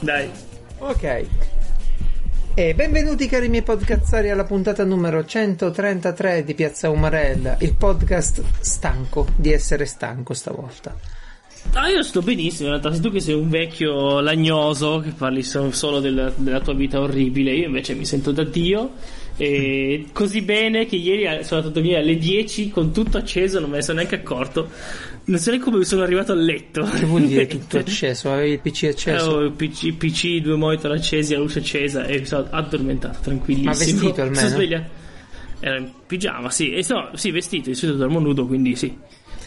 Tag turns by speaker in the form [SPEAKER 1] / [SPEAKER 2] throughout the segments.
[SPEAKER 1] Dai.
[SPEAKER 2] Ok. E benvenuti cari miei podcazzari alla puntata numero 133 di Piazza Umarella, il podcast stanco di essere stanco stavolta.
[SPEAKER 1] Ah, io sto benissimo, in realtà sei tu che sei un vecchio lagnoso che parli so- solo del- della tua vita orribile, io invece mi sento da Dio e così bene che ieri eh, sono andato via alle 10 con tutto acceso, non me ne sono neanche accorto, non so neanche come sono arrivato a letto.
[SPEAKER 2] Che vuol dire tutto acceso? Avevi il PC acceso?
[SPEAKER 1] Avevo il PC, PC, due monitor accesi, la luce accesa e mi sono addormentato tranquillissimo.
[SPEAKER 2] Ma vestito almeno?
[SPEAKER 1] Sono svegliato. Era in pigiama, sì, e sono- sì, vestito, di solito dormo nudo, quindi sì.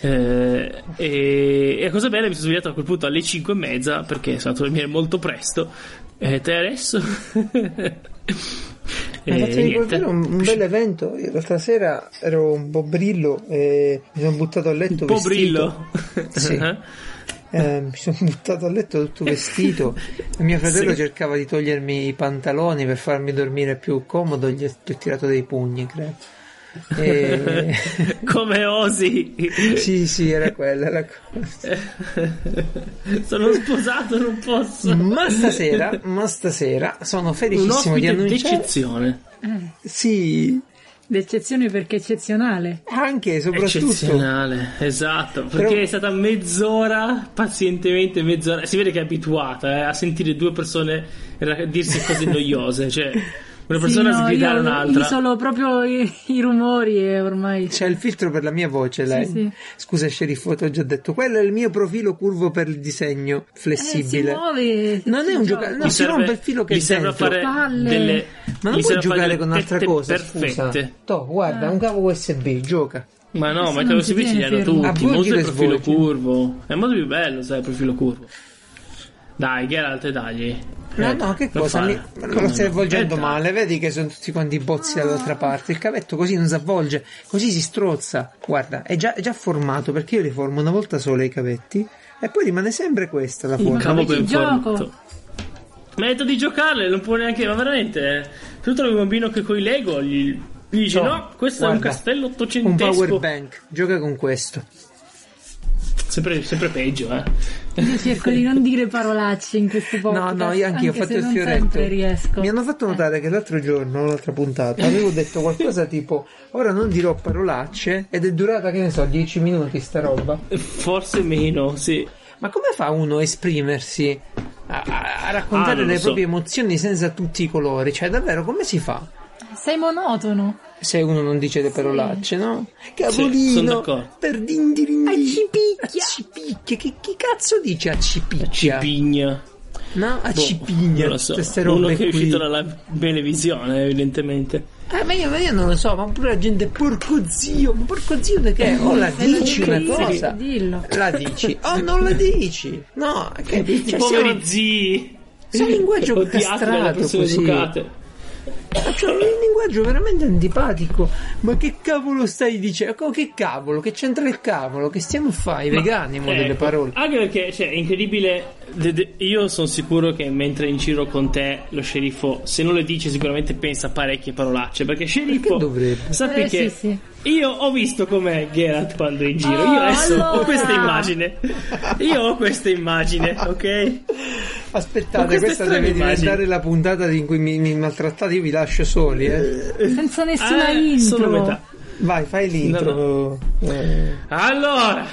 [SPEAKER 1] Eh, e, e la cosa bella mi sono svegliato a quel punto alle 5 e mezza perché sono andato a dormire molto presto. E te adesso? Eh,
[SPEAKER 2] Mi ha fatto
[SPEAKER 1] niente.
[SPEAKER 2] ricordare un, un bel evento. Io l'altra sera ero un po' brillo e mi sono buttato a letto
[SPEAKER 1] Un po'
[SPEAKER 2] vestito.
[SPEAKER 1] brillo.
[SPEAKER 2] Sì. Eh, mi sono buttato a letto tutto vestito. E mio fratello
[SPEAKER 1] Sì.
[SPEAKER 2] cercava di togliermi i pantaloni per farmi dormire più comodo. Gli ho, gli ho tirato dei pugni, credo. E...
[SPEAKER 1] Come osi?
[SPEAKER 2] Eh. sì, sì, era quella la cosa.
[SPEAKER 1] Sono sposato, non posso.
[SPEAKER 2] Ma stasera, ma stasera sono
[SPEAKER 1] un
[SPEAKER 2] felicissimo
[SPEAKER 1] ospite
[SPEAKER 2] di annunciare.
[SPEAKER 1] d'eccezione.
[SPEAKER 3] Eh,
[SPEAKER 2] Sì,
[SPEAKER 3] d'eccezione perché eccezionale.
[SPEAKER 2] anche e soprattutto.
[SPEAKER 1] Eccezionale, esatto, perché
[SPEAKER 2] Però-
[SPEAKER 1] è stata mezz'ora, pazientemente mezz'ora, si vede che è abituata eh, a sentire due persone ra- dirsi cose noiose, cioè una persona
[SPEAKER 3] sì, no,
[SPEAKER 1] sgridare
[SPEAKER 3] io-
[SPEAKER 1] un'altra.
[SPEAKER 3] io solo proprio i, i rumori e ormai. eh,
[SPEAKER 2] C'è il filtro per la mia voce, lei.
[SPEAKER 3] sì.
[SPEAKER 2] Scusa, sceriffo, ti ho già detto. Quello è il mio profilo curvo per il disegno
[SPEAKER 3] Eh, si
[SPEAKER 2] flessibile.
[SPEAKER 3] muove.
[SPEAKER 2] Non è un
[SPEAKER 3] si
[SPEAKER 2] gioca-
[SPEAKER 3] gioca.
[SPEAKER 2] no, si rompe il filo che
[SPEAKER 1] gli
[SPEAKER 2] è
[SPEAKER 1] serve a
[SPEAKER 2] dentro.
[SPEAKER 1] fare
[SPEAKER 3] Palle.
[SPEAKER 1] delle
[SPEAKER 2] Ma
[SPEAKER 1] gli
[SPEAKER 2] non puoi
[SPEAKER 1] serve a fare
[SPEAKER 2] giocare
[SPEAKER 1] delle
[SPEAKER 2] con un'altra
[SPEAKER 1] tette
[SPEAKER 2] cosa,
[SPEAKER 1] perfette.
[SPEAKER 2] scusa. Toh, guarda, un cavo USB, gioca.
[SPEAKER 1] Ma no, ma
[SPEAKER 3] Questo
[SPEAKER 1] i
[SPEAKER 3] non
[SPEAKER 1] cavoli
[SPEAKER 3] si
[SPEAKER 1] ce li
[SPEAKER 3] tiene
[SPEAKER 1] hanno
[SPEAKER 3] fermo.
[SPEAKER 2] A
[SPEAKER 1] tutti.
[SPEAKER 2] voi
[SPEAKER 1] Ma usa
[SPEAKER 2] chi
[SPEAKER 1] il
[SPEAKER 2] le
[SPEAKER 1] profilo
[SPEAKER 2] svolge?
[SPEAKER 1] curvo. È molto più bello, sai, il profilo curvo. Dai, Geralt, dagli.
[SPEAKER 2] No,
[SPEAKER 1] Eh,
[SPEAKER 2] no, che
[SPEAKER 1] non
[SPEAKER 2] cosa?
[SPEAKER 1] fare.
[SPEAKER 2] Mi... me
[SPEAKER 1] Come
[SPEAKER 2] Lo stai
[SPEAKER 1] no?
[SPEAKER 2] avvolgendo
[SPEAKER 1] Eh, dai.
[SPEAKER 2] male, vedi che sono tutti quanti i bozzi dall'altra parte. Il cavetto così non si avvolge, così si strozza. Guarda, è già, è già formato perché io li formo una volta sola i cavetti e poi rimane sempre questa la
[SPEAKER 1] Un
[SPEAKER 2] forma.
[SPEAKER 1] cavo
[SPEAKER 3] Avete
[SPEAKER 1] ben
[SPEAKER 3] il gioco?
[SPEAKER 1] formato. Mi ha detto di giocarle, non può neanche. Ma veramente. eh. Tu trovi un bambino che coi Lego gli, gli dici:
[SPEAKER 2] Toh,
[SPEAKER 1] No, questo è
[SPEAKER 2] guarda,
[SPEAKER 1] un castello
[SPEAKER 2] Un
[SPEAKER 1] ottocentesco.
[SPEAKER 2] power bank, gioca con questo.
[SPEAKER 1] Sempre, sempre peggio, eh.
[SPEAKER 3] Io cerco di non dire parolacce in questo
[SPEAKER 2] No,
[SPEAKER 3] podcast.
[SPEAKER 2] no, io anche
[SPEAKER 3] anche
[SPEAKER 2] io ho fatto
[SPEAKER 3] se
[SPEAKER 2] il
[SPEAKER 3] non
[SPEAKER 2] fioretto.
[SPEAKER 3] sempre riesco. Eh.
[SPEAKER 2] Mi hanno fatto notare che l'altro giorno, l'altra puntata, avevo detto qualcosa tipo ora non dirò parolacce ed è durata, che ne so, 10 minuti sta roba.
[SPEAKER 1] Forse meno, sì.
[SPEAKER 2] Ma come fa uno a esprimersi, a, a- a raccontare
[SPEAKER 1] Ah, non lo
[SPEAKER 2] le
[SPEAKER 1] so.
[SPEAKER 2] proprie emozioni senza tutti i colori? Cioè, davvero, come si fa?
[SPEAKER 3] Sei monotono.
[SPEAKER 2] Se uno non dice le parolacce, no?
[SPEAKER 1] sono
[SPEAKER 2] Cavolino,
[SPEAKER 1] d'accordo.
[SPEAKER 2] per dindirindì.
[SPEAKER 3] Accipicchia.
[SPEAKER 2] Accipicchia. Che, chi cazzo dice accipicchia?
[SPEAKER 1] Cipigna.
[SPEAKER 2] no,
[SPEAKER 1] Boh,
[SPEAKER 2] accipigna.
[SPEAKER 1] non lo so.
[SPEAKER 2] Queste robe
[SPEAKER 1] Uno che è
[SPEAKER 2] qui.
[SPEAKER 1] uscito dalla televisione, evidentemente.
[SPEAKER 2] Eh, ma io, ma io non lo so, ma pure la gente, porco zio, ma porco zio di che? O la
[SPEAKER 3] Se non
[SPEAKER 2] dici una
[SPEAKER 3] credi,
[SPEAKER 2] cosa,
[SPEAKER 3] Dillo.
[SPEAKER 2] la dici, o non la dici, no, che cioè, siamo,
[SPEAKER 1] Poveri zii.
[SPEAKER 2] siamo un linguaggio
[SPEAKER 1] Odiate dalle
[SPEAKER 2] castrato
[SPEAKER 1] persone
[SPEAKER 2] così.
[SPEAKER 1] educate.
[SPEAKER 2] Cioè, un linguaggio veramente antipatico, ma che cavolo stai dicendo? Co- Che cavolo, che c'entra il cavolo, che stiamo a fare, i vegani, mo, delle
[SPEAKER 1] Ecco,
[SPEAKER 2] parole.
[SPEAKER 1] Anche perché, cioè, è incredibile. de- de- io sono sicuro che mentre in giro con te, lo sceriffo, se non le dice, sicuramente pensa parecchie parolacce. Perché sceriffo.
[SPEAKER 2] Perché dovrebbe?
[SPEAKER 1] Sappi
[SPEAKER 3] Eh,
[SPEAKER 1] che.
[SPEAKER 3] sì,
[SPEAKER 1] Io ho visto com'è Geralt quando è in giro. io
[SPEAKER 3] Oh,
[SPEAKER 1] adesso ho
[SPEAKER 3] allora!
[SPEAKER 1] questa immagine. Io ho questa immagine, ok? Ma
[SPEAKER 2] Aspettate,
[SPEAKER 1] queste
[SPEAKER 2] questa deve
[SPEAKER 1] strane immagini.
[SPEAKER 2] diventare la puntata in cui mi, mi maltrattate, io vi lascio soli, eh.
[SPEAKER 3] Senza nessuna
[SPEAKER 1] Eh,
[SPEAKER 3] intro.
[SPEAKER 1] solo metà.
[SPEAKER 2] Vai, fai l'intro. eh.
[SPEAKER 1] Allora,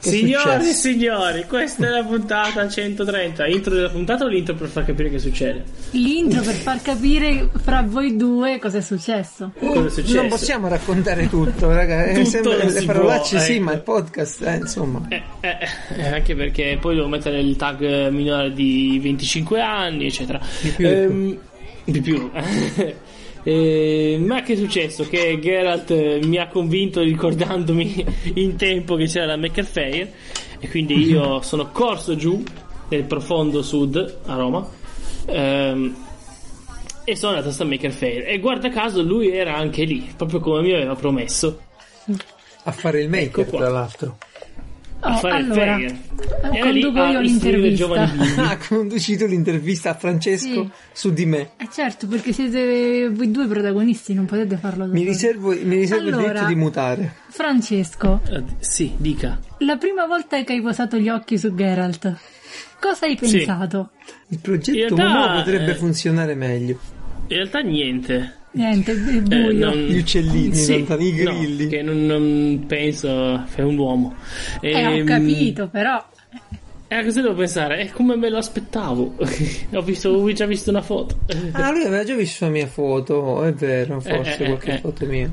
[SPEAKER 2] Che è
[SPEAKER 1] signore e
[SPEAKER 2] successo?
[SPEAKER 1] signori, questa è la puntata 130. Intro della puntata o l'intro per far capire che succede?
[SPEAKER 3] L'intro per far capire fra voi due cosa è successo.
[SPEAKER 1] Cosa è successo?
[SPEAKER 2] Uh, Non possiamo raccontare tutto, raga. eh,
[SPEAKER 1] Tutto
[SPEAKER 2] sempre
[SPEAKER 1] non
[SPEAKER 2] le
[SPEAKER 1] si
[SPEAKER 2] parolacce,
[SPEAKER 1] può,
[SPEAKER 2] sì,
[SPEAKER 1] ecco.
[SPEAKER 2] ma il podcast, eh, insomma.
[SPEAKER 1] Eh, eh, eh, anche perché poi devo mettere il tag eh, minore di 25 anni, eccetera. Di
[SPEAKER 2] più, di
[SPEAKER 1] di più. Eh, ma che è successo? Che Geralt eh, mi ha convinto ricordandomi in tempo che c'era la Maker Fair e quindi io sono corso giù nel profondo sud a Roma ehm, e sono andato a sta Maker Fair e guarda caso lui era anche lì, proprio come mi aveva promesso.
[SPEAKER 2] A fare il make
[SPEAKER 1] Ecco qua.
[SPEAKER 2] tra l'altro.
[SPEAKER 1] A
[SPEAKER 3] Oh,
[SPEAKER 1] fare
[SPEAKER 3] allora,
[SPEAKER 1] il fair.
[SPEAKER 3] eh,
[SPEAKER 1] Era lì
[SPEAKER 3] conduco io
[SPEAKER 1] a istruire
[SPEAKER 3] l'intervista.
[SPEAKER 1] giovani bimbi.
[SPEAKER 2] Ha conducito l'intervista a Francesco
[SPEAKER 3] Sì.
[SPEAKER 2] su di me.
[SPEAKER 3] Eh certo, perché siete voi due protagonisti, non potete farlo da
[SPEAKER 2] Mi
[SPEAKER 3] soli.
[SPEAKER 2] riservo, mi riservo il
[SPEAKER 3] Allora.
[SPEAKER 2] diritto di mutare.
[SPEAKER 3] Francesco,
[SPEAKER 1] Eh, Sì, dica.
[SPEAKER 3] la prima volta che hai posato gli occhi su Geralt, Cosa hai
[SPEAKER 1] Sì.
[SPEAKER 3] pensato?
[SPEAKER 2] Il
[SPEAKER 1] In
[SPEAKER 2] progetto
[SPEAKER 1] realtà,
[SPEAKER 2] Momo potrebbe
[SPEAKER 1] eh,
[SPEAKER 2] funzionare meglio.
[SPEAKER 1] In realtà niente.
[SPEAKER 3] Niente, è
[SPEAKER 1] Eh,
[SPEAKER 3] buio.
[SPEAKER 1] non-
[SPEAKER 2] Gli uccellini,
[SPEAKER 1] Sì,
[SPEAKER 2] cantano i
[SPEAKER 1] no,
[SPEAKER 2] grilli.
[SPEAKER 1] che non, non penso è un uomo.
[SPEAKER 3] Eh, ho
[SPEAKER 1] Ehm,
[SPEAKER 3] capito, però.
[SPEAKER 1] Eh, così devo pensare? È come me lo aspettavo. ho, visto, ho già visto una foto.
[SPEAKER 2] Ah, lui aveva già visto la mia foto, è vero,
[SPEAKER 1] Eh,
[SPEAKER 2] forse
[SPEAKER 1] eh, eh,
[SPEAKER 2] qualche
[SPEAKER 1] eh.
[SPEAKER 2] foto mia.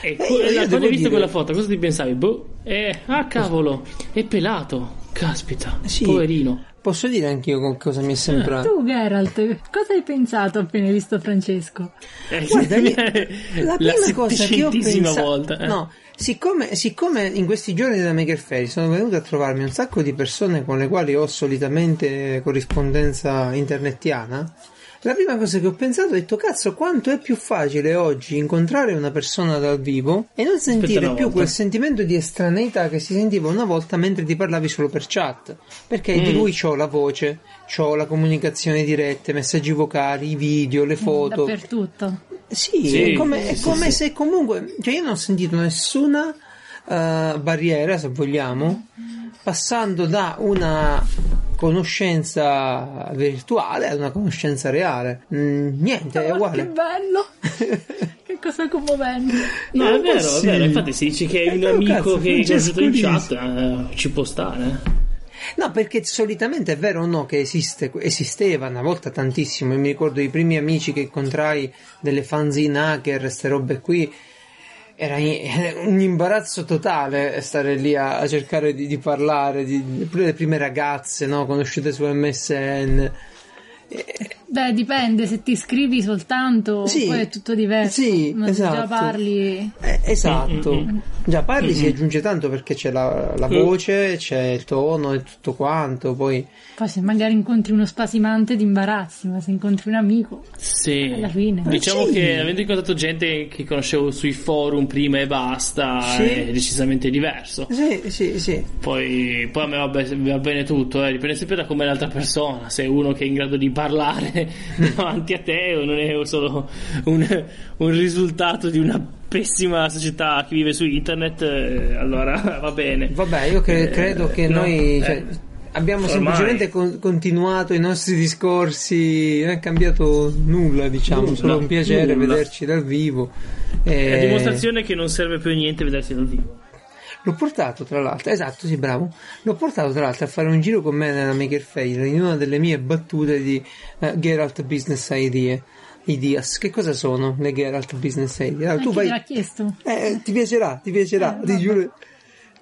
[SPEAKER 1] E
[SPEAKER 2] Eh, io- io
[SPEAKER 1] quella-
[SPEAKER 2] devo
[SPEAKER 1] quando hai visto
[SPEAKER 2] dire-
[SPEAKER 1] quella foto, cosa ti pensavi? Boh, eh, ah cavolo, è pelato. Caspita,
[SPEAKER 2] Sì.
[SPEAKER 1] poverino.
[SPEAKER 2] Posso dire anch'io con cosa mi è sembrato?
[SPEAKER 3] Tu, Geralt, cosa hai pensato appena hai visto Francesco?
[SPEAKER 1] Eh,
[SPEAKER 2] Guarda, io-
[SPEAKER 1] la
[SPEAKER 2] la prima cosa che ho
[SPEAKER 1] settecentesima
[SPEAKER 2] pensato
[SPEAKER 1] volta. eh.
[SPEAKER 2] no, siccome, siccome in questi giorni della Maker Fair sono venute a trovarmi un sacco di persone con le quali ho solitamente corrispondenza internettiana la prima cosa che ho pensato è detto cazzo quanto è più facile oggi incontrare una persona dal vivo e non sentire
[SPEAKER 1] una
[SPEAKER 2] più
[SPEAKER 1] volta.
[SPEAKER 2] quel sentimento di estraneità che si sentiva una volta mentre ti parlavi solo per chat perché di
[SPEAKER 1] Mm.
[SPEAKER 2] lui c'ho la voce c'ho la comunicazione diretta i messaggi vocali i video le foto
[SPEAKER 3] Dappertutto.
[SPEAKER 2] sì,
[SPEAKER 1] Sì,
[SPEAKER 2] è come, è
[SPEAKER 1] sì,
[SPEAKER 2] come
[SPEAKER 1] sì,
[SPEAKER 2] se comunque. Cioè, io non ho sentito nessuna eh, barriera, se vogliamo, passando da una conoscenza virtuale ad una conoscenza reale. Mm, niente, è
[SPEAKER 3] Oh, Che
[SPEAKER 2] uguale.
[SPEAKER 3] bello! che cosa commovente.
[SPEAKER 1] No, è vero,
[SPEAKER 2] Non
[SPEAKER 1] è vero.
[SPEAKER 2] possibile.
[SPEAKER 1] Infatti, se dici che è un
[SPEAKER 2] Eh,
[SPEAKER 1] amico
[SPEAKER 2] cazzo,
[SPEAKER 1] che hai
[SPEAKER 2] Francesco
[SPEAKER 1] conosciuto in
[SPEAKER 2] Lisi.
[SPEAKER 1] chat, eh, ci può stare.
[SPEAKER 2] No, perché solitamente è vero o no che esiste, esisteva una volta tantissimo. Io mi ricordo i primi amici che incontrai delle fanzine hacker, queste robe qui. Era i- era un imbarazzo totale stare lì a, a cercare di, di parlare, di, pure le prime ragazze no, conosciute su MSN.
[SPEAKER 3] Beh, dipende, se ti iscrivi soltanto,
[SPEAKER 2] Sì.
[SPEAKER 3] poi è tutto diverso.
[SPEAKER 2] Sì,
[SPEAKER 3] Ma se già
[SPEAKER 2] esatto.
[SPEAKER 3] parli.
[SPEAKER 2] Eh, esatto,
[SPEAKER 1] Mm-mm.
[SPEAKER 2] già parli si aggiunge tanto perché c'è la, la
[SPEAKER 1] Mm.
[SPEAKER 2] voce, c'è il tono e tutto quanto. Poi
[SPEAKER 3] Poi se magari incontri uno spasimante di imbarazzi, ma se incontri un amico,
[SPEAKER 1] Sì.
[SPEAKER 3] Alla fine.
[SPEAKER 1] Diciamo
[SPEAKER 2] Sì.
[SPEAKER 1] che avendo incontrato gente che conoscevo sui forum prima e basta,
[SPEAKER 2] Sì.
[SPEAKER 1] è decisamente diverso.
[SPEAKER 2] sì, sì, sì.
[SPEAKER 1] Poi, poi a me va, be- va bene tutto, eh, dipende sempre da come è l'altra persona, se è uno che è in grado di parlare davanti a te o non è solo un, un risultato di una pessima società che vive su internet, eh, allora va bene.
[SPEAKER 2] Vabbè, io cre-
[SPEAKER 1] Eh,
[SPEAKER 2] credo che
[SPEAKER 1] no,
[SPEAKER 2] noi
[SPEAKER 1] eh,
[SPEAKER 2] cioè, abbiamo
[SPEAKER 1] ormai.
[SPEAKER 2] semplicemente con- continuato i nostri discorsi, non è cambiato nulla, diciamo,
[SPEAKER 1] Nulla,
[SPEAKER 2] solo un piacere
[SPEAKER 1] nulla.
[SPEAKER 2] vederci dal vivo.
[SPEAKER 1] È la
[SPEAKER 2] Eh,
[SPEAKER 1] dimostrazione che non serve più a niente vedersi dal vivo.
[SPEAKER 2] L'ho portato tra l'altro, esatto, sì, bravo. L'ho portato tra l'altro a fare un giro con me nella Maker Fair in una delle mie battute di eh, Geralt Business Idea- Ideas. Che cosa sono le Geralt Business Ideas?
[SPEAKER 3] ma
[SPEAKER 2] Allora,
[SPEAKER 3] chi te l'ha chiesto?
[SPEAKER 2] eh, ti piacerà, ti piacerà,
[SPEAKER 3] Eh,
[SPEAKER 2] ti
[SPEAKER 3] vabbè.
[SPEAKER 2] giuro.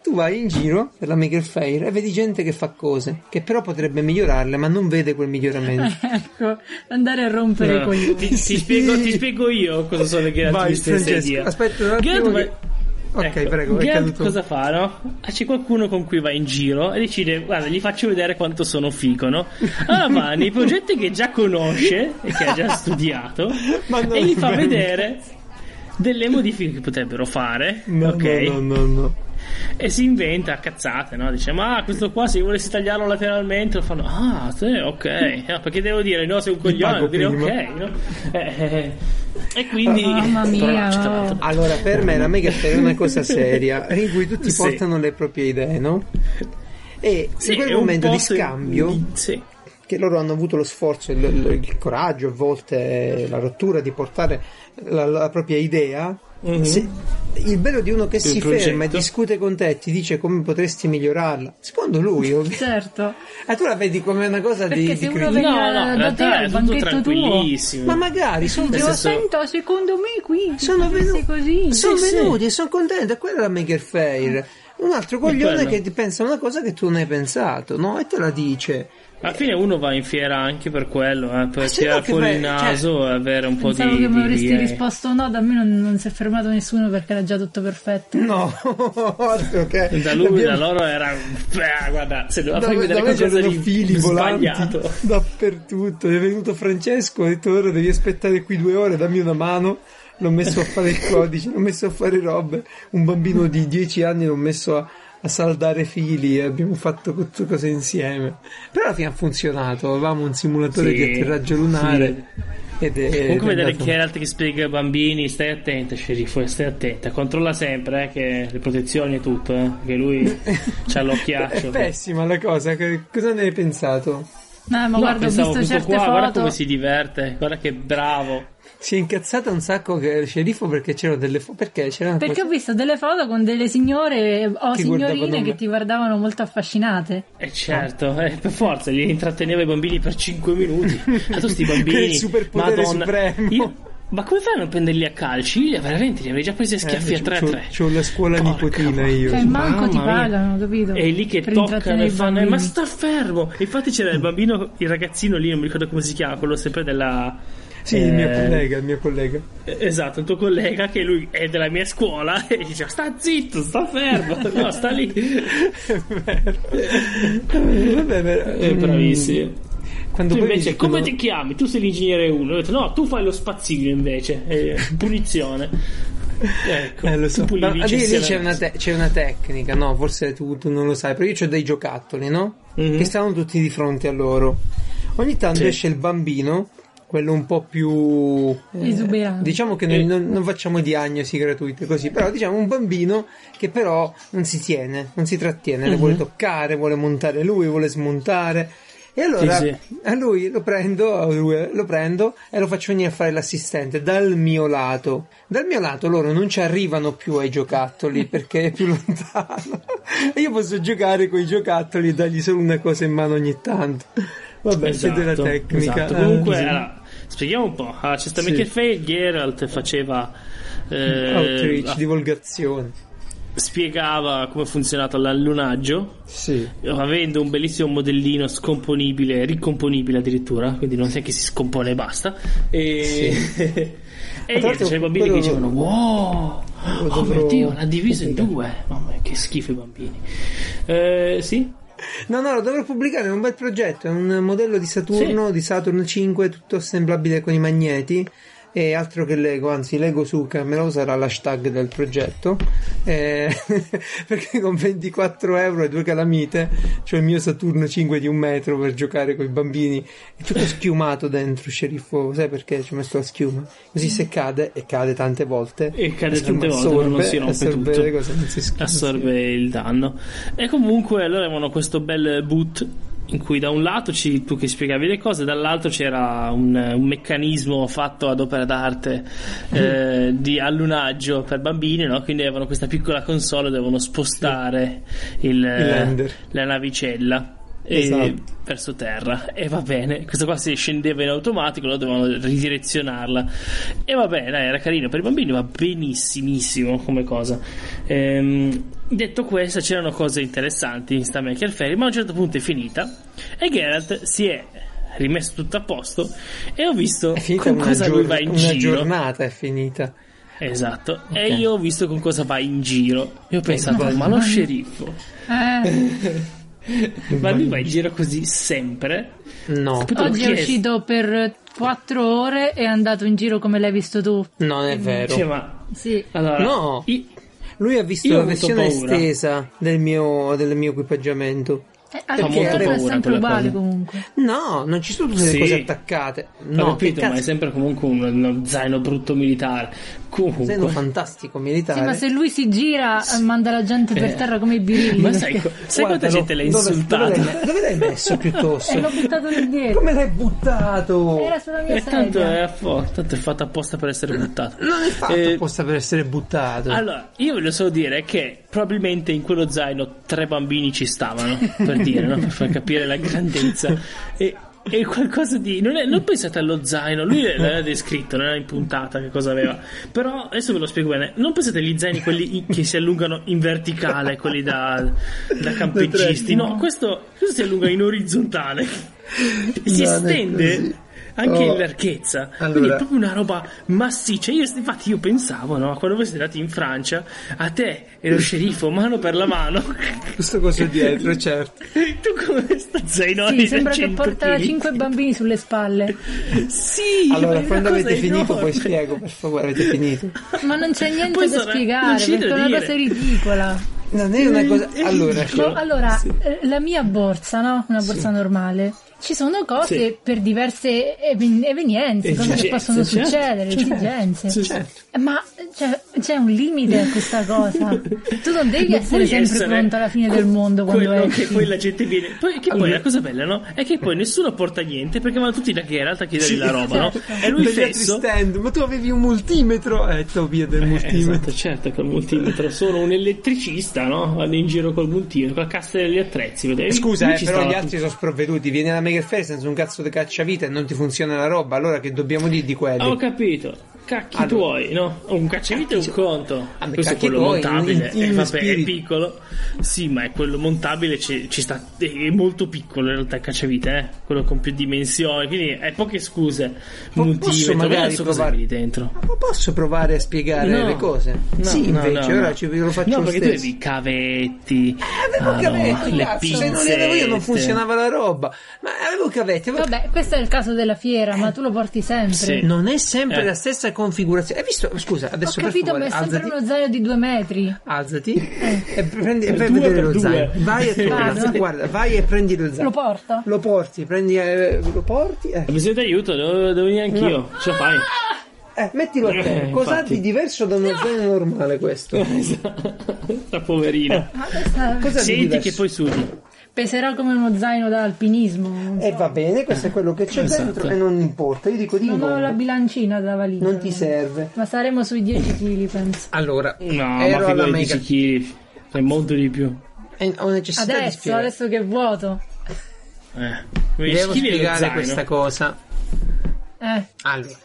[SPEAKER 2] Tu vai in giro per la Maker Fair e vedi gente che fa cose che però potrebbe migliorarle, ma non vede quel miglioramento.
[SPEAKER 3] ecco, andare a rompere i
[SPEAKER 1] ti,
[SPEAKER 3] coglioni.
[SPEAKER 1] ti
[SPEAKER 2] Sì.
[SPEAKER 1] spiego, ti spiego io cosa sono le
[SPEAKER 2] Vai,
[SPEAKER 1] gratis
[SPEAKER 2] Francesco, aspetta un attimo
[SPEAKER 1] Geralt,
[SPEAKER 2] che-
[SPEAKER 1] ma-
[SPEAKER 2] Ok,
[SPEAKER 1] ecco,
[SPEAKER 2] prego, è
[SPEAKER 1] Geralt
[SPEAKER 2] caduto.
[SPEAKER 1] cosa fa, no? Ah, C'è qualcuno con cui va in giro e decide, guarda, gli faccio vedere quanto sono figo, no? Allora va nei progetti che già conosce e che ha già studiato
[SPEAKER 2] Ma non
[SPEAKER 1] e gli fa
[SPEAKER 2] inventa.
[SPEAKER 1] vedere delle modifiche che potrebbero fare,
[SPEAKER 2] No,
[SPEAKER 1] ok?
[SPEAKER 2] no, no, no, no.
[SPEAKER 1] E si inventa cazzate, no? Dice, ma questo qua se volessi tagliarlo lateralmente lo fanno, ah, sì, ok, Ah, perché devo dire, no, sei un coglione,
[SPEAKER 2] pago
[SPEAKER 1] devo dire
[SPEAKER 2] prima.
[SPEAKER 1] ok, no? Eh, eh, eh. E quindi...
[SPEAKER 3] Mamma mia.
[SPEAKER 1] Parolacce, tra l'altro.
[SPEAKER 2] Allora, per me la Maker Fair è una cosa seria in cui tutti
[SPEAKER 1] Sì.
[SPEAKER 2] portano le proprie idee, no? E
[SPEAKER 1] Sì,
[SPEAKER 2] in
[SPEAKER 1] è
[SPEAKER 2] quel
[SPEAKER 1] un
[SPEAKER 2] momento
[SPEAKER 1] po'
[SPEAKER 2] di
[SPEAKER 1] se-
[SPEAKER 2] scambio
[SPEAKER 1] Sì.
[SPEAKER 2] che loro hanno avuto lo sforzo, il, il- il coraggio, a volte la rottura di portare la, la propria idea.
[SPEAKER 1] Mhm.
[SPEAKER 2] Se- il bello di uno che si
[SPEAKER 1] progetto.
[SPEAKER 2] ferma e discute con te, ti dice come potresti migliorarla. Secondo lui, ovviamente.
[SPEAKER 3] Certo,
[SPEAKER 2] Ah, tu la vedi come una cosa di,
[SPEAKER 3] Perché
[SPEAKER 2] di
[SPEAKER 3] se uno
[SPEAKER 2] critica.
[SPEAKER 1] No,
[SPEAKER 3] Venga
[SPEAKER 1] no, in
[SPEAKER 3] da te
[SPEAKER 1] realtà
[SPEAKER 3] al
[SPEAKER 1] è tutto
[SPEAKER 3] banchetto tuo.
[SPEAKER 1] tranquillissimo.
[SPEAKER 2] Ma magari sono
[SPEAKER 3] io
[SPEAKER 1] senso-
[SPEAKER 3] sento, secondo me qui
[SPEAKER 2] sono
[SPEAKER 3] se
[SPEAKER 2] venuti,
[SPEAKER 3] così.
[SPEAKER 2] sono
[SPEAKER 1] Sì, sì.
[SPEAKER 2] venuti e sono contento. E quella è la Maker Fair. Un altro coglione
[SPEAKER 1] quello.
[SPEAKER 2] che ti pensa una cosa che tu non hai pensato, no? E te la dice.
[SPEAKER 1] Alla fine uno va in fiera anche per quello, eh, per
[SPEAKER 2] sì,
[SPEAKER 1] tirare
[SPEAKER 2] cioè, no, che
[SPEAKER 1] fuori il
[SPEAKER 2] bello,
[SPEAKER 1] naso e avere un po' di...
[SPEAKER 3] Pensavo che mi
[SPEAKER 1] di-
[SPEAKER 3] avresti
[SPEAKER 1] eh.
[SPEAKER 3] risposto no, da me non, non si è fermato nessuno perché era già tutto perfetto.
[SPEAKER 2] No, altro che
[SPEAKER 1] Da lui,
[SPEAKER 2] l'abbiamo-
[SPEAKER 1] da loro era... Beh, guarda, se doveva
[SPEAKER 2] Da
[SPEAKER 1] farmi
[SPEAKER 2] me,
[SPEAKER 1] vedere
[SPEAKER 2] da me
[SPEAKER 1] qualcosa
[SPEAKER 2] c'erano
[SPEAKER 1] di
[SPEAKER 2] fili
[SPEAKER 1] di
[SPEAKER 2] volanti
[SPEAKER 1] sbagliato...
[SPEAKER 2] dappertutto. È venuto Francesco, ha detto ora devi aspettare qui due ore, dammi una mano. L'ho messo a fare il codice, l'ho messo a fare robe. Un bambino di 10 anni l'ho messo a, a saldare fili e abbiamo fatto tutte cose insieme. Però alla fine ha funzionato. Avevamo un simulatore
[SPEAKER 1] Sì,
[SPEAKER 2] di atterraggio lunare. Ed è-
[SPEAKER 1] Comunque
[SPEAKER 2] ed è
[SPEAKER 1] vedere
[SPEAKER 2] andato-
[SPEAKER 1] Geralt che spiega ai bambini stai attenta sceriffo, stai attenta, controlla sempre eh, che le protezioni e tutto, eh, che lui c'ha
[SPEAKER 2] È Eh,
[SPEAKER 1] l'occhiaccio.
[SPEAKER 2] pessima la cosa, che- cosa ne hai pensato?
[SPEAKER 3] No, ma
[SPEAKER 1] No,
[SPEAKER 3] guarda, ho
[SPEAKER 1] pensavo
[SPEAKER 3] visto
[SPEAKER 1] questo
[SPEAKER 3] certe
[SPEAKER 1] qua, guarda
[SPEAKER 3] foto.
[SPEAKER 1] come si diverte, guarda che bravo.
[SPEAKER 2] Si è incazzata un sacco che il sceriffo perché c'erano delle fo- perché c'erano
[SPEAKER 3] Perché ho visto delle foto con delle signore eh, o
[SPEAKER 2] Che guardavano
[SPEAKER 3] signorine
[SPEAKER 2] me.
[SPEAKER 3] che ti guardavano molto affascinate.
[SPEAKER 1] E certo, eh, per forza, li intratteneva i bambini per 5 minuti. Ma tu sti bambini,
[SPEAKER 2] Che superpotere
[SPEAKER 1] Madonna.
[SPEAKER 2] supremo.
[SPEAKER 1] Io- ma come fai a non prenderli a calci? Io veramente li avrei già presi a schiaffi a 3 a 3.
[SPEAKER 2] Eh, C'ho la scuola
[SPEAKER 1] Porca
[SPEAKER 2] nipotina
[SPEAKER 1] vacca.
[SPEAKER 2] io.
[SPEAKER 3] Cioè, manco ti
[SPEAKER 1] Mamma mia.
[SPEAKER 3] pagano, capito?
[SPEAKER 1] E lì che
[SPEAKER 3] Per
[SPEAKER 1] toccano
[SPEAKER 3] intrattenere
[SPEAKER 1] e
[SPEAKER 3] i
[SPEAKER 1] fanno. "Eh,
[SPEAKER 3] bambini.
[SPEAKER 1] Ma sta fermo! Infatti c'era il bambino, il ragazzino lì, non mi ricordo come si chiama, quello sempre della.
[SPEAKER 2] Sì, il mio
[SPEAKER 1] eh,
[SPEAKER 2] collega, il mio collega.
[SPEAKER 1] eh, Esatto, il tuo collega che lui è della mia scuola e diceva sta zitto, sta fermo, no, sta lì.
[SPEAKER 2] È vero.
[SPEAKER 1] Eh,
[SPEAKER 2] Vabbè, è vero.
[SPEAKER 1] È bravissimo.
[SPEAKER 2] Mm, Quando
[SPEAKER 1] Tu
[SPEAKER 2] poi mi
[SPEAKER 1] invece
[SPEAKER 2] dicono-
[SPEAKER 1] come ti chiami? Tu sei l'ingegnere 1, ho detto no, tu fai lo spazzino invece, eh, punizione. Ecco,
[SPEAKER 2] Eh, lo so.
[SPEAKER 1] tu puli
[SPEAKER 2] Ma
[SPEAKER 1] il
[SPEAKER 2] lì, lì
[SPEAKER 1] licenziamento.
[SPEAKER 2] c'è, una te- c'è una tecnica, no? Forse tu, tu non lo sai, però io ho dei giocattoli, no?
[SPEAKER 1] Mhm.
[SPEAKER 2] Che stanno tutti di fronte a loro. Ogni tanto
[SPEAKER 1] Sì.
[SPEAKER 2] esce il bambino, quello un po' più. eh,
[SPEAKER 3] Esuberante.
[SPEAKER 2] diciamo che non,
[SPEAKER 1] Eh.
[SPEAKER 2] non- non facciamo diagnosi gratuite così, però diciamo un bambino che però non si tiene, non si trattiene, le
[SPEAKER 1] Mhm.
[SPEAKER 2] vuole toccare, vuole montare lui, vuole smontare. E allora
[SPEAKER 1] Sì,
[SPEAKER 2] a lui lo prendo, a lui lo prendo e lo faccio venire a fare l'assistente dal mio lato. Dal mio lato loro non ci arrivano più ai giocattoli perché è più lontano. e io posso giocare con i giocattoli e dargli solo una cosa in mano ogni tanto. Vabbè, c'è della tecnica.
[SPEAKER 1] esatto.
[SPEAKER 2] eh,
[SPEAKER 1] Comunque,
[SPEAKER 2] sì.
[SPEAKER 1] allora, spieghiamo un po'. Allora, c'è sta
[SPEAKER 2] Sì.
[SPEAKER 1] Michael Fay, Geralt faceva. eh,
[SPEAKER 2] Outreach,
[SPEAKER 1] ah,
[SPEAKER 2] divulgazione.
[SPEAKER 1] spiegava come funzionava l'allunaggio
[SPEAKER 2] Sì.
[SPEAKER 1] avendo un bellissimo modellino scomponibile, ricomponibile addirittura, quindi non è che si scompone e basta. E, e
[SPEAKER 2] l'altro,
[SPEAKER 1] niente, c'erano i bambini
[SPEAKER 2] quello-
[SPEAKER 1] che dicevano: Wow,
[SPEAKER 2] lo
[SPEAKER 1] oh
[SPEAKER 2] dovrò
[SPEAKER 1] mio dio, l'ha diviso in
[SPEAKER 2] pubblicare."
[SPEAKER 1] due. Mamma mia, che schifo i bambini. Eh, sì,
[SPEAKER 2] No, no, lo dovrò pubblicare, è un bel progetto, è un modello di Saturno, di Saturn 5, tutto assemblabile con i magneti e altro che Lego, anzi Lego Suka, me lo sarà l'hashtag del progetto, eh, perché con 24 euro e due calamite c'ho il mio Saturno 5 di un metro per giocare con i bambini, è tutto schiumato dentro, sceriffo, sai perché ci ho messo la schiuma? Così se cade, e cade tante volte,
[SPEAKER 1] E cade
[SPEAKER 2] la schiuma
[SPEAKER 1] tante volte, non si rompe
[SPEAKER 2] assorbe
[SPEAKER 1] tutto.
[SPEAKER 2] le cose, non si schi-
[SPEAKER 1] assorbe il danno. E comunque loro avevano questo bel boot in cui da un lato ci- tu che spiegavi le cose, dall'altro c'era un, un meccanismo fatto ad opera d'arte eh, di allunaggio per bambini, no? quindi avevano questa piccola console dovevano spostare il,
[SPEAKER 2] lander.
[SPEAKER 1] la navicella. e-
[SPEAKER 2] Esatto.
[SPEAKER 1] verso terra e va bene questo qua si scendeva in automatico loro dovevano ridirezionarla e va bene dai, era carino per i bambini va benissimissimo come cosa Ehm, detto questo c'erano cose interessanti in sta Maker Ferry ma a un certo punto è finita e Geralt si è rimesso tutto a posto e ho visto
[SPEAKER 2] È finita
[SPEAKER 1] con
[SPEAKER 2] una,
[SPEAKER 1] cosa lui
[SPEAKER 2] gior-
[SPEAKER 1] va in
[SPEAKER 2] una
[SPEAKER 1] giro
[SPEAKER 2] giornata, è finita.
[SPEAKER 1] esatto
[SPEAKER 2] Ok.
[SPEAKER 1] e io ho visto con cosa va in giro e ho pensato
[SPEAKER 2] guarda,
[SPEAKER 1] ma lo sceriffo
[SPEAKER 3] Eh,
[SPEAKER 1] ma lui va in giro così sempre Poi
[SPEAKER 2] No,
[SPEAKER 1] te l'ho
[SPEAKER 3] oggi è
[SPEAKER 1] chiesto.
[SPEAKER 3] uscito per 4 ore e è andato in giro come l'hai visto tu.
[SPEAKER 2] non
[SPEAKER 1] Cioè,
[SPEAKER 2] è vero.
[SPEAKER 1] ma
[SPEAKER 3] Sì.
[SPEAKER 1] allora
[SPEAKER 2] No.
[SPEAKER 1] i-
[SPEAKER 2] Lui ha visto
[SPEAKER 1] Io ho
[SPEAKER 2] la
[SPEAKER 1] avuto
[SPEAKER 2] versione
[SPEAKER 1] paura.
[SPEAKER 2] estesa del mio, del mio equipaggiamento.
[SPEAKER 3] Eh,
[SPEAKER 2] Fa
[SPEAKER 3] anche
[SPEAKER 2] molto
[SPEAKER 3] loro è
[SPEAKER 1] paura
[SPEAKER 3] sempre
[SPEAKER 1] quella
[SPEAKER 3] uguale
[SPEAKER 1] cosa.
[SPEAKER 3] comunque.
[SPEAKER 2] No, non ci sono tutte
[SPEAKER 1] Sì.
[SPEAKER 2] le cose attaccate.
[SPEAKER 1] ho
[SPEAKER 2] No, che
[SPEAKER 1] capito, ma è
[SPEAKER 2] cazzo,
[SPEAKER 1] sempre comunque un- uno zaino brutto militare. Comunque,
[SPEAKER 2] sei un fantastico
[SPEAKER 3] Sì, ma
[SPEAKER 2] militare.
[SPEAKER 3] se lui si gira eh, manda la gente per terra come i birilli.
[SPEAKER 1] ma sai,
[SPEAKER 3] perché-
[SPEAKER 1] co- sai quanta
[SPEAKER 2] Guardalo,
[SPEAKER 1] gente l'ha
[SPEAKER 2] Ecco, dove-
[SPEAKER 1] insultata?
[SPEAKER 2] Dove, l'hai- dove l'hai messo
[SPEAKER 1] Eh,
[SPEAKER 3] E l'ho
[SPEAKER 2] piuttosto?
[SPEAKER 3] buttato lì dietro.
[SPEAKER 2] Come l'hai buttato?
[SPEAKER 3] Era sulla mia
[SPEAKER 1] E Eh, tanto
[SPEAKER 3] sedia.
[SPEAKER 1] è, affo- tanto è fatto apposta per essere buttato.
[SPEAKER 2] Non è fatto
[SPEAKER 1] Eh,
[SPEAKER 2] apposta per essere buttato.
[SPEAKER 1] Allora, io voglio solo dire che probabilmente in quello zaino tre bambini ci stavano, per dire, no? per far capire la grandezza. E, e qualcosa di... Non, è- non pensate allo zaino, lui l'aveva descritto, non era in puntata che cosa aveva. Però, adesso ve lo spiego bene, non pensate agli zaini quelli in- che si allungano in verticale, quelli da, da campeggisti, no, questo, questo si allunga in orizzontale, si
[SPEAKER 2] Non è così.
[SPEAKER 1] estende... Anche
[SPEAKER 2] Oh.
[SPEAKER 1] in larghezza, quindi
[SPEAKER 2] Allora.
[SPEAKER 1] è proprio una roba massiccia. Io, infatti, io pensavo, no, quando voi siete andati in Francia, a te e lo sceriffo mano per la mano,
[SPEAKER 2] Questo coso dietro, certo.
[SPEAKER 1] tu come sta zaino
[SPEAKER 3] Sì,
[SPEAKER 1] di
[SPEAKER 3] sembra che
[SPEAKER 1] 100
[SPEAKER 3] porta
[SPEAKER 1] kg?
[SPEAKER 3] 5 bambini sulle spalle.
[SPEAKER 1] Sì, ma è
[SPEAKER 2] Allora,
[SPEAKER 1] una
[SPEAKER 2] quando
[SPEAKER 1] cosa
[SPEAKER 2] avete finito,
[SPEAKER 1] enorme.
[SPEAKER 2] poi spiego, per favore, avete finito.
[SPEAKER 3] Ma non c'è niente
[SPEAKER 1] Poi
[SPEAKER 3] da
[SPEAKER 1] sarà- non
[SPEAKER 3] spiegare,
[SPEAKER 1] c'è
[SPEAKER 3] perché è
[SPEAKER 1] da
[SPEAKER 3] una
[SPEAKER 1] dire.
[SPEAKER 3] cosa ridicola.
[SPEAKER 2] Non è una cosa.
[SPEAKER 1] Eh,
[SPEAKER 2] Allora,
[SPEAKER 1] eh,
[SPEAKER 3] Boh,
[SPEAKER 1] Sure.
[SPEAKER 3] allora, eh, la mia borsa, no? Una borsa normale. Ci sono cose
[SPEAKER 1] Sì.
[SPEAKER 3] per diverse even- evenienze, cose
[SPEAKER 1] Esigenze,
[SPEAKER 3] che possono
[SPEAKER 1] certo,
[SPEAKER 3] succedere,
[SPEAKER 1] certo,
[SPEAKER 3] esigenze.
[SPEAKER 1] sì, sì.
[SPEAKER 3] Ma c'è, c'è un limite a questa cosa. Tu non devi
[SPEAKER 1] Non
[SPEAKER 3] essere
[SPEAKER 1] puoi
[SPEAKER 3] sempre
[SPEAKER 1] essere
[SPEAKER 3] pronto alla fine
[SPEAKER 1] que-
[SPEAKER 3] del mondo quando
[SPEAKER 1] quello
[SPEAKER 3] esci.
[SPEAKER 1] che poi la gente viene poi, che poi
[SPEAKER 2] Allora-
[SPEAKER 1] la cosa bella no? è che poi nessuno porta niente perché vanno tutti da Geralt a chiedergli
[SPEAKER 2] Sì. esatto.
[SPEAKER 1] la roba no?
[SPEAKER 3] Certo.
[SPEAKER 1] e lui
[SPEAKER 2] Degli altri
[SPEAKER 1] fesso
[SPEAKER 2] stand, ma tu avevi un multimetro? Eh, to via del
[SPEAKER 1] Eh,
[SPEAKER 2] multimetro.
[SPEAKER 1] esatto, certo, col multimetro. Sono un elettricista, no? Vado in giro col multimetro, con la cassa degli attrezzi. vedevi?
[SPEAKER 2] Scusa,
[SPEAKER 1] Lui
[SPEAKER 2] eh,
[SPEAKER 1] ci
[SPEAKER 2] però
[SPEAKER 1] stava
[SPEAKER 2] gli altri sono sprovveduti. Vieni alla Maker Fair senza un cazzo di cacciavite e non ti funziona la roba. Allora che dobbiamo dire di quelli?
[SPEAKER 1] Ah, Ho capito. Cacchi
[SPEAKER 2] Allora.
[SPEAKER 1] tuoi, no? Un cacciavite è un conto.
[SPEAKER 2] Ah, beh,
[SPEAKER 1] Questo è
[SPEAKER 2] cacchi
[SPEAKER 1] quello
[SPEAKER 2] tuoi,
[SPEAKER 1] montabile.
[SPEAKER 2] in- in
[SPEAKER 1] eh, vabbè, è
[SPEAKER 2] spirito.
[SPEAKER 1] piccolo. Sì, ma è quello montabile ci, ci sta. È molto piccolo in realtà il cacciavite, eh? Quello con più dimensioni. Quindi è poche scuse.
[SPEAKER 2] Po- posso
[SPEAKER 1] Multimetro,
[SPEAKER 2] magari
[SPEAKER 1] vediamo adesso cosa
[SPEAKER 2] provare-
[SPEAKER 1] avevi dentro.
[SPEAKER 2] Ma posso provare a spiegare
[SPEAKER 1] No.
[SPEAKER 2] le cose?
[SPEAKER 1] No,
[SPEAKER 2] sì,
[SPEAKER 1] no,
[SPEAKER 2] invece,
[SPEAKER 1] no,
[SPEAKER 2] ora
[SPEAKER 1] no.
[SPEAKER 2] ci lo faccio
[SPEAKER 1] No,
[SPEAKER 2] lo
[SPEAKER 1] perché tu
[SPEAKER 2] stesso. Eh,
[SPEAKER 1] avevi i cavetti.
[SPEAKER 2] Avevo
[SPEAKER 1] ah, no,
[SPEAKER 2] cavetti,
[SPEAKER 1] le
[SPEAKER 2] cazzo, se non li avevo io non
[SPEAKER 1] pinzette.
[SPEAKER 2] funzionava la roba. Ma avevo cavetti, avevo...
[SPEAKER 3] Vabbè, questo è il caso della fiera, ma tu lo porti sempre.
[SPEAKER 1] Sì.
[SPEAKER 2] non è sempre
[SPEAKER 1] Eh.
[SPEAKER 2] la stessa configurazione. Hai visto? Scusa,
[SPEAKER 3] Ho
[SPEAKER 2] adesso
[SPEAKER 3] capito,
[SPEAKER 2] per favore,
[SPEAKER 3] ma è sempre
[SPEAKER 2] alzati,
[SPEAKER 3] uno zaino di due metri.
[SPEAKER 2] alzati e prendi,
[SPEAKER 1] Per
[SPEAKER 2] vai a
[SPEAKER 1] due
[SPEAKER 2] vedere
[SPEAKER 1] per
[SPEAKER 2] lo
[SPEAKER 1] due.
[SPEAKER 2] zaino. Vai a
[SPEAKER 3] Vado.
[SPEAKER 2] trovarlo, guarda, vai e prendi lo zaino.
[SPEAKER 3] Lo porto?
[SPEAKER 2] Lo porti, prendi, eh, lo porti, eh.
[SPEAKER 1] Ho bisogno di aiuto, devo, devo venire anch'io. Ce la fai.
[SPEAKER 2] Eh, mettilo a te.
[SPEAKER 1] Eh,
[SPEAKER 2] Cos'ha
[SPEAKER 1] infatti. Eh,
[SPEAKER 2] di diverso da uno zaino normale questo?
[SPEAKER 1] La
[SPEAKER 2] Eh,
[SPEAKER 1] poverina.
[SPEAKER 3] Ma questa
[SPEAKER 2] Cos'ha di
[SPEAKER 1] Senti
[SPEAKER 2] diverso?
[SPEAKER 1] che poi sudi.
[SPEAKER 3] peserà come uno zaino da alpinismo. non
[SPEAKER 2] E
[SPEAKER 3] so.
[SPEAKER 2] Eh, va bene, questo è quello che c'è
[SPEAKER 1] Esatto.
[SPEAKER 2] dentro e non importa. Io dico di
[SPEAKER 3] Non ho la
[SPEAKER 2] no.
[SPEAKER 3] bilancina da valigia.
[SPEAKER 2] Non ti serve.
[SPEAKER 3] Ma saremo sui 10 kg, penso.
[SPEAKER 2] Allora,
[SPEAKER 1] No,
[SPEAKER 2] ero
[SPEAKER 1] ma
[SPEAKER 2] alla
[SPEAKER 1] figurati
[SPEAKER 2] mega
[SPEAKER 1] 10 kg. Fai molto di più.
[SPEAKER 2] e ho necessità di
[SPEAKER 3] Adesso,
[SPEAKER 2] spiegare.
[SPEAKER 3] adesso che è vuoto.
[SPEAKER 1] Eh.
[SPEAKER 2] Devo
[SPEAKER 1] 10 kg è lo
[SPEAKER 2] spiegare
[SPEAKER 1] zaino.
[SPEAKER 2] questa cosa.
[SPEAKER 3] Eh,
[SPEAKER 2] Allora,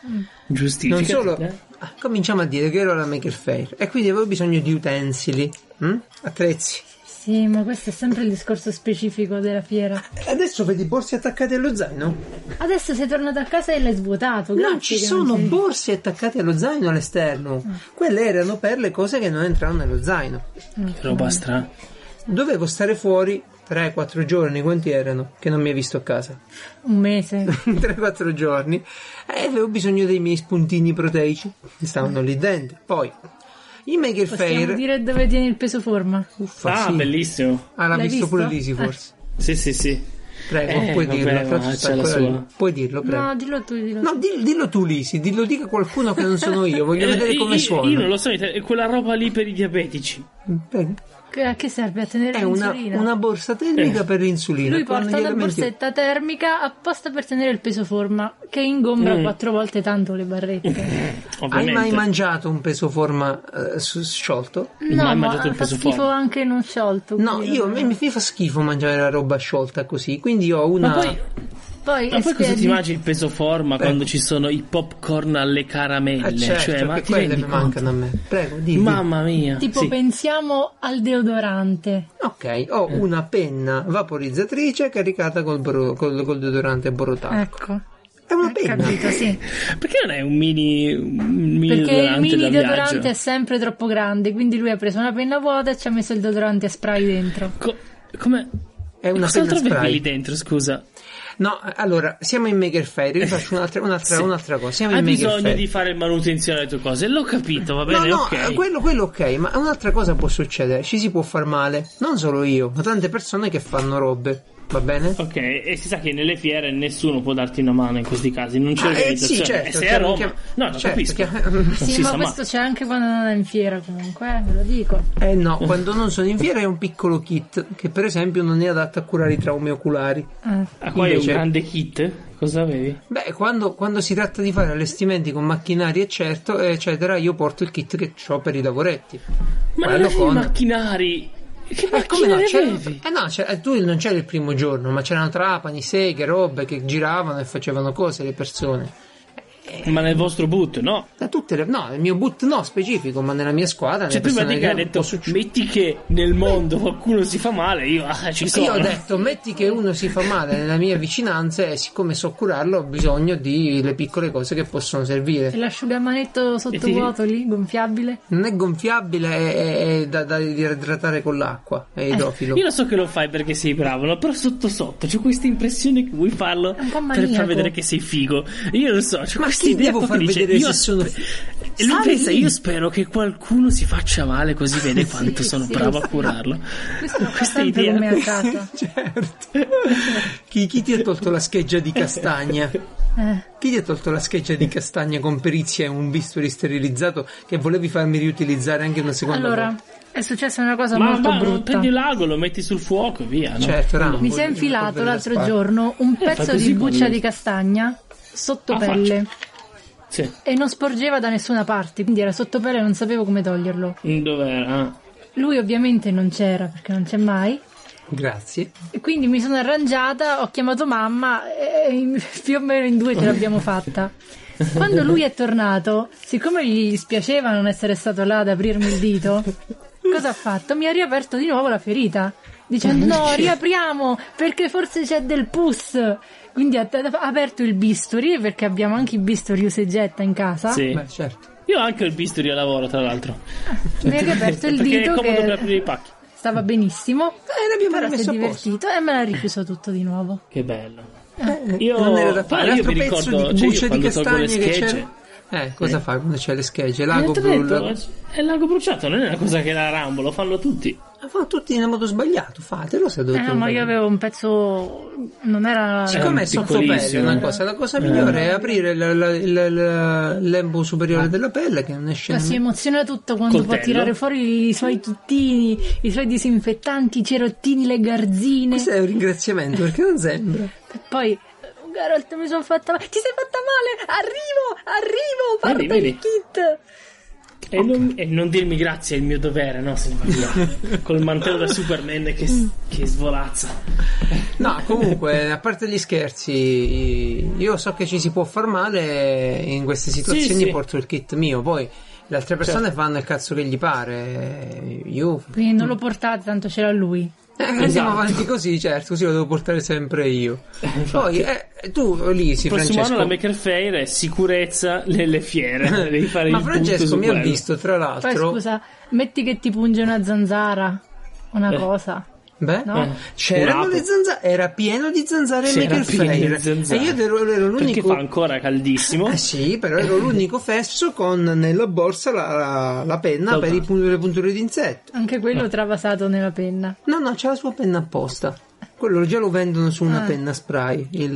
[SPEAKER 1] Giustifica.
[SPEAKER 2] non solo
[SPEAKER 1] Eh?
[SPEAKER 2] ah, cominciamo a dire che ero alla Maker Fair e quindi avevo bisogno di utensili, mm? attrezzi.
[SPEAKER 3] sì, ma questo è sempre il discorso specifico della fiera.
[SPEAKER 2] Adesso vedi borse attaccate allo zaino?
[SPEAKER 3] Adesso sei tornato a casa e l'hai svuotato. grazie Ah.
[SPEAKER 2] non ci
[SPEAKER 3] che
[SPEAKER 2] sono
[SPEAKER 3] sei-
[SPEAKER 2] borse attaccate allo zaino all'esterno. Quelle erano per le cose che non entravano nello zaino.
[SPEAKER 1] Che roba strana.
[SPEAKER 2] Dovevo stare fuori 3-4 giorni, quanti erano? Che non mi hai visto a casa.
[SPEAKER 3] Un mese.
[SPEAKER 2] 3-4 giorni e avevo bisogno dei miei spuntini proteici che stavano lì dentro. Poi i Maker
[SPEAKER 3] Possiamo
[SPEAKER 2] Fair.
[SPEAKER 3] dire dove tieni il peso forma?
[SPEAKER 2] Uffa,
[SPEAKER 1] Ah,
[SPEAKER 2] sì.
[SPEAKER 1] bellissimo.
[SPEAKER 2] Ah, l'ha
[SPEAKER 3] L'hai
[SPEAKER 2] visto,
[SPEAKER 3] visto? Eh.
[SPEAKER 2] pure Lisi forse.
[SPEAKER 1] Sì, sì, sì.
[SPEAKER 2] Prego,
[SPEAKER 1] Eh,
[SPEAKER 2] puoi
[SPEAKER 1] vabbè,
[SPEAKER 2] dirlo.
[SPEAKER 1] ma
[SPEAKER 2] tra l'altro
[SPEAKER 1] c'è
[SPEAKER 2] sta
[SPEAKER 1] la
[SPEAKER 2] ancora
[SPEAKER 1] sua.
[SPEAKER 2] lì. Puoi dirlo, prego.
[SPEAKER 3] No,
[SPEAKER 2] No,
[SPEAKER 3] dillo tu, dillo tu.
[SPEAKER 2] dillo, dillo tu, Lisi, dillo dica qualcuno che non sono io. Voglio
[SPEAKER 1] Eh,
[SPEAKER 2] vedere
[SPEAKER 1] io-
[SPEAKER 2] come
[SPEAKER 1] io-
[SPEAKER 2] suona.
[SPEAKER 1] Io non lo so, è quella roba lì per i diabetici.
[SPEAKER 2] Prego.
[SPEAKER 3] Che- A che serve a tenere
[SPEAKER 2] È una,
[SPEAKER 3] l'insulina?
[SPEAKER 2] una borsa termica
[SPEAKER 1] Eh.
[SPEAKER 2] per l'insulina.
[SPEAKER 3] Lui
[SPEAKER 2] con
[SPEAKER 3] porta
[SPEAKER 2] gli
[SPEAKER 3] una
[SPEAKER 2] elementi-
[SPEAKER 3] borsetta termica apposta per tenere il peso forma, che ingombra
[SPEAKER 1] Mm.
[SPEAKER 3] quattro volte tanto le barrette.
[SPEAKER 2] Hai
[SPEAKER 1] Ovviamente.
[SPEAKER 2] mai mangiato un peso forma eh, su- sciolto?
[SPEAKER 1] Non
[SPEAKER 3] No,
[SPEAKER 1] hai
[SPEAKER 3] ma
[SPEAKER 1] mangiato il
[SPEAKER 3] fa
[SPEAKER 1] peso
[SPEAKER 3] schifo
[SPEAKER 1] forma.
[SPEAKER 3] anche non sciolto.
[SPEAKER 2] No,
[SPEAKER 3] quindi
[SPEAKER 2] io
[SPEAKER 3] non-
[SPEAKER 2] mi, mi fa schifo mangiare la roba sciolta così. Quindi ho una.
[SPEAKER 1] Ma poi,
[SPEAKER 3] Poi,
[SPEAKER 1] ma poi cosa
[SPEAKER 3] spieghi-
[SPEAKER 1] ti mangi il peso forma quando ci sono i popcorn alle caramelle?
[SPEAKER 2] Eh, certo,
[SPEAKER 1] cioè, ma
[SPEAKER 2] che
[SPEAKER 1] ti
[SPEAKER 2] quelle
[SPEAKER 1] rendi
[SPEAKER 2] mi
[SPEAKER 1] conto?
[SPEAKER 2] mancano a me. Prego, dimmi.
[SPEAKER 1] Mamma mia.
[SPEAKER 3] Tipo
[SPEAKER 1] Sì.
[SPEAKER 3] pensiamo al deodorante.
[SPEAKER 2] Ok, ho
[SPEAKER 1] Eh.
[SPEAKER 2] una penna vaporizzatrice caricata col, boro- col, col deodorante
[SPEAKER 1] Ah.
[SPEAKER 2] borotato.
[SPEAKER 3] Ecco.
[SPEAKER 2] È una
[SPEAKER 3] Ho
[SPEAKER 2] penna.
[SPEAKER 3] Capito, sì.
[SPEAKER 1] Perché non è un mini, un mini
[SPEAKER 3] Perché il
[SPEAKER 1] deodorante da
[SPEAKER 3] mini
[SPEAKER 1] viaggio?
[SPEAKER 3] deodorante è sempre troppo grande, quindi lui ha preso una penna vuota e ci ha messo il deodorante a spray dentro.
[SPEAKER 1] Co- come...
[SPEAKER 2] È una
[SPEAKER 1] Cos'altro
[SPEAKER 2] penna
[SPEAKER 1] avevi
[SPEAKER 2] spray.
[SPEAKER 1] lì dentro, scusa?
[SPEAKER 2] No, allora, siamo in Maker Fair. Io faccio un'altra, un'altra,
[SPEAKER 1] Sì.
[SPEAKER 2] un'altra cosa. Siamo
[SPEAKER 1] Hai
[SPEAKER 2] in Maker
[SPEAKER 1] bisogno
[SPEAKER 2] Fair.
[SPEAKER 1] di fare manutenzione alle tue cose, l'ho capito, va
[SPEAKER 2] No, eh,
[SPEAKER 1] bene,
[SPEAKER 2] no,
[SPEAKER 1] ok.
[SPEAKER 2] quello, quello ok, ma un'altra cosa può succedere, ci si può far male, non solo io, ma tante persone che fanno robe, va bene?
[SPEAKER 1] Ok, e si sa che nelle fiere nessuno può darti una mano in questi casi, non c'è
[SPEAKER 2] Ah, eh,
[SPEAKER 1] organizzazione.
[SPEAKER 2] sì, certo,
[SPEAKER 1] e sei
[SPEAKER 2] cioè,
[SPEAKER 1] a Roma.
[SPEAKER 2] perché-
[SPEAKER 1] No, non
[SPEAKER 2] certo,
[SPEAKER 1] capisco.
[SPEAKER 2] perché-
[SPEAKER 1] Non
[SPEAKER 3] Sì,
[SPEAKER 1] si
[SPEAKER 3] ma
[SPEAKER 1] sa mai.
[SPEAKER 3] questo c'è anche quando non è in fiera comunque, eh, ve lo dico.
[SPEAKER 2] Eh no, quando non sono in fiera è un piccolo kit che per esempio non è adatto a curare i traumi oculari.
[SPEAKER 3] Eh.
[SPEAKER 1] Ah, qua è un
[SPEAKER 2] invece-
[SPEAKER 1] grande kit? Cosa avevi?
[SPEAKER 2] Beh, quando, quando si tratta di fare allestimenti con macchinari eccetera, eccetera, io porto il kit che ho per i lavoretti.
[SPEAKER 1] Ma non
[SPEAKER 2] Quello
[SPEAKER 1] avevi i
[SPEAKER 2] conta.
[SPEAKER 1] macchinari? Che
[SPEAKER 2] Eh, come
[SPEAKER 1] macchinari
[SPEAKER 2] no, c'era-
[SPEAKER 1] avevi?
[SPEAKER 2] eh no, c'era- eh, tu non c'era il primo giorno, ma c'erano trapani, seghe, robe che giravano e facevano cose le persone.
[SPEAKER 1] Ma nel vostro boot, no?
[SPEAKER 2] Da tutte le, no, nel mio boot no specifico, ma nella mia squadra.
[SPEAKER 1] Cioè,
[SPEAKER 2] nelle
[SPEAKER 1] prima
[SPEAKER 2] persone
[SPEAKER 1] di
[SPEAKER 2] che
[SPEAKER 1] che hai
[SPEAKER 2] erano,
[SPEAKER 1] detto,
[SPEAKER 2] può succedere.
[SPEAKER 1] metti che nel mondo qualcuno si fa male, io ah, ci sono.
[SPEAKER 2] Io ho detto, metti che uno si fa male nella mia vicinanza e siccome so curarlo ho bisogno di le piccole cose che possono
[SPEAKER 3] E
[SPEAKER 2] servire.
[SPEAKER 3] l'asciugamanetto sottovuoto lì, gonfiabile?
[SPEAKER 2] Non è gonfiabile, è, è- è da, da idratare con l'acqua, è idrofilo.
[SPEAKER 1] Io lo so che lo fai perché sei bravo, no? però sotto sotto c'è questa impressione che vuoi farlo
[SPEAKER 3] È un po'
[SPEAKER 1] per far
[SPEAKER 3] maniaco.
[SPEAKER 1] vedere che sei figo. Io lo so, c'è
[SPEAKER 2] Ma
[SPEAKER 1] questa
[SPEAKER 4] Chi
[SPEAKER 1] idea
[SPEAKER 4] devo
[SPEAKER 1] qua
[SPEAKER 4] far
[SPEAKER 1] che dice,
[SPEAKER 4] vedere
[SPEAKER 1] io
[SPEAKER 4] se sono-
[SPEAKER 1] spe- e lui
[SPEAKER 4] Salvi!
[SPEAKER 1] pensa, io spero che qualcuno si faccia male così vede quanto sono
[SPEAKER 3] sì,
[SPEAKER 1] bravo a
[SPEAKER 3] sì.
[SPEAKER 1] curarlo.
[SPEAKER 3] Questo lo fa
[SPEAKER 1] Questa
[SPEAKER 3] sempre
[SPEAKER 1] idea-
[SPEAKER 3] come a casa.
[SPEAKER 2] certo. Chi, chi ti ha tolto la scheggia di castagna?
[SPEAKER 3] Eh.
[SPEAKER 2] Chi ti ha tolto la scheggia di castagna con perizia e un bisturi sterilizzato che volevi farmi riutilizzare anche una seconda
[SPEAKER 3] Allora,
[SPEAKER 2] volta?
[SPEAKER 3] è successa una cosa
[SPEAKER 1] Ma,
[SPEAKER 3] molto
[SPEAKER 1] ma
[SPEAKER 3] brutta.
[SPEAKER 1] prendi l'ago, lo metti sul fuoco e via. no?
[SPEAKER 2] Certo, Rambo,
[SPEAKER 3] Mi si è
[SPEAKER 2] voglio
[SPEAKER 3] infilato
[SPEAKER 2] risolvere
[SPEAKER 3] l'altro
[SPEAKER 2] la spa-
[SPEAKER 3] giorno un
[SPEAKER 1] Eh, fa
[SPEAKER 3] pezzo
[SPEAKER 1] così
[SPEAKER 3] di buccia
[SPEAKER 1] quando-
[SPEAKER 3] di castagna sotto
[SPEAKER 1] Ah,
[SPEAKER 3] pelle
[SPEAKER 1] Sì.
[SPEAKER 3] e non sporgeva da nessuna parte, quindi era sotto pelle e non sapevo come toglierlo.
[SPEAKER 1] Dov'era? Ah.
[SPEAKER 3] Lui ovviamente non c'era perché non c'è mai.
[SPEAKER 2] Grazie.
[SPEAKER 3] E quindi mi sono arrangiata, ho chiamato mamma e in- più o meno in due ce l'abbiamo fatta. Quando lui è tornato, siccome gli dispiaceva non essere stato là ad aprirmi il dito, cosa ha fatto? Mi ha riaperto di nuovo la ferita, dicendo no, riapriamo perché forse c'è del pus. Quindi ha, ha aperto il bisturi perché abbiamo anche i bisturi usa e getta in casa.
[SPEAKER 1] Sì.
[SPEAKER 2] Beh, certo.
[SPEAKER 1] Io ho anche il bisturi a lavoro, tra l'altro.
[SPEAKER 3] Mi ha riaperto il
[SPEAKER 1] Perché è
[SPEAKER 3] dito
[SPEAKER 1] comodo per aprire
[SPEAKER 3] che
[SPEAKER 1] i pacchi.
[SPEAKER 3] stava benissimo.
[SPEAKER 2] Eh, l'abbiamo
[SPEAKER 3] Però si
[SPEAKER 2] rimesso
[SPEAKER 3] è
[SPEAKER 2] a posto.
[SPEAKER 3] divertito e me l'ha richiuso tutto di nuovo.
[SPEAKER 1] Che bello.
[SPEAKER 2] Eh,
[SPEAKER 1] Io-
[SPEAKER 2] non era da
[SPEAKER 1] però
[SPEAKER 2] fare.
[SPEAKER 1] io
[SPEAKER 2] L'altro
[SPEAKER 1] mi
[SPEAKER 2] pezzo
[SPEAKER 1] ricordo-
[SPEAKER 2] di
[SPEAKER 1] cioè, io
[SPEAKER 2] buccia di
[SPEAKER 1] quando tolgo le
[SPEAKER 2] castagne che
[SPEAKER 1] schegge-
[SPEAKER 2] c'era. Eh, cosa fa quando c'è le schegge? Lago
[SPEAKER 1] L'ho detto,
[SPEAKER 2] brullato.
[SPEAKER 1] Eh, è l'ago bruciato, non è una cosa che la Rambo, lo fanno tutti.
[SPEAKER 2] Ma fa tutti in modo sbagliato, fatelo se dovete.
[SPEAKER 3] Eh no, ma io avevo un pezzo. Non era.
[SPEAKER 2] Siccome è
[SPEAKER 1] Era
[SPEAKER 2] sotto pelle
[SPEAKER 1] Eh, piccolissimo. Eh.
[SPEAKER 2] una cosa, la cosa migliore è aprire la- la- il- la- l'embo superiore
[SPEAKER 3] Ah.
[SPEAKER 2] della pelle che non esce
[SPEAKER 3] Ma si
[SPEAKER 2] nemmeno-
[SPEAKER 3] emoziona tutto quando
[SPEAKER 1] Coltello.
[SPEAKER 3] può tirare fuori i suoi tuttini, i suoi disinfettanti, i cerottini, le garzine.
[SPEAKER 2] Questo è un ringraziamento perché non sembra.
[SPEAKER 3] E poi. eh, Geralt, mi sono fatta male. Ti sei fatta male? Arrivo, arrivo. Guarda
[SPEAKER 1] Eh, Vedi,
[SPEAKER 3] il
[SPEAKER 1] vedi?
[SPEAKER 3] kit.
[SPEAKER 1] E, non, e non dirmi grazie è il mio dovere, no? Se Col mantello da Superman che,
[SPEAKER 3] Mm.
[SPEAKER 1] che svolazza.
[SPEAKER 2] No, comunque, a parte gli scherzi, io so che ci si può far male in queste situazioni.
[SPEAKER 1] sì. Certo.
[SPEAKER 2] Porto il kit mio, poi le altre persone fanno il cazzo che gli pare. Io.
[SPEAKER 3] Quindi non lo portate, tanto c'era lui.
[SPEAKER 2] Eh,
[SPEAKER 1] Esatto.
[SPEAKER 2] andiamo avanti così, certo, così lo devo portare sempre io. Poi eh, tu lì, sì,
[SPEAKER 1] Il prossimo
[SPEAKER 2] Francesco.
[SPEAKER 1] anno la Maker Fair è sicurezza nelle fiere. Devi fare
[SPEAKER 2] Ma
[SPEAKER 1] il punto
[SPEAKER 2] Francesco
[SPEAKER 1] su
[SPEAKER 2] mi ha
[SPEAKER 1] quello.
[SPEAKER 2] visto, tra
[SPEAKER 3] Poi
[SPEAKER 2] l'altro.
[SPEAKER 3] scusa, metti che ti punge una zanzara. Una cosa.
[SPEAKER 2] Beh,
[SPEAKER 3] No?
[SPEAKER 1] Eh.
[SPEAKER 2] c'erano
[SPEAKER 1] Un apo.
[SPEAKER 2] le zanzare, era pieno di zanzare il
[SPEAKER 1] Sì, era
[SPEAKER 2] Maker
[SPEAKER 1] pieno di
[SPEAKER 2] Faire. E
[SPEAKER 1] zanzare.
[SPEAKER 2] io ero, ero
[SPEAKER 1] Perché fa
[SPEAKER 2] l'unico.
[SPEAKER 1] ancora caldissimo.
[SPEAKER 2] Eh sì, però ero l'unico fesso con nella borsa la, la- la penna
[SPEAKER 1] Lo
[SPEAKER 2] per
[SPEAKER 1] fa.
[SPEAKER 2] i pun- le punture d'insetto.
[SPEAKER 3] Anche quello
[SPEAKER 1] Ah.
[SPEAKER 3] travasato nella penna.
[SPEAKER 2] No, no, c'è la sua penna apposta. Quello già lo vendono su una
[SPEAKER 3] Ah.
[SPEAKER 2] penna spray. Il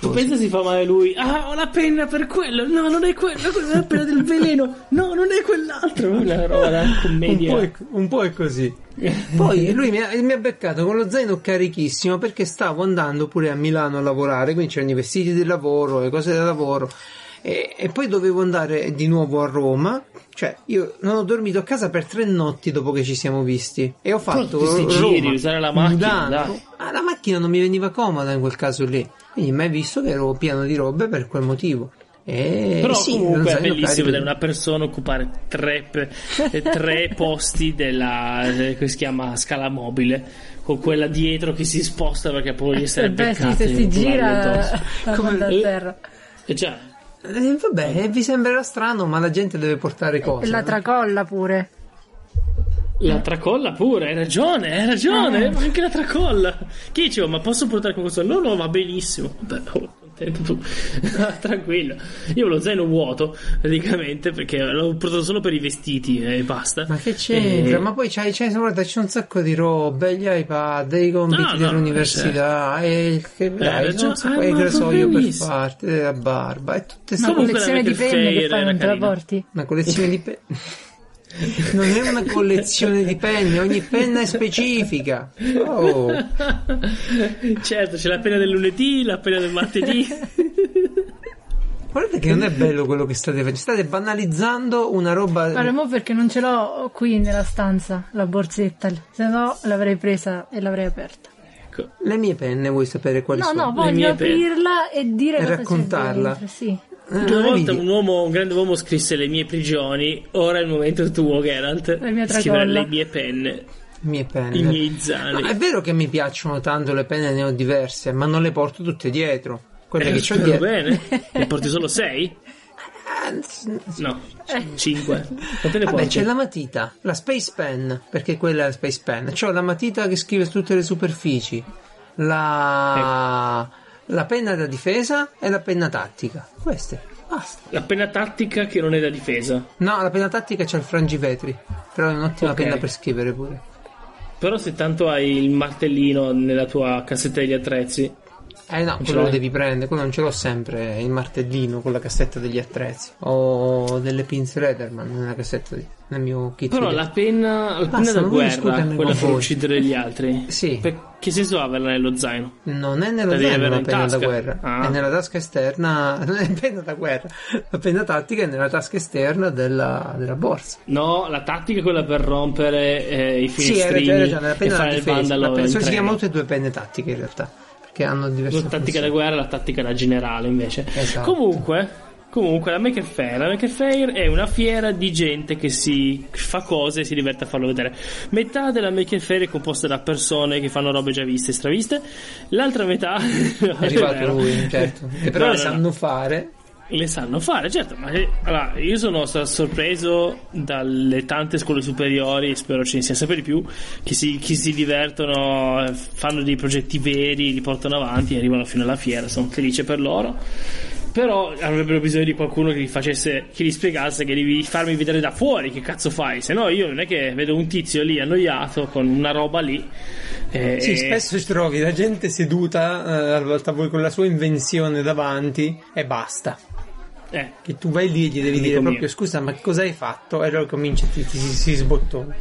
[SPEAKER 1] Tu
[SPEAKER 2] coso.
[SPEAKER 1] pensa si fa male lui? Ah, ho la penna per quello. No, non è quello. Quella è la penna del veleno. No, non è quell'altro. Una roba da
[SPEAKER 2] un,
[SPEAKER 1] commedia.
[SPEAKER 2] po è, un po' è così. Poi lui mi ha, mi ha beccato con lo zaino carichissimo perché stavo andando pure a Milano a lavorare, quindi c'erano i vestiti di lavoro, le cose da lavoro. E, e poi dovevo andare di nuovo a Roma. Cioè, io non ho dormito a casa per tre notti dopo che ci siamo visti. E ho fatto
[SPEAKER 1] tutti sti
[SPEAKER 2] Roma,
[SPEAKER 1] giri, usare la macchina,
[SPEAKER 2] Milano.
[SPEAKER 1] dai.
[SPEAKER 2] Ah, la macchina non mi veniva comoda in quel caso lì. Quindi mi hai visto che ero pieno di robe per quel motivo. E
[SPEAKER 1] Però
[SPEAKER 2] sì, lo
[SPEAKER 1] comunque è
[SPEAKER 2] zaino carico
[SPEAKER 1] bellissimo
[SPEAKER 2] di-
[SPEAKER 1] vedere una persona occupare tre, pe- eh, tre posti della eh, che si chiama scala mobile con quella dietro che si sposta perché può di essere
[SPEAKER 3] Eh beh, sì,
[SPEAKER 1] beccata
[SPEAKER 3] se
[SPEAKER 1] e
[SPEAKER 3] si
[SPEAKER 1] volargli
[SPEAKER 3] gira
[SPEAKER 1] addosso.
[SPEAKER 3] la
[SPEAKER 2] Come-
[SPEAKER 3] manda a
[SPEAKER 1] Eh,
[SPEAKER 3] terra.
[SPEAKER 1] E già,
[SPEAKER 2] Eh, vabbè, eh, vi sembrerà strano, ma la gente deve portare cose.
[SPEAKER 3] E la
[SPEAKER 2] no?
[SPEAKER 3] tracolla pure.
[SPEAKER 1] la tracolla pure, hai ragione, hai ragione, ma anche la tracolla. Che dicevo, ma posso portare con questo? No, no, va benissimo. Vabbè, oh, contento tu. Ah, Tranquillo. Io ho lo zaino vuoto, praticamente, perché l'ho portato solo per i vestiti e basta.
[SPEAKER 2] Ma che c'entra?
[SPEAKER 1] Eh,
[SPEAKER 2] Ma poi c'hai, c'hai, guarda, c'è un sacco di robe, gli iPad, i compiti
[SPEAKER 1] No, no,
[SPEAKER 2] dell'università, e che dai,
[SPEAKER 1] ragione-
[SPEAKER 2] c'è un sacco
[SPEAKER 1] hai
[SPEAKER 2] di
[SPEAKER 1] un
[SPEAKER 2] rasoio per
[SPEAKER 1] compromesso.
[SPEAKER 2] farti, la barba, e tutte
[SPEAKER 3] Una
[SPEAKER 2] queste
[SPEAKER 1] Comunque
[SPEAKER 3] collezione
[SPEAKER 1] la
[SPEAKER 3] di
[SPEAKER 1] Maker
[SPEAKER 3] penne che
[SPEAKER 1] Faire
[SPEAKER 3] fai
[SPEAKER 1] era
[SPEAKER 3] non te la
[SPEAKER 1] carina.
[SPEAKER 3] porti.
[SPEAKER 2] Una collezione di penne. Non è una collezione di penne, ogni penna è specifica. Oh,
[SPEAKER 1] certo, c'è la pena del lunedì, la pena del martedì.
[SPEAKER 2] guardate che non è bello quello che state facendo, state banalizzando una roba.
[SPEAKER 3] Guarda, mo perché non ce l'ho qui nella stanza la borsetta, se no l'avrei presa e l'avrei aperta.
[SPEAKER 1] ecco.
[SPEAKER 2] Le mie penne, vuoi sapere quali
[SPEAKER 3] No,
[SPEAKER 2] sono?
[SPEAKER 3] no,
[SPEAKER 1] mie
[SPEAKER 3] voglio
[SPEAKER 1] penne.
[SPEAKER 3] aprirla e dire
[SPEAKER 2] E
[SPEAKER 3] cosa c'è
[SPEAKER 2] raccontarla.
[SPEAKER 3] dentro, sì.
[SPEAKER 2] Eh,
[SPEAKER 1] Una volta
[SPEAKER 2] vedi?
[SPEAKER 1] un uomo, un grande uomo scrisse le mie prigioni, ora è il momento tuo, Geralt.
[SPEAKER 3] La mia tracolla.
[SPEAKER 1] Scrivere le mie penne,
[SPEAKER 2] mie penne.
[SPEAKER 1] i miei zani.
[SPEAKER 2] No, è vero che mi piacciono tanto le penne, ne ho diverse, ma non le porto tutte dietro. Quelle che
[SPEAKER 1] Eh,
[SPEAKER 2] ho
[SPEAKER 1] spero
[SPEAKER 2] dietro.
[SPEAKER 1] bene. Ne porti solo 6? No, 5. Quante ne
[SPEAKER 2] Vabbè,
[SPEAKER 1] porti?
[SPEAKER 2] c'è la matita, la Space Pen, perché quella è la Space Pen. C'ho la matita che scrive su tutte le superfici, la, la penna da difesa e la penna tattica. Queste.
[SPEAKER 3] Basta.
[SPEAKER 1] La penna tattica che non è da difesa.
[SPEAKER 2] No, la penna tattica c'è il frangivetri. Però è un'ottima
[SPEAKER 1] Ok.
[SPEAKER 2] penna per scrivere pure.
[SPEAKER 1] Però se tanto hai il martellino nella tua cassetta degli attrezzi,
[SPEAKER 2] Eh no,
[SPEAKER 1] ce
[SPEAKER 2] quello lo
[SPEAKER 1] l'hai?
[SPEAKER 2] devi prendere, quello non ce l'ho sempre, il martellino con la cassetta degli attrezzi. Ho delle pinze Leatherman nella cassetta di- nel mio kit.
[SPEAKER 1] Però
[SPEAKER 2] di-
[SPEAKER 1] la penna, la
[SPEAKER 2] Basta,
[SPEAKER 1] penna da
[SPEAKER 2] non voglio
[SPEAKER 1] guerra,
[SPEAKER 2] discuterne
[SPEAKER 1] quella
[SPEAKER 2] con
[SPEAKER 1] per
[SPEAKER 2] voi.
[SPEAKER 1] uccidere gli altri.
[SPEAKER 2] Sì.
[SPEAKER 1] Per- che senso averla nello zaino?
[SPEAKER 2] Non è nello
[SPEAKER 1] La devi
[SPEAKER 2] zaino
[SPEAKER 1] avere
[SPEAKER 2] la
[SPEAKER 1] in
[SPEAKER 2] penna da
[SPEAKER 1] tasca.
[SPEAKER 2] guerra,
[SPEAKER 1] Ah.
[SPEAKER 2] è nella tasca esterna, non è penna da guerra, la penna tattica è nella tasca esterna della, della borsa.
[SPEAKER 1] No, la tattica è quella per rompere eh, i
[SPEAKER 2] Sì, hai
[SPEAKER 1] finestrini
[SPEAKER 2] ragione, hai ragione, la
[SPEAKER 1] e
[SPEAKER 2] penna da
[SPEAKER 1] fare il
[SPEAKER 2] difesa. La
[SPEAKER 1] vandalo
[SPEAKER 2] penna,
[SPEAKER 1] in
[SPEAKER 2] si
[SPEAKER 1] treno.
[SPEAKER 2] chiamano tutte e due penne tattiche in realtà, perché hanno diverse
[SPEAKER 1] La tattica da
[SPEAKER 2] funzioni.
[SPEAKER 1] guerra e la tattica da generale invece.
[SPEAKER 2] Esatto.
[SPEAKER 1] Comunque, comunque la Maker Fair, la Maker Fair è una fiera di gente che si che fa cose e si diverte a farlo vedere. Metà della Maker Fair è composta da persone che fanno robe già viste e straviste, l'altra metà
[SPEAKER 2] È arrivato lui, certo. Che però
[SPEAKER 1] No,
[SPEAKER 2] le
[SPEAKER 1] no, no.
[SPEAKER 2] sanno fare.
[SPEAKER 1] Le sanno fare, certo, ma che- allora, io sono stato sorpreso dalle tante scuole superiori, e spero ce ne sia sempre di più, che si, che si divertono, eh, fanno dei progetti veri, li portano avanti e arrivano fino alla fiera, sono felice per loro. Però avrebbero bisogno di qualcuno che li facesse, che li spiegasse, che devi farmi vedere da fuori che cazzo fai, se no io non è che vedo un tizio lì annoiato con una roba lì. eh,
[SPEAKER 2] Sì,
[SPEAKER 1] e-
[SPEAKER 2] spesso ci trovi la gente seduta eh, al tavolo con la sua invenzione davanti e basta.
[SPEAKER 1] eh,
[SPEAKER 2] Che tu vai lì e gli devi
[SPEAKER 1] Amico
[SPEAKER 2] dire
[SPEAKER 1] mio.
[SPEAKER 2] proprio scusa, ma cosa hai fatto? E allora comincia ti, ti, si, si sbottona.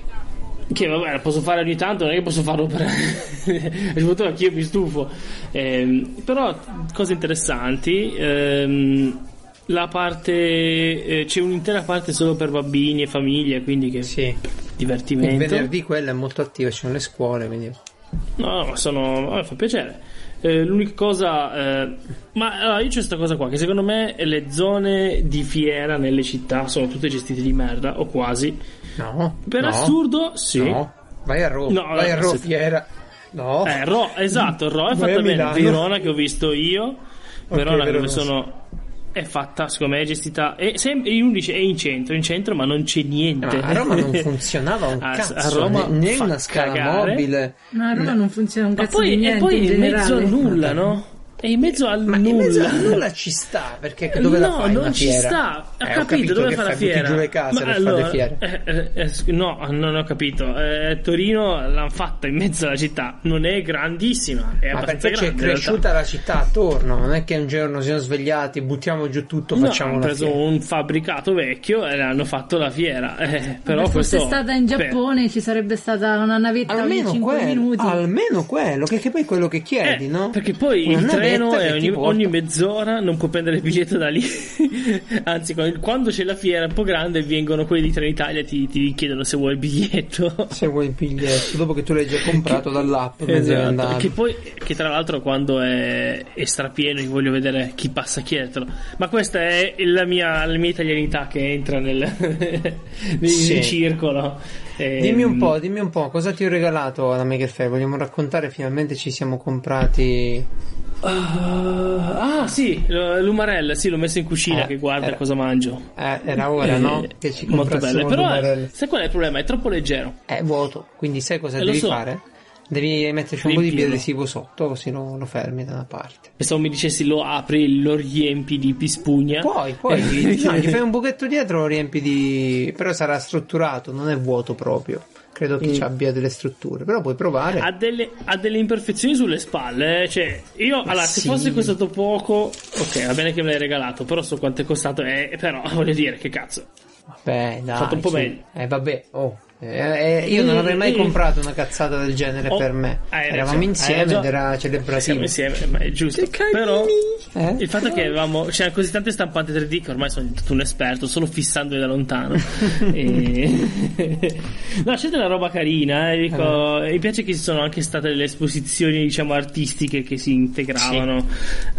[SPEAKER 1] Che vabbè, la posso fare ogni tanto, non è che posso farlo per. soprattutto anche io mi stufo. Ehm, però, cose interessanti. ehm, la parte. eh, c'è un'intera parte solo per bambini e famiglie, quindi che
[SPEAKER 2] Sì.
[SPEAKER 1] divertimento.
[SPEAKER 2] Il venerdì quella è molto attiva, ci sono le scuole, quindi
[SPEAKER 1] No, no, ma sono. vabbè, fa piacere. Eh, l'unica cosa. eh, ma allora, io c'è questa cosa qua: che secondo me le zone di fiera nelle città sono tutte gestite di merda, o quasi.
[SPEAKER 2] no.
[SPEAKER 1] Per
[SPEAKER 2] no,
[SPEAKER 1] assurdo, sì.
[SPEAKER 2] No. Vai a Roma,
[SPEAKER 1] No,
[SPEAKER 2] vai a
[SPEAKER 1] no,
[SPEAKER 2] Roma
[SPEAKER 1] sì.
[SPEAKER 2] fiera. No.
[SPEAKER 1] Eh, Ro- esatto, il Ro è
[SPEAKER 2] Vai
[SPEAKER 1] fatta
[SPEAKER 2] a
[SPEAKER 1] bene.
[SPEAKER 2] Milano.
[SPEAKER 1] Verona che ho visto io, Verona
[SPEAKER 2] Verona.
[SPEAKER 1] come sono è fatta, secondo me è gestita è sempre in 11 è in centro, in centro, ma non c'è
[SPEAKER 2] Ma
[SPEAKER 1] niente.
[SPEAKER 2] Ah, a Roma non funzionava un
[SPEAKER 1] Ah, A- a
[SPEAKER 2] cazzo,
[SPEAKER 1] Roma
[SPEAKER 2] né, né
[SPEAKER 1] fa
[SPEAKER 2] una scala
[SPEAKER 1] cagare.
[SPEAKER 2] mobile.
[SPEAKER 3] No, a Roma
[SPEAKER 2] Mm.
[SPEAKER 3] non funziona un
[SPEAKER 1] Ma
[SPEAKER 3] cazzo
[SPEAKER 1] poi,
[SPEAKER 3] di
[SPEAKER 1] e
[SPEAKER 3] niente
[SPEAKER 1] poi
[SPEAKER 3] in
[SPEAKER 1] è in mezzo
[SPEAKER 3] generale.
[SPEAKER 1] a nulla, no? È in mezzo al
[SPEAKER 2] Ma in
[SPEAKER 1] nulla. Eh,
[SPEAKER 2] mezzo a nulla ci sta, perché che dove la
[SPEAKER 1] no,
[SPEAKER 2] fai
[SPEAKER 1] non
[SPEAKER 2] una
[SPEAKER 1] ci
[SPEAKER 2] fiera?
[SPEAKER 1] sta. Ho
[SPEAKER 2] Eh,
[SPEAKER 1] capito, dove
[SPEAKER 2] che
[SPEAKER 1] fa la
[SPEAKER 2] fai? Butti
[SPEAKER 1] fiera?
[SPEAKER 2] giù le case
[SPEAKER 1] Ma
[SPEAKER 2] per fare
[SPEAKER 1] allora,
[SPEAKER 2] le fiere.
[SPEAKER 1] eh, eh, eh, sc- no, non ho capito. Eh, Torino l'hanno fatta in mezzo alla città. Non è grandissima, è
[SPEAKER 2] Ma
[SPEAKER 1] abbastanza
[SPEAKER 2] perché
[SPEAKER 1] grande.
[SPEAKER 2] c'è
[SPEAKER 1] in realtà.
[SPEAKER 2] cresciuta la città attorno? Non è che un giorno si sono svegliati, buttiamo giù tutto,
[SPEAKER 1] No,
[SPEAKER 2] facciamo
[SPEAKER 1] hanno
[SPEAKER 2] una
[SPEAKER 1] preso
[SPEAKER 2] fiera.
[SPEAKER 1] un fabbricato vecchio e l'hanno fatto la fiera. Eh, però
[SPEAKER 3] Se
[SPEAKER 1] questo
[SPEAKER 3] fosse stata in
[SPEAKER 1] per-
[SPEAKER 3] Giappone ci sarebbe stata una navetta
[SPEAKER 2] Almeno
[SPEAKER 3] ogni 5
[SPEAKER 2] quello,
[SPEAKER 3] minuti.
[SPEAKER 2] almeno quello, che, che poi è quello che
[SPEAKER 1] Eh,
[SPEAKER 2] chiedi, no?
[SPEAKER 1] Perché poi
[SPEAKER 2] Una
[SPEAKER 1] il
[SPEAKER 2] navetta
[SPEAKER 1] treno
[SPEAKER 2] che
[SPEAKER 1] è
[SPEAKER 2] ti
[SPEAKER 1] ogni,
[SPEAKER 2] porta.
[SPEAKER 1] ogni mezz'ora, non può prendere il biglietto da lì. Anzi, quando quando c'è la fiera un po' grande, vengono quelli di Trenitalia e ti, ti chiedono se vuoi il biglietto.
[SPEAKER 2] Se vuoi il biglietto, dopo che tu l'hai già comprato dall'app, mezzo
[SPEAKER 1] Esatto,
[SPEAKER 2] andato.
[SPEAKER 1] che poi che tra l'altro quando è, è strapieno io voglio vedere chi passa dietro ma questa è la mia, la mia italianità che entra nel, nel
[SPEAKER 2] Sì.
[SPEAKER 1] circolo Ehm,
[SPEAKER 2] Dimmi un po', dimmi un po', cosa ti ho regalato alla Maker Fair? Vogliamo raccontare, finalmente ci siamo comprati...
[SPEAKER 1] ah ah, sì l- l'umarella sì l'ho messo in cucina
[SPEAKER 2] Eh,
[SPEAKER 1] che guarda
[SPEAKER 2] era-
[SPEAKER 1] cosa mangio
[SPEAKER 2] Eh, era ora,
[SPEAKER 1] Eh,
[SPEAKER 2] no? Che ci
[SPEAKER 1] molto
[SPEAKER 2] comprassimo
[SPEAKER 1] belle però
[SPEAKER 2] l'umarello.
[SPEAKER 1] sai qual è il problema è troppo leggero
[SPEAKER 2] È vuoto, quindi sai cosa
[SPEAKER 1] Eh, lo
[SPEAKER 2] devi
[SPEAKER 1] so.
[SPEAKER 2] fare? Devi metterci un po' di
[SPEAKER 1] Riempirlo.
[SPEAKER 2] biadesivo sotto, così lo- lo fermi da una parte.
[SPEAKER 1] pensavo mi dicessi lo apri lo riempi di pispugna Eh,
[SPEAKER 2] Poi, poi gli, no, gli fai un buchetto dietro, lo riempi di. però sarà strutturato, non è vuoto proprio. Credo
[SPEAKER 1] Mm.
[SPEAKER 2] che ci abbia delle strutture, però puoi provare.
[SPEAKER 1] ha delle, ha delle imperfezioni sulle spalle. eh. Cioè, io allora, se
[SPEAKER 2] sì.
[SPEAKER 1] fosse costato poco, ok, va bene che me l'hai regalato, però so quanto è costato. Eh, però voglio dire, che cazzo.
[SPEAKER 2] Vabbè, dai.
[SPEAKER 1] fatto un po'
[SPEAKER 2] su.
[SPEAKER 1] meglio.
[SPEAKER 2] Eh, vabbè, oh. Eh, eh, io non avrei mai
[SPEAKER 1] Mm, mm.
[SPEAKER 2] comprato una cazzata del genere
[SPEAKER 1] Oh,
[SPEAKER 2] per me.
[SPEAKER 1] hai
[SPEAKER 2] Eravamo
[SPEAKER 1] ragione, hai
[SPEAKER 2] insieme ed
[SPEAKER 1] ragione.
[SPEAKER 2] era celebrativo.
[SPEAKER 1] Siamo insieme, ma è giusto. Però
[SPEAKER 2] Eh?
[SPEAKER 1] il fatto che avevamo. C'erano così tante stampanti 3D che ormai sono diventato un esperto, solo fissandole da lontano. e... no, c'è della roba carina. eh, dico, Mi piace che ci sono anche state delle esposizioni, diciamo, artistiche che si integravano.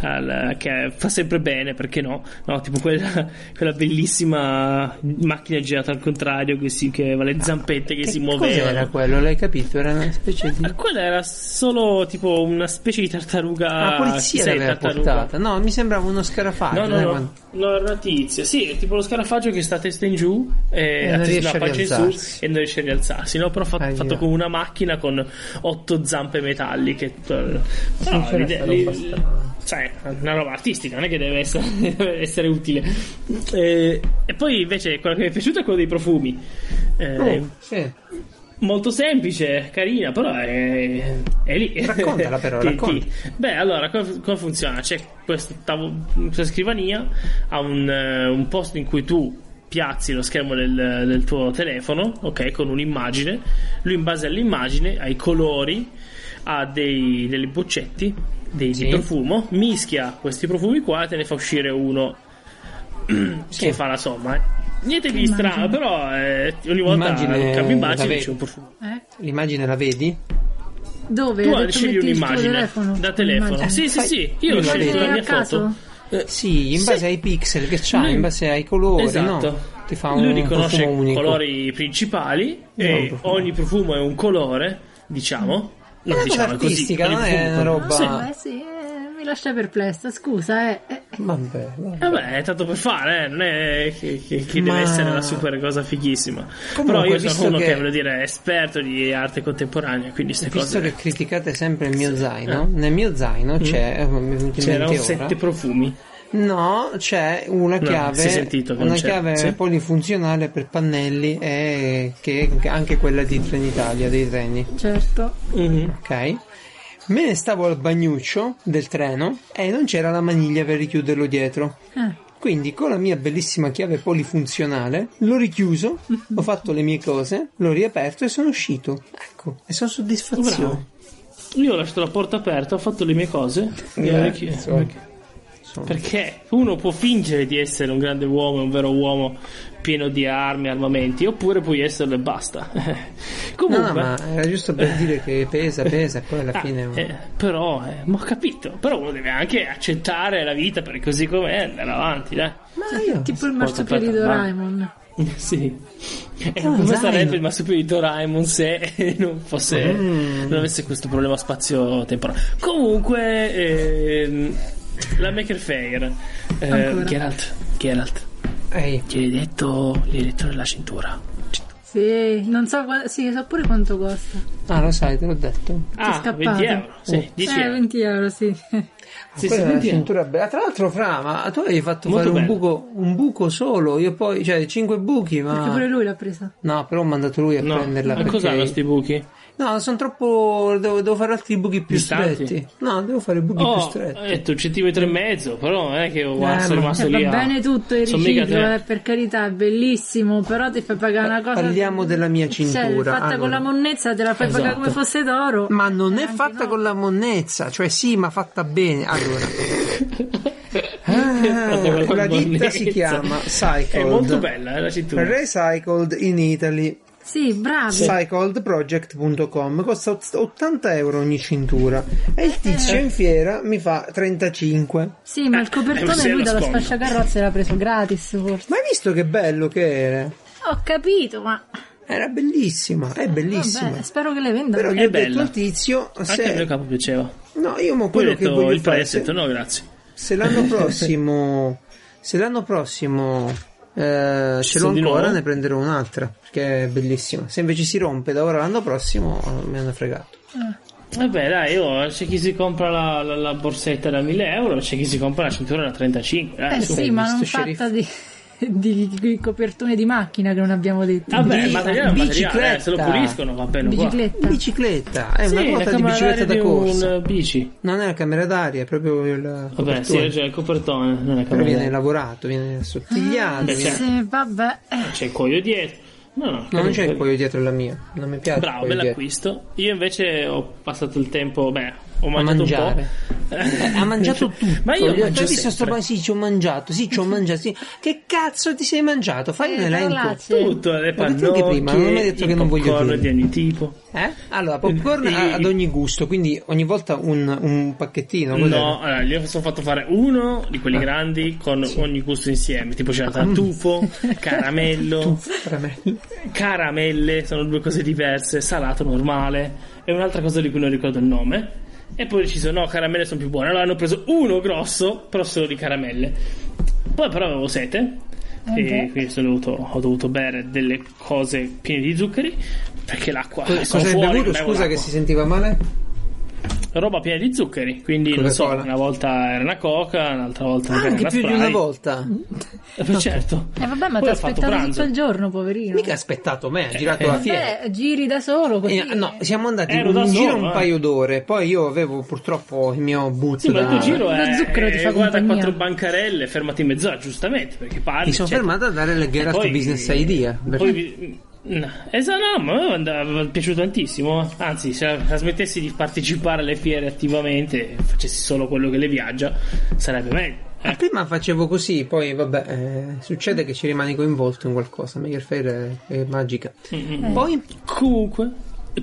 [SPEAKER 1] al- che fa sempre bene, perché no? No, tipo quella, quella bellissima macchina girata al contrario che, si, che aveva le zampette che,
[SPEAKER 2] Che
[SPEAKER 1] si muovevano.
[SPEAKER 2] Cos'era quello? L'hai capito? Era una specie di.
[SPEAKER 1] Ma quella era solo tipo una specie di tartaruga.
[SPEAKER 2] Ah, La polizia
[SPEAKER 1] Ah, Sì,
[SPEAKER 2] l'aveva
[SPEAKER 1] tartaruga.
[SPEAKER 2] portata. Ah, No, mi sembrava uno scarafaggio.
[SPEAKER 1] No, no,
[SPEAKER 2] dai,
[SPEAKER 1] no,
[SPEAKER 2] quando-
[SPEAKER 1] no, era una tizia. Sì, è tipo lo scarafaggio che sta a testa in giù e,
[SPEAKER 2] E non
[SPEAKER 1] a testa-
[SPEAKER 2] riesce
[SPEAKER 1] no,
[SPEAKER 2] a
[SPEAKER 1] faccia in su
[SPEAKER 2] rialzarsi. Ah,
[SPEAKER 1] e non riesce a rialzarsi. No, però fa-
[SPEAKER 2] Ahia.
[SPEAKER 1] fatto con una macchina con otto zampe metalliche. Però
[SPEAKER 2] c'era
[SPEAKER 1] l'idea-
[SPEAKER 2] sta roba
[SPEAKER 1] lì-
[SPEAKER 2] strana.
[SPEAKER 1] cioè, una roba artistica, non è che deve essere, deve essere utile. Eh, e poi invece quello che mi è piaciuto è quello dei profumi. Eh,
[SPEAKER 2] Oh, sì.
[SPEAKER 1] Molto semplice, carina, però è, è lì.
[SPEAKER 2] Raccontala però, racconta.
[SPEAKER 1] Beh, allora, come, come funziona? C'è questa, tavo- questa scrivania, ha un, eh, un posto in cui tu piazzi lo schermo del, del tuo telefono, ok, con un'immagine. Lui in base all'immagine, ai colori, ha dei, degli boccetti dei,
[SPEAKER 2] Sì.
[SPEAKER 1] di profumo, mischia questi profumi qua e te ne fa uscire uno che fa la somma. eh. Niente di
[SPEAKER 3] Immagine.
[SPEAKER 1] strano, però eh, ogni volta
[SPEAKER 2] Immagine
[SPEAKER 1] cambio
[SPEAKER 2] da
[SPEAKER 1] immagine e
[SPEAKER 2] vero.
[SPEAKER 1] c'è un profumo.
[SPEAKER 3] Eh?
[SPEAKER 2] L'immagine la vedi?
[SPEAKER 3] Dove?
[SPEAKER 1] Tu
[SPEAKER 3] Hai detto
[SPEAKER 1] scegli
[SPEAKER 3] metti il tuo
[SPEAKER 1] un'immagine
[SPEAKER 3] telefono.
[SPEAKER 1] da telefono.
[SPEAKER 3] Un'immagine.
[SPEAKER 1] Sì, sì,
[SPEAKER 2] Fai-
[SPEAKER 1] sì, io ho
[SPEAKER 2] Immagine
[SPEAKER 1] scelto la
[SPEAKER 3] a
[SPEAKER 1] mia
[SPEAKER 3] caso?
[SPEAKER 1] foto.
[SPEAKER 2] Sì, in base
[SPEAKER 1] Eh, sì.
[SPEAKER 2] ai pixel che c'ha,
[SPEAKER 1] Lui-
[SPEAKER 2] in base ai colori,
[SPEAKER 1] esatto.
[SPEAKER 2] no? Ti fa
[SPEAKER 1] Lui
[SPEAKER 2] un
[SPEAKER 1] riconosce
[SPEAKER 2] profumo
[SPEAKER 1] i
[SPEAKER 2] unico.
[SPEAKER 1] colori principali
[SPEAKER 2] No, un
[SPEAKER 1] e
[SPEAKER 2] profumo.
[SPEAKER 1] ogni profumo è un colore, diciamo.
[SPEAKER 2] È una cosa
[SPEAKER 1] diciamo, così,
[SPEAKER 2] artistica,
[SPEAKER 1] ogni
[SPEAKER 2] non è
[SPEAKER 1] profumo-
[SPEAKER 2] una roba-
[SPEAKER 1] Sì.
[SPEAKER 3] Ah, eh sì, eh, mi lascia perplessa, scusa, eh. eh.
[SPEAKER 2] Vabbè, vabbè.
[SPEAKER 1] Vabbè, è tanto per fare, eh, non è che, che- che
[SPEAKER 2] Ma-
[SPEAKER 1] deve essere la super cosa fighissima.
[SPEAKER 2] Comunque,
[SPEAKER 1] Però io
[SPEAKER 2] visto
[SPEAKER 1] sono uno che...
[SPEAKER 2] che-
[SPEAKER 1] voglio dire, è esperto di arte contemporanea, quindi queste
[SPEAKER 2] Visto
[SPEAKER 1] cose. Eh. Mm.
[SPEAKER 2] che criticate sempre il mio zaino, nel mio zaino c'è, eh, mi è venuto in
[SPEAKER 1] C'erano
[SPEAKER 2] mente ora.
[SPEAKER 1] sette profumi.
[SPEAKER 2] No, c'è una
[SPEAKER 1] No,
[SPEAKER 2] chiave,
[SPEAKER 1] si è sentito che non
[SPEAKER 2] una
[SPEAKER 1] c'è,
[SPEAKER 2] chiave
[SPEAKER 1] sì.
[SPEAKER 2] polifunzionale per pannelli e che che anche quella di Trenitalia, dei treni,
[SPEAKER 3] Certo.
[SPEAKER 2] ok? Me ne stavo al bagnuccio del treno e non c'era la maniglia per richiuderlo dietro.
[SPEAKER 3] Eh.
[SPEAKER 2] Quindi con la mia bellissima chiave polifunzionale l'ho richiuso, ho fatto le mie cose, l'ho riaperto e sono uscito. Ecco, e
[SPEAKER 1] Bravo.
[SPEAKER 2] sono soddisfazione.
[SPEAKER 1] Io ho lasciato la porta aperta, ho fatto le mie cose.
[SPEAKER 2] Eh,
[SPEAKER 1] e ho richi-
[SPEAKER 2] insomma, insomma.
[SPEAKER 1] Perché uno può fingere di essere un grande uomo, un vero uomo pieno di armi, armamenti, oppure puoi esserlo e basta.
[SPEAKER 2] No,
[SPEAKER 1] Comunque.
[SPEAKER 2] no, ma era giusto per dire che pesa, pesa e poi alla
[SPEAKER 1] Ah,
[SPEAKER 2] fine...
[SPEAKER 1] eh, però, eh, ma ho capito, però uno deve anche accettare la vita per così com'è e andare avanti, dai.
[SPEAKER 2] Ma io...
[SPEAKER 3] Tipo il
[SPEAKER 1] Porta
[SPEAKER 3] marciapiede di
[SPEAKER 1] aperta, va.
[SPEAKER 3] Doraemon.
[SPEAKER 1] Sì. E
[SPEAKER 2] un
[SPEAKER 1] come
[SPEAKER 2] zaino.
[SPEAKER 1] sarebbe il marsupiale di Doraemon se non fosse
[SPEAKER 2] Mm.
[SPEAKER 1] non avesse questo problema spazio-temporale. Comunque ehm, la Maker Fair
[SPEAKER 3] Ancora.
[SPEAKER 1] eh, Geralt, Geralt,
[SPEAKER 2] Ehi,
[SPEAKER 1] gliel'hai detto, gliel'hai detto nella cintura.
[SPEAKER 3] Sì, non so, qua- sì, so pure quanto costa.
[SPEAKER 2] ah lo sai, te l'ho detto.
[SPEAKER 1] Ah,
[SPEAKER 3] scappato.
[SPEAKER 1] 20 euro, sì,
[SPEAKER 2] Oh.
[SPEAKER 1] 10
[SPEAKER 3] eh,
[SPEAKER 1] euro.
[SPEAKER 3] 20 euro, sì.
[SPEAKER 1] Sì, sì,
[SPEAKER 2] Quella è una
[SPEAKER 1] quindi-
[SPEAKER 2] cintura bella. Ah, Tra l'altro, Fra, ma tu avevi fatto
[SPEAKER 1] Molto
[SPEAKER 2] fare un
[SPEAKER 1] bello.
[SPEAKER 2] buco, un buco solo, io poi, cioè, cinque buchi,
[SPEAKER 1] Ah.
[SPEAKER 3] Perché pure
[SPEAKER 2] ma...
[SPEAKER 3] lui l'ha presa.
[SPEAKER 2] No, però ho mandato lui a
[SPEAKER 1] No,
[SPEAKER 2] prenderla
[SPEAKER 1] ma
[SPEAKER 2] perché...
[SPEAKER 1] cos'hanno sti buchi?
[SPEAKER 2] No, sono troppo. Devo, devo fare altri buchi più
[SPEAKER 1] Distanti?
[SPEAKER 2] stretti. No, devo fare buchi più
[SPEAKER 1] Oh,
[SPEAKER 2] stretti.
[SPEAKER 1] ho detto un centimetro e mezzo, però non è che ho
[SPEAKER 2] Eh,
[SPEAKER 1] sono
[SPEAKER 2] ma-
[SPEAKER 1] rimasto
[SPEAKER 3] Cioè,
[SPEAKER 1] lì
[SPEAKER 3] va
[SPEAKER 1] a-
[SPEAKER 3] bene tutto il
[SPEAKER 1] Sono mica
[SPEAKER 3] riciclo,
[SPEAKER 1] te.
[SPEAKER 3] eh, per carità, è bellissimo, però ti fai pagare una cosa...
[SPEAKER 2] Eh, Parliamo della mia
[SPEAKER 3] Cioè,
[SPEAKER 2] cintura.
[SPEAKER 3] fatta
[SPEAKER 2] Ah,
[SPEAKER 3] con
[SPEAKER 2] no.
[SPEAKER 3] la monnezza te la fai pagare
[SPEAKER 1] Esatto.
[SPEAKER 3] come fosse d'oro.
[SPEAKER 2] Ma non
[SPEAKER 3] Eh,
[SPEAKER 2] è
[SPEAKER 3] anche
[SPEAKER 2] fatta
[SPEAKER 3] no.
[SPEAKER 2] con la monnezza, cioè sì, ma fatta bene. Allora, Ah, la ditta si chiama Cycled.
[SPEAKER 1] È molto bella eh, la cintura.
[SPEAKER 2] Recycled in Italy,
[SPEAKER 3] Sì, bravo.
[SPEAKER 2] cycledproject.com, costa ott- 80 euro ogni cintura e il tizio in fiera mi fa 35.
[SPEAKER 3] Sì, ma
[SPEAKER 1] Eh,
[SPEAKER 3] il
[SPEAKER 1] eh, se
[SPEAKER 3] copertone lui
[SPEAKER 1] lo
[SPEAKER 3] dallo
[SPEAKER 1] sfondo.
[SPEAKER 3] spacciacarrozze l'ha preso gratis, forse.
[SPEAKER 2] Ma hai visto che bello che era?
[SPEAKER 3] Ho capito, ma...
[SPEAKER 2] Era bellissima, è bellissima.
[SPEAKER 3] Vabbè, spero che le vendano.
[SPEAKER 2] Però gli
[SPEAKER 1] È
[SPEAKER 2] ho detto
[SPEAKER 1] bella.
[SPEAKER 2] al tizio,
[SPEAKER 1] Anche al mio
[SPEAKER 2] se...
[SPEAKER 1] capo piaceva.
[SPEAKER 2] No, io
[SPEAKER 1] Poi
[SPEAKER 2] mo
[SPEAKER 1] ho
[SPEAKER 2] quello che
[SPEAKER 1] detto
[SPEAKER 2] voglio
[SPEAKER 1] il
[SPEAKER 2] fare...
[SPEAKER 1] prezzo, ho
[SPEAKER 2] Se,
[SPEAKER 1] detto no grazie.
[SPEAKER 2] se l'anno prossimo... se l'anno prossimo... eh, ce l'ho
[SPEAKER 1] Sono di
[SPEAKER 2] ancora,
[SPEAKER 1] nuovo?
[SPEAKER 2] ne prenderò un'altra. Perché è bellissima. Se invece si rompe da ora all'anno prossimo, eh, mi hanno fregato.
[SPEAKER 3] Ah.
[SPEAKER 1] Vabbè dai, io, c'è chi si compra la, la- la borsetta da 1000 euro, c'è chi si compra la cintura da 35. Dai,
[SPEAKER 3] Eh
[SPEAKER 1] su.
[SPEAKER 3] sì, ma non
[SPEAKER 2] sceriffo.
[SPEAKER 3] fatta di, di, di copertone di macchina che non abbiamo detto.
[SPEAKER 1] Vabbè,
[SPEAKER 2] Di-
[SPEAKER 1] il materiale è un materiale,
[SPEAKER 2] bicicletta.
[SPEAKER 1] eh, se lo puliscono va bene uguale.
[SPEAKER 3] Bicicletta.
[SPEAKER 2] Bicicletta, è
[SPEAKER 1] Sì,
[SPEAKER 2] una
[SPEAKER 1] la
[SPEAKER 2] ruota di
[SPEAKER 1] camera
[SPEAKER 2] bicicletta
[SPEAKER 1] d'aria
[SPEAKER 2] da
[SPEAKER 1] di
[SPEAKER 2] corsa.
[SPEAKER 1] un bici.
[SPEAKER 2] Non è la camera d'aria, è proprio il.
[SPEAKER 1] Vabbè,
[SPEAKER 2] copertone.
[SPEAKER 1] sì, c'è il copertone, non è
[SPEAKER 2] Però
[SPEAKER 1] camera
[SPEAKER 2] viene
[SPEAKER 1] d'aria.
[SPEAKER 2] lavorato, viene
[SPEAKER 3] Ah,
[SPEAKER 2] sottigliato.
[SPEAKER 1] Beh,
[SPEAKER 2] viene-
[SPEAKER 1] certo.
[SPEAKER 3] sì, vabbè. Eh,
[SPEAKER 1] C'è il cuoio dietro. No, no,
[SPEAKER 2] No, non c'è
[SPEAKER 1] comunque-
[SPEAKER 2] il cuoio dietro la mia, non mi piace.
[SPEAKER 1] Bravo,
[SPEAKER 2] il
[SPEAKER 1] me
[SPEAKER 2] cuoio dietro.
[SPEAKER 1] l'acquisto. Io invece ho passato il tempo, beh, ho mangiato
[SPEAKER 2] mangiare.
[SPEAKER 1] un po'. Eh,
[SPEAKER 2] Ha mangiato tutto.
[SPEAKER 1] Ma io
[SPEAKER 2] gli ho
[SPEAKER 1] mangio
[SPEAKER 2] detto, hai visto sto
[SPEAKER 1] sempre.
[SPEAKER 2] pa- Sì, ci ho mangiato, sì, ci ho mangiato. Sì. Che cazzo ti sei mangiato? Fai un
[SPEAKER 3] Eh,
[SPEAKER 2] elenco.
[SPEAKER 3] parolacce.
[SPEAKER 1] tutto, le
[SPEAKER 2] Ho detto anche
[SPEAKER 1] pannocchie,
[SPEAKER 2] prima, non mi hai detto
[SPEAKER 1] i
[SPEAKER 2] che non voglio
[SPEAKER 1] popcorn
[SPEAKER 2] film.
[SPEAKER 1] di ogni tipo.
[SPEAKER 2] Eh? Allora, popcorn
[SPEAKER 1] Eh,
[SPEAKER 2] a-
[SPEAKER 1] eh,
[SPEAKER 2] ad ogni gusto, quindi ogni volta un, un pacchettino.
[SPEAKER 1] No,
[SPEAKER 2] cos'era?
[SPEAKER 1] allora, gli ho sono fatto fare uno di quelli
[SPEAKER 2] Ah.
[SPEAKER 1] grandi con ogni gusto insieme, tipo c'era tartufo, caramello,
[SPEAKER 2] Mm. Caramello.
[SPEAKER 1] caramelle, sono due cose diverse, salato normale e un'altra cosa di cui non ricordo il nome. E poi ho deciso no, caramelle sono più buone. Allora hanno preso uno grosso, però solo di caramelle. Poi però avevo sete
[SPEAKER 2] Ah,
[SPEAKER 3] Eh
[SPEAKER 1] e
[SPEAKER 3] beh.
[SPEAKER 1] quindi sono dovuto, ho dovuto bere delle cose piene di zuccheri perché l'acqua
[SPEAKER 2] Co-
[SPEAKER 1] sono
[SPEAKER 2] Cosa hai
[SPEAKER 1] Ah, fuori,
[SPEAKER 2] bevuto?
[SPEAKER 1] non bevo
[SPEAKER 2] Scusa, che
[SPEAKER 1] l'acqua.
[SPEAKER 2] si sentiva male?
[SPEAKER 1] roba piena di zuccheri. Quindi, non so,
[SPEAKER 2] Coca-Cola. Ah,
[SPEAKER 1] una volta era una coca, un'altra volta magari
[SPEAKER 2] Anche
[SPEAKER 1] era
[SPEAKER 2] più
[SPEAKER 1] una
[SPEAKER 2] di una
[SPEAKER 1] Sprite.
[SPEAKER 2] volta.
[SPEAKER 1] Eh, certo.
[SPEAKER 3] E vabbè, ma
[SPEAKER 1] Poi
[SPEAKER 3] ti ha
[SPEAKER 1] ho fatto
[SPEAKER 3] aspettato
[SPEAKER 1] pranzo.
[SPEAKER 3] tutto il giorno, poverino.
[SPEAKER 2] Mica ha aspettato me, ha girato
[SPEAKER 1] eh.
[SPEAKER 2] la fiera.
[SPEAKER 3] Beh, giri da solo così.
[SPEAKER 2] Eh, no, siamo andati
[SPEAKER 1] Ero da
[SPEAKER 2] in giro
[SPEAKER 1] solo,
[SPEAKER 2] un
[SPEAKER 1] eh.
[SPEAKER 2] paio d'ore. Poi io avevo purtroppo il mio boot.
[SPEAKER 1] Sì, ma il
[SPEAKER 2] da-
[SPEAKER 1] tuo giro è.
[SPEAKER 3] Lo zucchero ti fa
[SPEAKER 1] eh, guarda
[SPEAKER 3] compagnia.
[SPEAKER 1] quattro bancarelle, fermati in mezz'ora, giustamente, perché parli.
[SPEAKER 2] Mi sono
[SPEAKER 1] eccetera.
[SPEAKER 2] fermato a dare le Geralt
[SPEAKER 1] cioè, Poi-
[SPEAKER 2] Business Idea. perché-
[SPEAKER 1] Poi vi- no, esatto, no, ma a me andava- mi è piaciuto tantissimo. Anzi, se se smettessi di partecipare alle fiere attivamente, facessi solo quello che le viaggia, sarebbe meglio. Eh.
[SPEAKER 2] Ma prima facevo così, poi vabbè, eh, succede che ci rimani coinvolto in qualcosa. Maker Fair è, è magica. Poi,
[SPEAKER 1] Comunque,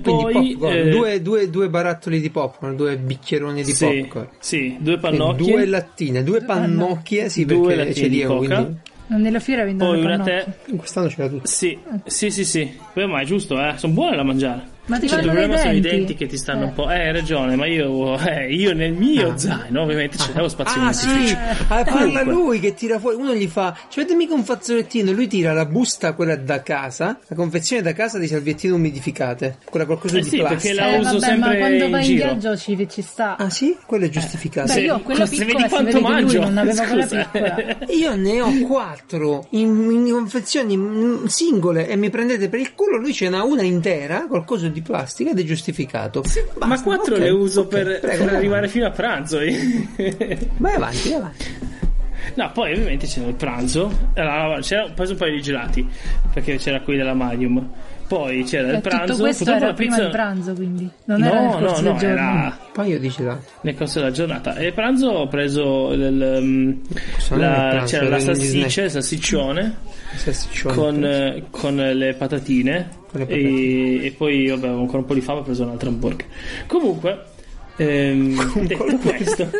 [SPEAKER 2] quindi
[SPEAKER 1] poi
[SPEAKER 2] popcorn,
[SPEAKER 1] eh,
[SPEAKER 2] due, due- due barattoli di popcorn, due bicchieroni di
[SPEAKER 1] sì,
[SPEAKER 2] popcorn,
[SPEAKER 1] sì, due
[SPEAKER 2] Quindi
[SPEAKER 1] pannocchie,
[SPEAKER 2] due lattine, due pannocchie. Sì,
[SPEAKER 1] due
[SPEAKER 2] perché
[SPEAKER 1] lattine
[SPEAKER 2] ce li
[SPEAKER 1] di
[SPEAKER 2] ho.
[SPEAKER 1] coca,
[SPEAKER 2] Quindi,
[SPEAKER 3] Nella fiera vendono
[SPEAKER 1] poi
[SPEAKER 3] le
[SPEAKER 1] una
[SPEAKER 3] pannocchie.
[SPEAKER 1] te.
[SPEAKER 2] quest'anno c'era tutto.
[SPEAKER 1] Sì, sì, sì, sì. Beh, ma è giusto, eh. Sono buone da mangiare.
[SPEAKER 3] Ma ti
[SPEAKER 1] Cioè, il
[SPEAKER 3] vanno
[SPEAKER 1] problema
[SPEAKER 3] dai
[SPEAKER 1] sono i
[SPEAKER 3] denti?
[SPEAKER 1] denti che ti stanno
[SPEAKER 3] Eh. Ah.
[SPEAKER 1] un po'. Eh, hai ragione, ma io, eh, io nel mio zaino, ovviamente, c'avevo spazio
[SPEAKER 2] Ah,
[SPEAKER 1] in più.
[SPEAKER 2] sì, ah, parla
[SPEAKER 1] Eh, Comunque.
[SPEAKER 2] lui che tira fuori. Uno gli fa: Ci avete mica un fazzolettino? Lui tira la busta, quella da casa, la confezione da casa di salviettine umidificate, quella qualcosa
[SPEAKER 1] Eh
[SPEAKER 2] di
[SPEAKER 1] sì, perché
[SPEAKER 2] plastica.
[SPEAKER 1] la
[SPEAKER 3] Eh,
[SPEAKER 1] uso
[SPEAKER 3] vabbè,
[SPEAKER 1] sempre
[SPEAKER 3] ma quando
[SPEAKER 1] in
[SPEAKER 3] vai
[SPEAKER 1] giro.
[SPEAKER 3] viaggio ci, ci sta.
[SPEAKER 2] Ah, sì? Quello
[SPEAKER 1] Eh,
[SPEAKER 2] è giustificato.
[SPEAKER 3] Beh,
[SPEAKER 1] Se-
[SPEAKER 3] io ho quella
[SPEAKER 1] se
[SPEAKER 3] piccola,
[SPEAKER 1] vedi
[SPEAKER 3] si
[SPEAKER 1] quanto
[SPEAKER 3] vede che lui
[SPEAKER 1] mangio.
[SPEAKER 3] non aveva quella
[SPEAKER 1] Scusa.
[SPEAKER 3] piccola. Cioè,
[SPEAKER 2] Io ne ho quattro in, in confezioni mm, singole e mi prendete per il culo. Lui ce n'ha una intera, qualcosa di plastica ed è giustificato. Basta,
[SPEAKER 1] ma quattro
[SPEAKER 2] ok,
[SPEAKER 1] le uso
[SPEAKER 2] ok,
[SPEAKER 1] per,
[SPEAKER 2] prego,
[SPEAKER 1] per
[SPEAKER 2] vai
[SPEAKER 1] arrivare fino a pranzo.
[SPEAKER 2] avanti. Vai avanti, vai avanti.
[SPEAKER 1] no, poi ovviamente c'era il pranzo. Allora, c'era, ho preso un paio di gelati perché c'era quelli della Magnum. Poi c'era
[SPEAKER 3] Cioè,
[SPEAKER 1] il pranzo.
[SPEAKER 3] tutto questo
[SPEAKER 1] purtroppo
[SPEAKER 3] era
[SPEAKER 1] la
[SPEAKER 3] prima
[SPEAKER 1] pizza-
[SPEAKER 3] del pranzo, quindi non era nel
[SPEAKER 1] No, no,
[SPEAKER 3] corso del
[SPEAKER 1] no,
[SPEAKER 3] giorno.
[SPEAKER 1] era
[SPEAKER 2] Poi io dici là.
[SPEAKER 1] nel corso della giornata. E pranzo ho preso del, um,
[SPEAKER 2] Sono
[SPEAKER 1] la-
[SPEAKER 2] nel pranzo,
[SPEAKER 1] c'era la
[SPEAKER 2] erano gli
[SPEAKER 1] salsiccia,
[SPEAKER 2] snack.
[SPEAKER 1] il salsiccione
[SPEAKER 2] salsiccione,
[SPEAKER 1] con,
[SPEAKER 2] penso.
[SPEAKER 1] eh, con le patatine.
[SPEAKER 2] Con le
[SPEAKER 1] E, e poi, vabbè, avevo ancora un po' di fame, ho preso un altro hamburger. Comunque, ehm, detto questo,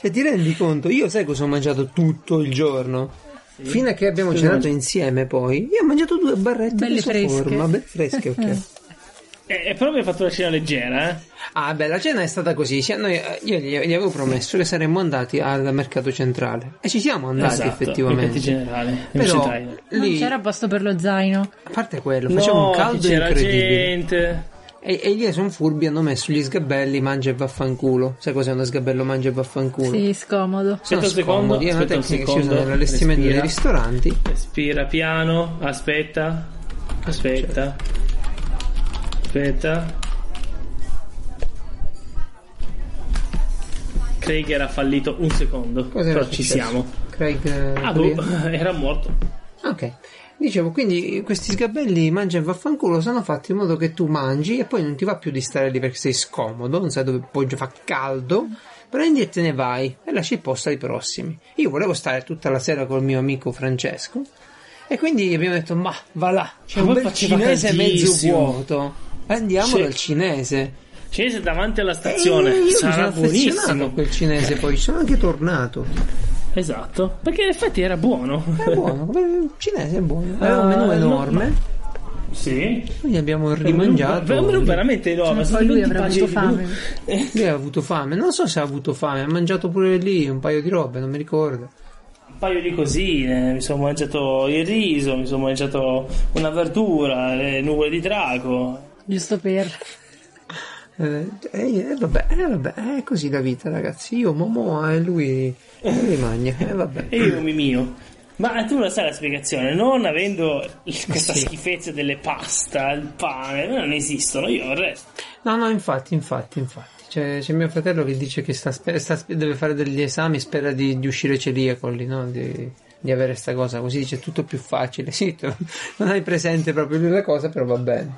[SPEAKER 2] Cioè, ti rendi conto? Io sai cosa ho mangiato tutto il giorno? Fino a che abbiamo
[SPEAKER 1] Cosa
[SPEAKER 2] cenato
[SPEAKER 1] mangi?
[SPEAKER 2] insieme, poi io ho mangiato due barrette
[SPEAKER 3] Belle
[SPEAKER 2] di
[SPEAKER 3] fresche.
[SPEAKER 2] forma, belle fresche, ok.
[SPEAKER 1] eh, eh, però mi ha fatto una cena leggera, eh.
[SPEAKER 2] Ah, beh, la cena è stata così. Cioè, noi- io gli, gli avevo promesso che saremmo andati al mercato centrale. E ci siamo andati,
[SPEAKER 1] Esatto, mercati
[SPEAKER 2] effettivamente.
[SPEAKER 1] generali, non
[SPEAKER 2] Però
[SPEAKER 1] c'entra niente.
[SPEAKER 3] Non
[SPEAKER 2] lì,
[SPEAKER 3] c'era posto per lo zaino.
[SPEAKER 2] a parte quello, faceva
[SPEAKER 1] No,
[SPEAKER 2] un caldo
[SPEAKER 1] c'era
[SPEAKER 2] incredibile.
[SPEAKER 1] gente.
[SPEAKER 2] E, e lì sono furbi, hanno messo gli sgabelli, mangia e vaffanculo. Sai cos'è uno sgabello, mangia e vaffanculo?
[SPEAKER 3] Sì, scomodo.
[SPEAKER 2] Sono
[SPEAKER 1] Aspetta un secondo,
[SPEAKER 2] scomodi, è una
[SPEAKER 1] aspetta un
[SPEAKER 2] tecnica che si usa
[SPEAKER 1] secondo,
[SPEAKER 2] nell'allestimento dei
[SPEAKER 1] respira.
[SPEAKER 2] ristoranti.
[SPEAKER 1] Respira piano, aspetta, aspetta, aspetta. Craig era fallito un secondo,
[SPEAKER 2] Cos'era
[SPEAKER 1] però ci
[SPEAKER 2] successo?
[SPEAKER 1] siamo.
[SPEAKER 2] Craig. eh,
[SPEAKER 1] Ah, boh,
[SPEAKER 2] Craig-
[SPEAKER 1] era morto.
[SPEAKER 2] Ok. Dicevo, quindi questi sgabelli mangia e vaffanculo sono fatti in modo che tu mangi e poi non ti va più di stare lì perché sei scomodo, non sai dove poggia, fa caldo. Prendi e te ne vai e lasci il posto ai prossimi. Io volevo stare tutta la sera col mio amico Francesco e quindi abbiamo detto: Ma va là, c'è
[SPEAKER 1] Ma
[SPEAKER 2] un
[SPEAKER 1] poi
[SPEAKER 2] bel
[SPEAKER 1] faceva
[SPEAKER 2] cinese mezzo
[SPEAKER 1] caldissimo."
[SPEAKER 2] vuoto. Andiamo
[SPEAKER 1] Sì.
[SPEAKER 2] dal cinese.
[SPEAKER 1] Cinese davanti alla
[SPEAKER 2] E
[SPEAKER 1] stazione,
[SPEAKER 2] Eh, io mi sono
[SPEAKER 1] sarà
[SPEAKER 2] affezionato
[SPEAKER 1] buonissimo.
[SPEAKER 2] a quel cinese, poi ci sono anche tornato.
[SPEAKER 1] Esatto, perché in effetti era buono.
[SPEAKER 2] È buono, il cinese è buono. Era un menù
[SPEAKER 1] Ah, no,
[SPEAKER 2] enorme.
[SPEAKER 1] sì.
[SPEAKER 2] Quindi abbiamo rimangiato.
[SPEAKER 1] È un menù veramente
[SPEAKER 3] Cioè,
[SPEAKER 1] enorme.
[SPEAKER 3] poi lui avrà avuto
[SPEAKER 1] avuto
[SPEAKER 3] fame.
[SPEAKER 2] Lui ha avuto fame, non so se ha avuto fame, ha mangiato pure lì un paio di robe, non mi ricordo.
[SPEAKER 1] un paio di cosine, mi sono mangiato il riso, mi sono mangiato una verdura, le nuvole di drago.
[SPEAKER 3] Giusto per.
[SPEAKER 2] Eh, eh, eh, vabbè, eh, vabbè, è così la vita, ragazzi. Io Momo e lui, lui magna, eh, vabbè.
[SPEAKER 1] E io mi mio. Ma tu la sai la spiegazione, non avendo l- questa
[SPEAKER 2] Sì.
[SPEAKER 1] schifezza delle pasta, il pane, non esistono, io il resto.
[SPEAKER 2] No, no, infatti, infatti, infatti. C'è, c'è mio fratello che dice che sta spe- sta spe- deve fare degli esami, spera di, di uscire celiaco lì, no? Di, di avere sta cosa, così dice tutto più facile. Sì, tu- non hai presente proprio lui la cosa, però va bene.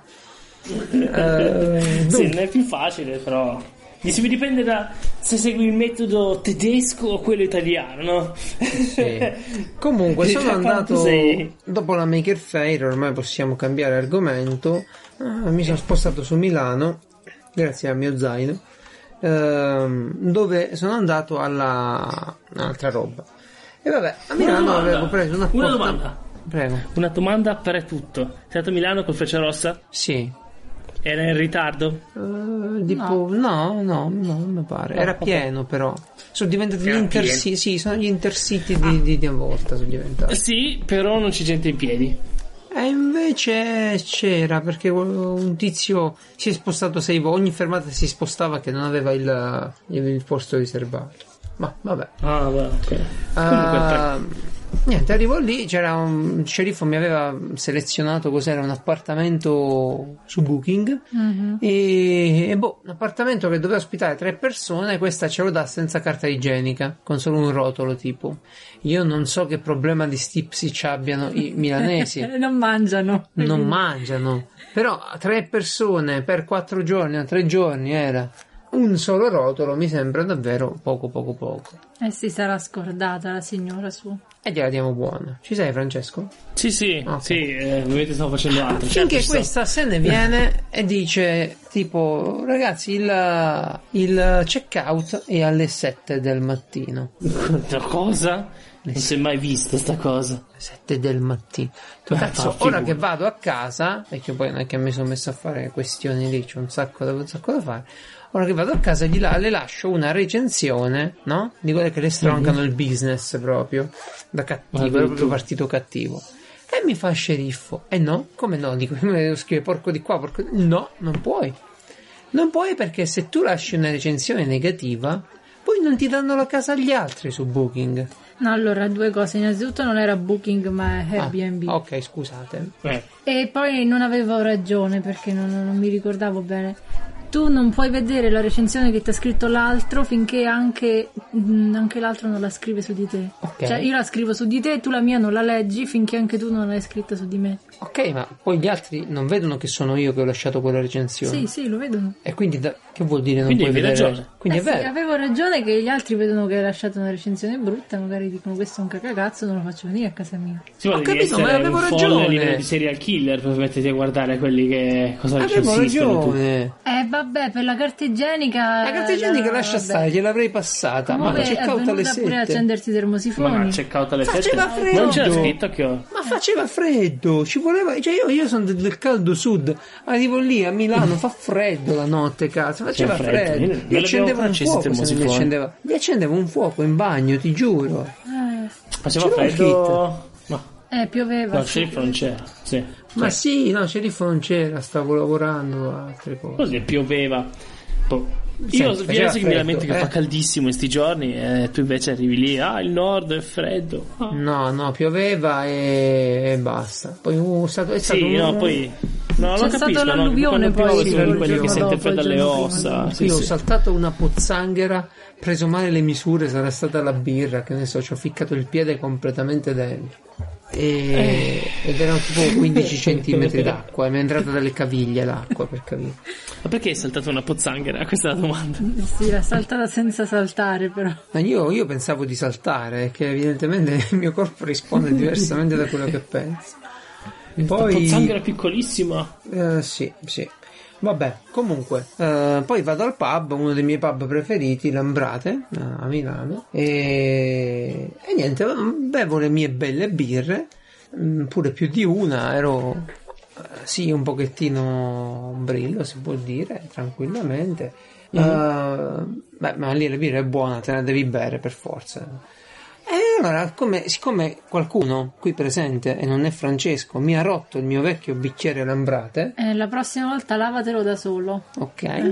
[SPEAKER 2] Eh,
[SPEAKER 1] Sì,
[SPEAKER 2] dunque.
[SPEAKER 1] non è più facile, però. Dici, dipende da se segui il metodo tedesco o quello italiano, no?
[SPEAKER 2] Sì. Comunque sono
[SPEAKER 1] Cioè,
[SPEAKER 2] andato
[SPEAKER 1] quanto sei-
[SPEAKER 2] dopo la Maker Fair, ormai possiamo cambiare argomento. ah, mi sono spostato su Milano, grazie al mio zaino, ehm, dove sono andato alla un'altra roba. E vabbè, a Milano
[SPEAKER 1] domanda.
[SPEAKER 2] avevo preso una
[SPEAKER 1] Una
[SPEAKER 2] porta-
[SPEAKER 1] domanda.
[SPEAKER 2] Prego.
[SPEAKER 1] Una domanda per tutto. Sei andato a Milano con Freccia Rossa?
[SPEAKER 2] Sì.
[SPEAKER 1] Era in ritardo?
[SPEAKER 2] Eh, tipo, no. no, no, non mi pare. Era
[SPEAKER 1] ok.
[SPEAKER 2] pieno però. Sono diventati gli
[SPEAKER 1] Era
[SPEAKER 2] intercity, sì, sono gli intercity di, di, di una volta sono diventati.
[SPEAKER 1] Sì, però non c'è gente in piedi.
[SPEAKER 2] Eh, E invece c'era perché un tizio si è spostato sei volte. Ogni fermata si spostava che non aveva il, il posto riservato. Ma vabbè.
[SPEAKER 1] Ah, beh, ok.
[SPEAKER 2] Ah,
[SPEAKER 1] Comunque,
[SPEAKER 2] niente, arrivo lì, c'era un il sceriffo mi aveva selezionato cos'era un appartamento su Booking
[SPEAKER 3] Mhm.
[SPEAKER 2] e, e boh, un appartamento che doveva ospitare tre persone, questa ce lo dà senza carta igienica, con solo un rotolo tipo. Io non so che problema di stipsi ci abbiano i milanesi.
[SPEAKER 3] non mangiano.
[SPEAKER 2] Non mangiano, però tre persone per quattro giorni, a tre giorni era un solo rotolo, mi sembra davvero poco poco poco.
[SPEAKER 3] Eh si sarà scordata la signora sua.
[SPEAKER 2] E gliela diamo buona. Ci sei, Francesco?
[SPEAKER 1] sì, sì,
[SPEAKER 2] Ok.
[SPEAKER 1] sì, eh, ovviamente stavo facendo altro.
[SPEAKER 2] Finché
[SPEAKER 1] certo, ci sto.
[SPEAKER 2] questa se ne viene e dice: Tipo, ragazzi, il, il checkout è alle 7 del mattino.
[SPEAKER 1] Quanta cosa? Non si è mai vista sta cosa.
[SPEAKER 2] 7 del mattino. Tu
[SPEAKER 1] Beh,
[SPEAKER 2] cazzo,
[SPEAKER 1] fa
[SPEAKER 2] ora
[SPEAKER 1] figura.
[SPEAKER 2] che vado a casa, perché poi non è che mi sono messo a fare questioni lì, c'è un sacco da, un sacco da fare. Ora che vado a casa gli la- le lascio una recensione, no? Di quelle che le stroncano il business proprio, da cattivo,
[SPEAKER 1] Guarda
[SPEAKER 2] da
[SPEAKER 1] tu.
[SPEAKER 2] proprio partito cattivo. E mi fa sceriffo. E no? Come no? Dico, scrive porco di qua, porco di... No, non puoi. Non puoi perché se tu lasci una recensione negativa, poi non ti danno la casa agli altri su Booking.
[SPEAKER 3] No, allora, due cose. Innanzitutto non era Booking ma è
[SPEAKER 2] Ah,
[SPEAKER 3] Airbnb.
[SPEAKER 2] ok, scusate.
[SPEAKER 1] Eh,
[SPEAKER 3] E poi non avevo ragione perché non, non mi ricordavo bene. Tu non puoi vedere la recensione che ti ha scritto l'altro finché anche, mm, anche l'altro non la scrive su di te.
[SPEAKER 2] Ok.
[SPEAKER 3] Cioè, io la scrivo su di te e tu la mia non la leggi finché anche tu non l'hai scritta su di me.
[SPEAKER 2] Ok, ma poi gli altri non vedono che sono io che ho lasciato quella recensione.
[SPEAKER 3] Sì, sì, lo vedono.
[SPEAKER 2] E quindi da- che vuol dire non
[SPEAKER 1] Quindi
[SPEAKER 2] puoi
[SPEAKER 1] avevi
[SPEAKER 2] vedere?
[SPEAKER 1] ragione.
[SPEAKER 2] Quindi
[SPEAKER 3] Eh
[SPEAKER 2] è
[SPEAKER 3] sì,
[SPEAKER 2] vero.
[SPEAKER 3] avevo ragione che gli altri vedono che hai lasciato una recensione brutta, magari dicono questo è un cacacazzo, non lo faccio venire a casa mia.
[SPEAKER 1] Sì, ma
[SPEAKER 2] Ho
[SPEAKER 1] devi
[SPEAKER 2] capito,
[SPEAKER 1] essere
[SPEAKER 2] ma avevo
[SPEAKER 1] un folle a
[SPEAKER 2] ragione.
[SPEAKER 1] livello di serial killer per metterti a guardare quelli che cosa
[SPEAKER 2] Avevo
[SPEAKER 1] ci assistono. tu.
[SPEAKER 2] ragione.
[SPEAKER 3] Eh vabbè, per la carta igienica...
[SPEAKER 2] La carta igienica lascia stare, gliel'avrei passata.
[SPEAKER 3] Comunque
[SPEAKER 2] ma c'è
[SPEAKER 3] è
[SPEAKER 2] cauta alle
[SPEAKER 3] venuta pure a
[SPEAKER 2] 7.
[SPEAKER 3] accendersi i
[SPEAKER 1] Ma
[SPEAKER 3] termosifoni.
[SPEAKER 1] no, c'è cauta alle
[SPEAKER 2] Faceva
[SPEAKER 1] sette.
[SPEAKER 2] freddo.
[SPEAKER 1] Non c'era scritto che ho.
[SPEAKER 2] Ma faceva freddo, ci voleva. Cioè, io, io sono del, del caldo sud. Arrivo lì a Milano, fa freddo la notte, cazzo. Faceva
[SPEAKER 1] C'era freddo.
[SPEAKER 2] freddo.
[SPEAKER 1] Io-
[SPEAKER 2] Gli
[SPEAKER 1] io
[SPEAKER 2] accendevo
[SPEAKER 1] l'abbiamo
[SPEAKER 2] un
[SPEAKER 1] acceso il
[SPEAKER 2] fuoco. se non Gli
[SPEAKER 1] termosifone.
[SPEAKER 2] accendevo, gli accendevo un fuoco in bagno, ti giuro.
[SPEAKER 1] Faceva
[SPEAKER 2] C'era un
[SPEAKER 1] freddo. No,
[SPEAKER 3] Eh, eh, pioveva.
[SPEAKER 1] no, il sceriffo non c'era. Sì.
[SPEAKER 2] Ma
[SPEAKER 1] Sì.
[SPEAKER 2] sì, no, sceriffo non c'era, stavo lavorando a altre cose.
[SPEAKER 1] Così pioveva. Boh. Io
[SPEAKER 2] Senti,
[SPEAKER 1] vi
[SPEAKER 2] faceva
[SPEAKER 1] adesso che mi
[SPEAKER 2] freddo,
[SPEAKER 1] lamento che
[SPEAKER 2] eh.
[SPEAKER 1] fa caldissimo in sti giorni e tu invece arrivi lì, ah il nord è freddo. Ah.
[SPEAKER 2] No, no, pioveva e, e basta. Poi uh, è stato, è stato
[SPEAKER 1] Sì,
[SPEAKER 2] un-
[SPEAKER 1] no, poi... No,
[SPEAKER 3] C'è
[SPEAKER 1] lo
[SPEAKER 3] stato
[SPEAKER 1] capisco, no, che
[SPEAKER 3] l'alluvione
[SPEAKER 1] quando piove
[SPEAKER 2] poi,
[SPEAKER 1] sono
[SPEAKER 2] il
[SPEAKER 1] quelli che
[SPEAKER 2] giorno
[SPEAKER 1] sente
[SPEAKER 3] dopo,
[SPEAKER 1] freddo
[SPEAKER 3] il
[SPEAKER 1] alle
[SPEAKER 3] giorno prima.
[SPEAKER 1] ossa. Sì,
[SPEAKER 2] Ah, Io ho
[SPEAKER 1] sì.
[SPEAKER 2] saltato una pozzanghera, preso male le misure, sarà stata la birra, che ne so, ci ho ficcato il piede completamente dentro. E,
[SPEAKER 1] Eh.
[SPEAKER 2] ed erano tipo 15 centimetri d'acqua, e mi è entrata dalle caviglie l'acqua per capire.
[SPEAKER 1] Ma perché hai saltato una pozzanghera? Questa è la domanda.
[SPEAKER 3] Sì, l'ha saltata senza saltare, però.
[SPEAKER 2] Ma io, io pensavo di saltare, eh, che evidentemente il mio corpo risponde diversamente da quello che penso.
[SPEAKER 1] La pozzanghera
[SPEAKER 2] Poi,
[SPEAKER 1] piccolissima.
[SPEAKER 2] eh, sì, sì. Vabbè, comunque, eh, poi vado al pub, uno dei miei pub preferiti, Lambrate, a Milano, e, e niente, bevo le mie belle birre, mm, pure più di una, ero eh, sì un pochettino brillo, si può dire, tranquillamente. Eh, beh, ma lì la birra è buona, te la devi bere per forza. E allora, come- siccome qualcuno qui presente, e non è Francesco, mi ha rotto il mio vecchio bicchiere lambrate,
[SPEAKER 3] Eh, la prossima volta lavatelo da solo.
[SPEAKER 2] ok? eh,
[SPEAKER 1] C'era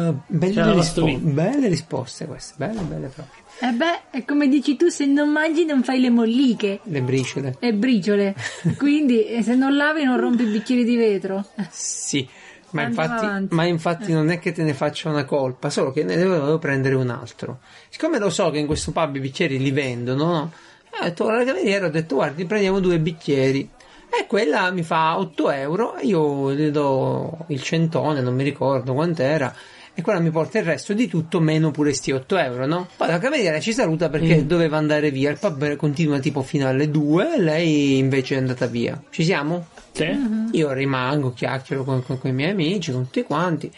[SPEAKER 1] la
[SPEAKER 2] belle, rispo-
[SPEAKER 1] lavastoviglie.
[SPEAKER 2] belle risposte queste, belle, belle proprio.
[SPEAKER 3] E Eh, beh, è come dici tu, se non mangi non fai le molliche
[SPEAKER 2] Le briciole.
[SPEAKER 3] e briciole. Quindi, eh, se non lavi non rompi i bicchieri di vetro.
[SPEAKER 2] Sì, ma
[SPEAKER 3] Andiamo avanti. Eh.
[SPEAKER 2] infatti, ma infatti non è che te ne faccia una colpa, solo che ne dovevo prendere un altro. Siccome lo so che in questo pub i bicchieri li vendono, no? Eh, ho detto, alla cameriera ho detto, guardi, prendiamo due bicchieri. E quella mi fa 8 euro, e io le do il centone, non mi ricordo quant'era. E quella mi porta il resto di tutto, meno pure sti 8 euro, no? Poi la cameriera ci saluta
[SPEAKER 3] Mm.
[SPEAKER 2] perché doveva andare via. Il pub continua tipo fino alle 2, lei invece è andata via. Ci siamo?
[SPEAKER 1] Te?
[SPEAKER 2] Io rimango, chiacchiero con, con- con i miei amici, con tutti quanti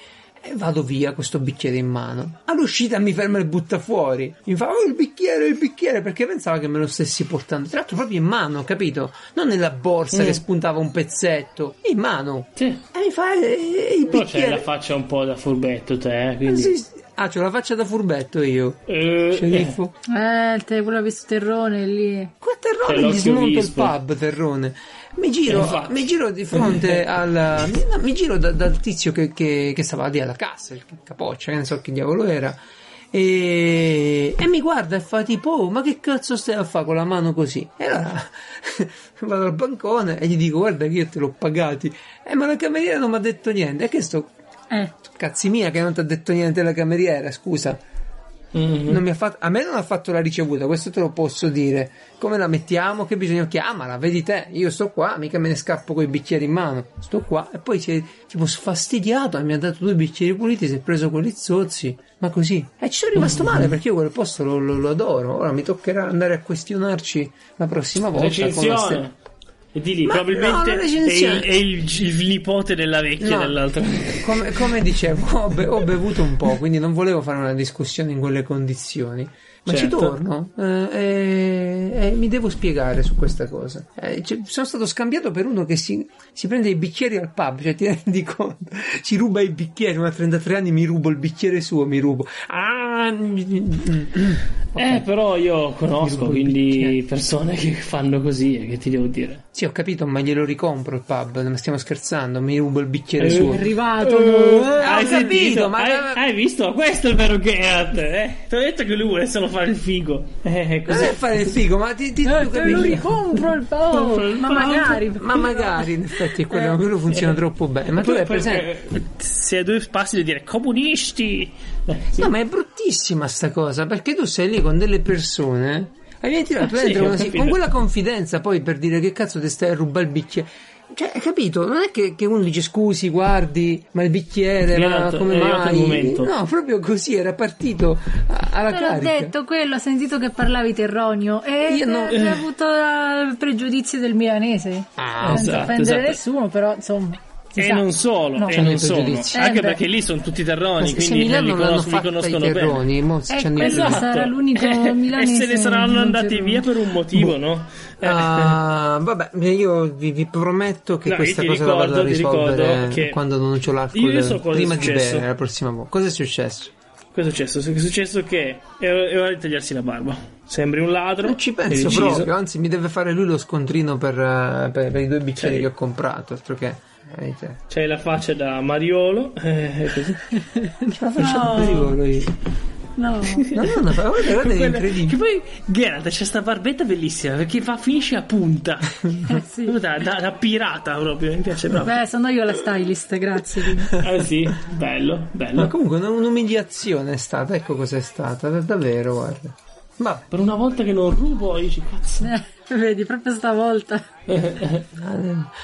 [SPEAKER 2] e vado via con sto bicchiere in mano. All'uscita mi ferma e butta fuori. Mi fa "Oh, il bicchiere, il bicchiere perché pensava che me lo stessi portando. Tra l'altro proprio in mano, capito? Non nella borsa
[SPEAKER 1] Mm.
[SPEAKER 2] che spuntava un pezzetto, in mano.
[SPEAKER 1] Sì.
[SPEAKER 2] E mi fa "Eh, eh, il
[SPEAKER 1] Però c'hai
[SPEAKER 2] bicchiere.
[SPEAKER 1] la faccia un po' da furbetto te, eh, quindi...
[SPEAKER 2] Sì, sì. Ah, c'ho la faccia da furbetto io.
[SPEAKER 1] Eh, eh,
[SPEAKER 2] Sceriffo.
[SPEAKER 3] Eh, il te- quello che su Terrone lì.
[SPEAKER 2] Qua
[SPEAKER 1] C'è
[SPEAKER 2] Terrone
[SPEAKER 1] l'occhio
[SPEAKER 2] gli smonta il
[SPEAKER 1] vispo.
[SPEAKER 2] pub, Terrone. Mi
[SPEAKER 1] Eh,
[SPEAKER 2] giro,
[SPEAKER 1] infatti.
[SPEAKER 2] mi giro di fronte al. Mi, ma mi giro da- dal tizio che, che- che stava lì alla cassa, il capoccia, che ne so che diavolo era. E, e mi guarda e fa tipo, "Oh, ma che cazzo stai a fare con la mano così? E allora vado al bancone e gli dico, guarda che io te l'ho pagati. E ma la cameriera non mi ha detto niente. E che sto
[SPEAKER 3] Eh.
[SPEAKER 2] cazzi mia che non ti ha detto niente la cameriera, scusa.
[SPEAKER 1] mhm.
[SPEAKER 2] Non mi ha fatto- a me non ha fatto la ricevuta, questo te lo posso dire. Come la mettiamo? Che bisogna chiamala, vedi te. Io sto qua, mica me ne scappo con i bicchieri in mano. Sto qua e poi si è tipo sfastidiato e mi ha dato due bicchieri puliti, si è preso quelli zozzi. Ma così. E ci sono rimasto male perché io quel posto lo, lo- lo adoro. Ora mi toccherà andare a questionarci la prossima volta. con la ste-
[SPEAKER 1] recensione e di lì
[SPEAKER 2] Ma no,
[SPEAKER 1] probabilmente
[SPEAKER 2] la
[SPEAKER 1] è,
[SPEAKER 2] recensione-
[SPEAKER 1] il, è il- il nipote della vecchia
[SPEAKER 2] No.
[SPEAKER 1] dell'altra
[SPEAKER 2] Come, come dicevo, ho, be- ho bevuto un po', quindi non volevo fare una discussione in quelle condizioni. Ma
[SPEAKER 1] Certo.
[SPEAKER 2] ci torno eh, e- e mi devo spiegare su questa cosa. Eh, cioè, sono stato scambiato per uno che si, si prende i bicchieri al pub, cioè ti rendi conto? Ci ruba i bicchieri, ma a 33 anni mi rubo il bicchiere suo, mi rubo. Ah, mm.
[SPEAKER 1] eh però io
[SPEAKER 2] Mi
[SPEAKER 1] conosco
[SPEAKER 2] rubo il
[SPEAKER 1] quindi
[SPEAKER 2] bicchiere.
[SPEAKER 1] persone che fanno così e che ti devo dire
[SPEAKER 2] Sì, ho capito, ma glielo ricompro il pub, non stiamo scherzando, mi rubo il bicchiere
[SPEAKER 1] Eh,
[SPEAKER 2] suo.
[SPEAKER 1] è
[SPEAKER 3] Arrivato. Eh,
[SPEAKER 2] hai Eh, capito, ma-
[SPEAKER 1] Eh, hai, hai visto? Questo è il vero Geralt. Eh? Ti ho detto che lui vuole solo fare il figo. Eh,
[SPEAKER 2] Non
[SPEAKER 1] così.
[SPEAKER 2] è fare il figo, ma ti, ti tu
[SPEAKER 3] Eh, lo
[SPEAKER 2] capisci?
[SPEAKER 3] ricompro il paolo. Ma magari. Eh,
[SPEAKER 2] Ma magari in effetti è quello, quello funziona troppo bene. Ma tu
[SPEAKER 1] Poi-
[SPEAKER 2] hai
[SPEAKER 1] poi-
[SPEAKER 2] presente?
[SPEAKER 1] eh, Se hai due passi di dire comunisti. Eh, sì.
[SPEAKER 2] No, ma è bruttissima sta cosa perché tu sei lì con delle persone. Hai vieni tirato
[SPEAKER 1] Ah, Sì,
[SPEAKER 2] dentro
[SPEAKER 1] ho
[SPEAKER 2] una-
[SPEAKER 1] capito.
[SPEAKER 2] con quella confidenza poi per dire che cazzo ti stai a rubare il bicchiere. Cioè, hai capito? Non è che, che uno dice scusi, guardi, ma il bicchiere,
[SPEAKER 1] È
[SPEAKER 2] ma
[SPEAKER 1] arrivato-
[SPEAKER 2] come
[SPEAKER 1] è arrivato il
[SPEAKER 2] mai?
[SPEAKER 1] eh, momento.
[SPEAKER 2] No, proprio così era partito a- alla
[SPEAKER 3] Te l'ho
[SPEAKER 2] carica.
[SPEAKER 3] detto quello, ho sentito che parlavi terronio e
[SPEAKER 2] Io no.
[SPEAKER 3] hai avuto eh, il pregiudizio del milanese.
[SPEAKER 2] Ah,
[SPEAKER 3] Senza
[SPEAKER 1] esatto,
[SPEAKER 3] offendere
[SPEAKER 1] esatto.
[SPEAKER 3] nessuno, però insomma. si
[SPEAKER 1] E
[SPEAKER 2] esatto.
[SPEAKER 3] sa.
[SPEAKER 1] non solo,
[SPEAKER 3] No.
[SPEAKER 1] e
[SPEAKER 2] C'hanno i
[SPEAKER 1] non solo.
[SPEAKER 2] pregiudizi.
[SPEAKER 1] anche
[SPEAKER 3] Eh, beh.
[SPEAKER 1] perché lì sono tutti terroni,
[SPEAKER 2] se
[SPEAKER 1] quindi non li,
[SPEAKER 2] Milano l'hanno
[SPEAKER 1] conos- li
[SPEAKER 2] fatta i
[SPEAKER 1] conoscono bene. Esatto.
[SPEAKER 2] terroni, mo ci
[SPEAKER 3] Eh,
[SPEAKER 2] hanno i
[SPEAKER 3] questo
[SPEAKER 2] terroni.
[SPEAKER 3] sarà l'unico
[SPEAKER 1] Eh,
[SPEAKER 3] milanese
[SPEAKER 1] E se ne saranno
[SPEAKER 3] non
[SPEAKER 1] andati
[SPEAKER 3] terroni.
[SPEAKER 1] via per un motivo, no? Eh,
[SPEAKER 2] Boh. Ah, vabbè, io vi, vi prometto che
[SPEAKER 1] No, io
[SPEAKER 2] questa
[SPEAKER 1] ti
[SPEAKER 2] cosa la vado a
[SPEAKER 1] ricordo- ti
[SPEAKER 2] risolvere
[SPEAKER 1] ricordo che-
[SPEAKER 2] quando non c'ho l'alcol.
[SPEAKER 1] Io lo so cosa è
[SPEAKER 2] prima di
[SPEAKER 1] successo.
[SPEAKER 2] bere la prossima volta. Cosa è successo?
[SPEAKER 1] Cosa è successo? È successo che è è ora di tagliarsi la barba. Sembri un ladro.
[SPEAKER 2] Non Eh, ci
[SPEAKER 1] è
[SPEAKER 2] penso
[SPEAKER 1] deciso.
[SPEAKER 2] proprio, anzi, mi deve fare lui lo scontrino per, eh, per- per i due bicchieri
[SPEAKER 1] Sì.
[SPEAKER 2] che ho comprato. Altro che. vedete.
[SPEAKER 1] C'hai la faccia da Mariolo. eh, e così.
[SPEAKER 2] Ce la faccio così volo io.
[SPEAKER 3] No.
[SPEAKER 2] No, no, no, guarda,
[SPEAKER 1] Eh,
[SPEAKER 2] guarda, è
[SPEAKER 1] Quella- Che
[SPEAKER 2] incredibile.
[SPEAKER 1] poi Geralt c'è sta barbetta bellissima perché fa, finisce a punta.
[SPEAKER 3] Eh, sì.
[SPEAKER 1] Proprio da, da- da pirata proprio, mi piace proprio.
[SPEAKER 3] Beh, sono io la stylist, grazie.
[SPEAKER 1] Ah sì, bello,
[SPEAKER 2] Ma
[SPEAKER 1] bello.
[SPEAKER 2] comunque, una- un'umiliazione è stata. Ecco cos'è stata, da- davvero, guarda. Ma
[SPEAKER 1] Per una volta che non rubo, io ci cazzo.
[SPEAKER 3] Eh, vedi, proprio stavolta.
[SPEAKER 1] Eh,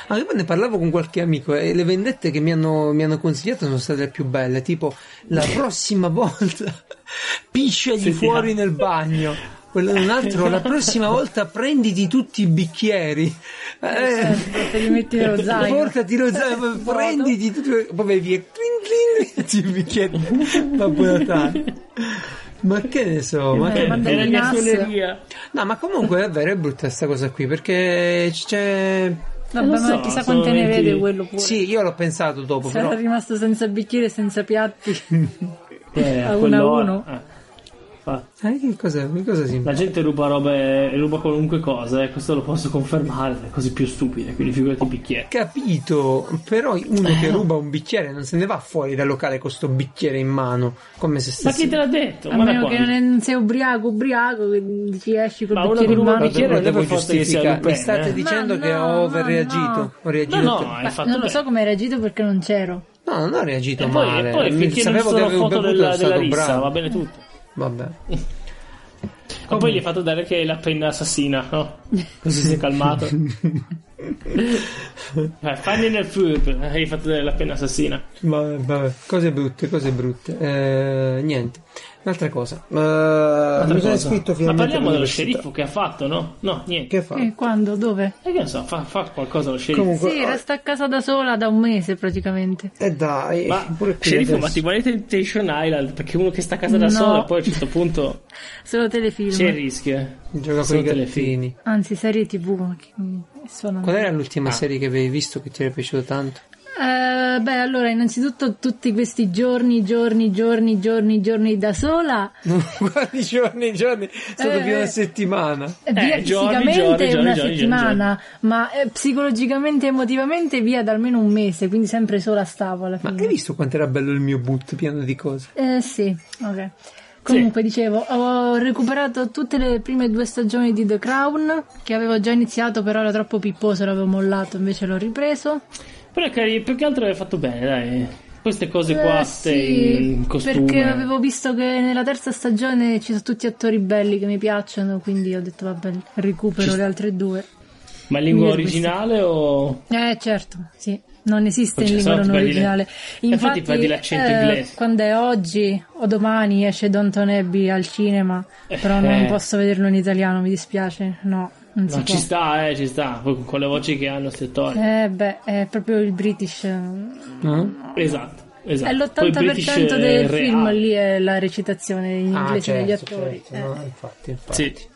[SPEAKER 2] Ah, io ne parlavo con qualche amico e le vendette che mi hanno, mi hanno consigliato sono state le più belle, tipo la prossima volta pisciagli
[SPEAKER 1] Sì, sì.
[SPEAKER 2] fuori nel bagno. Quello è un altro, la prossima volta prenditi tutti i bicchieri. Eh,
[SPEAKER 3] Te li metti nello zaino.
[SPEAKER 2] portati lo zaino, prenditi tutti, poi vai via, cling, cling, tutti i bicchieri. Babbo Natale. Ma che ne so,
[SPEAKER 1] Eh,
[SPEAKER 2] ma che...
[SPEAKER 3] Eh,
[SPEAKER 1] è la
[SPEAKER 3] mandarinasse.
[SPEAKER 1] cassoneria.
[SPEAKER 2] No, ma comunque è vero, è brutta sta cosa qui, perché c'è...
[SPEAKER 3] Vabbè,
[SPEAKER 1] Non
[SPEAKER 3] ma
[SPEAKER 1] so,
[SPEAKER 3] chissà
[SPEAKER 1] sono
[SPEAKER 3] quante ne
[SPEAKER 1] venti-
[SPEAKER 3] vede quello pure.
[SPEAKER 2] Sì, io l'ho pensato dopo,
[SPEAKER 3] Sarà
[SPEAKER 2] però...
[SPEAKER 3] rimasto senza bicchiere, senza piatti.
[SPEAKER 1] Eh,
[SPEAKER 3] A
[SPEAKER 1] quell'ora-
[SPEAKER 3] uno a uno.
[SPEAKER 1] ah. Ah,
[SPEAKER 2] Eh, che cosa, che cosa si...
[SPEAKER 1] La gente ruba robe, ruba qualunque cosa, eh, questo lo posso confermare, le cose più stupide, quindi figurati i bicchieri.
[SPEAKER 2] Capito, però uno
[SPEAKER 1] Eh.
[SPEAKER 2] che ruba un bicchiere non se ne va fuori dal locale con sto bicchiere in mano, come se
[SPEAKER 1] Ma
[SPEAKER 2] stesse...
[SPEAKER 1] chi te l'ha detto?
[SPEAKER 3] A
[SPEAKER 1] Ma da
[SPEAKER 3] meno che
[SPEAKER 1] quando?
[SPEAKER 3] non, è- non sei ubriaco, ubriaco, che ci esci col
[SPEAKER 1] Ma uno
[SPEAKER 3] bicchiere
[SPEAKER 1] che
[SPEAKER 3] in
[SPEAKER 1] ruba il
[SPEAKER 3] mano.
[SPEAKER 1] bicchiere non è per
[SPEAKER 2] devo
[SPEAKER 1] forza che sia
[SPEAKER 2] giustificare. Mi
[SPEAKER 1] Lupin,
[SPEAKER 2] state
[SPEAKER 1] eh.
[SPEAKER 2] dicendo
[SPEAKER 3] Ma
[SPEAKER 2] che
[SPEAKER 3] no,
[SPEAKER 2] ho
[SPEAKER 3] ma
[SPEAKER 2] overreagito.
[SPEAKER 3] no.
[SPEAKER 2] Ho reagito.
[SPEAKER 1] No, no,
[SPEAKER 3] Beh,
[SPEAKER 1] hai fatto
[SPEAKER 3] non lo
[SPEAKER 1] bene.
[SPEAKER 3] so come hai reagito perché non c'ero.
[SPEAKER 2] No, non ho reagito
[SPEAKER 1] E poi,
[SPEAKER 2] male.
[SPEAKER 1] e poi finché
[SPEAKER 2] Mi-
[SPEAKER 1] non ci
[SPEAKER 2] Sapevo che
[SPEAKER 1] sono
[SPEAKER 2] avevo
[SPEAKER 1] foto
[SPEAKER 2] bevuto,
[SPEAKER 1] della,
[SPEAKER 2] ero
[SPEAKER 1] della
[SPEAKER 2] stato
[SPEAKER 1] rissa,
[SPEAKER 2] bravo.
[SPEAKER 1] va bene tutto.
[SPEAKER 2] Vabbè.
[SPEAKER 1] E poi gli hai fatto dare che è la penna assassina, no? Così si è calmato. Vai, Fanny nel furb, hai fatto dare la penna assassina.
[SPEAKER 2] Vabbè, vabbè. Cose brutte, cose brutte. Eh, niente. Un'altra cosa. Eh, mi sono
[SPEAKER 1] Cosa?
[SPEAKER 2] iscritto
[SPEAKER 1] Ma
[SPEAKER 2] finalmente
[SPEAKER 1] parliamo dello
[SPEAKER 2] all'università.
[SPEAKER 1] sceriffo che ha fatto, no? No, niente.
[SPEAKER 2] Che fa?
[SPEAKER 3] Eh, quando? Dove?
[SPEAKER 1] E che ne so, fa, fa qualcosa lo sceriffo.
[SPEAKER 2] Comunque,
[SPEAKER 3] Sì,
[SPEAKER 2] oh,
[SPEAKER 3] resta a casa da sola da un mese praticamente.
[SPEAKER 2] E dai,
[SPEAKER 1] Ma
[SPEAKER 2] eh, pure qui
[SPEAKER 1] sceriffo,
[SPEAKER 2] adesso.
[SPEAKER 1] ma ti volete in Temptation Island? Perché uno che sta a casa da
[SPEAKER 3] No.
[SPEAKER 1] sola, poi a un certo punto
[SPEAKER 3] Solo telefilm.
[SPEAKER 1] c'è il rischio. eh.
[SPEAKER 2] Gioca con
[SPEAKER 1] Sono
[SPEAKER 2] i
[SPEAKER 1] telefilm.
[SPEAKER 2] gattini.
[SPEAKER 3] Anzi, serie tv. che- mm, Suonano.
[SPEAKER 2] Ah. Qual era l'ultima serie che avevi visto che ti era piaciuto tanto?
[SPEAKER 3] Eh, beh, allora, innanzitutto tutti questi giorni, giorni, giorni, giorni, giorni da sola,
[SPEAKER 2] Quanti giorni, giorni? È stata
[SPEAKER 3] Eh,
[SPEAKER 2] più di una settimana.
[SPEAKER 3] eh, via
[SPEAKER 1] giorni,
[SPEAKER 3] fisicamente
[SPEAKER 1] giorni, giorni,
[SPEAKER 3] una
[SPEAKER 1] giorni,
[SPEAKER 3] settimana, ma eh, psicologicamente, emotivamente via da almeno un mese, quindi sempre sola stavo alla
[SPEAKER 2] Ma
[SPEAKER 3] fine.
[SPEAKER 2] hai visto quanto era bello il mio boot pieno di cose?
[SPEAKER 3] Eh, sì, ok. Comunque dicevo, ho recuperato tutte le prime due stagioni di The Crown, che avevo già iniziato, però era troppo pipposo, l'avevo mollato, invece l'ho ripreso.
[SPEAKER 1] Però è carino, più che altro l'hai fatto bene, dai. Queste cose
[SPEAKER 3] Eh,
[SPEAKER 1] qua,
[SPEAKER 3] sì,
[SPEAKER 1] sei in costume.
[SPEAKER 3] Perché avevo visto che nella terza stagione ci sono tutti attori belli che mi piacciono, quindi ho detto vabbè, recupero le altre due.
[SPEAKER 1] Ma in lingua
[SPEAKER 3] Mi ero
[SPEAKER 1] originale o...
[SPEAKER 3] Eh certo, sì, non esiste
[SPEAKER 1] Non ci
[SPEAKER 3] in lingua
[SPEAKER 1] sono,
[SPEAKER 3] non
[SPEAKER 1] ti perdi le-
[SPEAKER 3] originale. eh,
[SPEAKER 1] Eh, infatti perdi l'accento inglese.
[SPEAKER 3] Quando è oggi o domani esce Downton Abbey al cinema, però non
[SPEAKER 1] Eh.
[SPEAKER 3] posso vederlo in italiano, mi dispiace, no, non si
[SPEAKER 1] No,
[SPEAKER 3] può.
[SPEAKER 1] ci sta, eh, ci sta. Poi Con le voci che hanno questi attori.
[SPEAKER 3] Eh beh, è proprio il British. eh,
[SPEAKER 2] No?
[SPEAKER 1] Esatto, esatto.
[SPEAKER 3] È
[SPEAKER 1] Poi il British eh, ah.
[SPEAKER 3] l'80%
[SPEAKER 1] è
[SPEAKER 3] del
[SPEAKER 1] reale.
[SPEAKER 3] film lì è la recitazione in
[SPEAKER 2] Ah,
[SPEAKER 3] inglese degli
[SPEAKER 2] certo,
[SPEAKER 3] attori.
[SPEAKER 2] certo,
[SPEAKER 3] eh.
[SPEAKER 2] no, infatti, infatti.
[SPEAKER 1] Sì.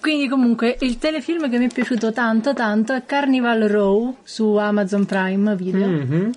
[SPEAKER 3] Quindi comunque il telefilm che mi è piaciuto tanto tanto è Carnival Row su Amazon Prime
[SPEAKER 1] Mm.
[SPEAKER 3] Video
[SPEAKER 2] Mhm.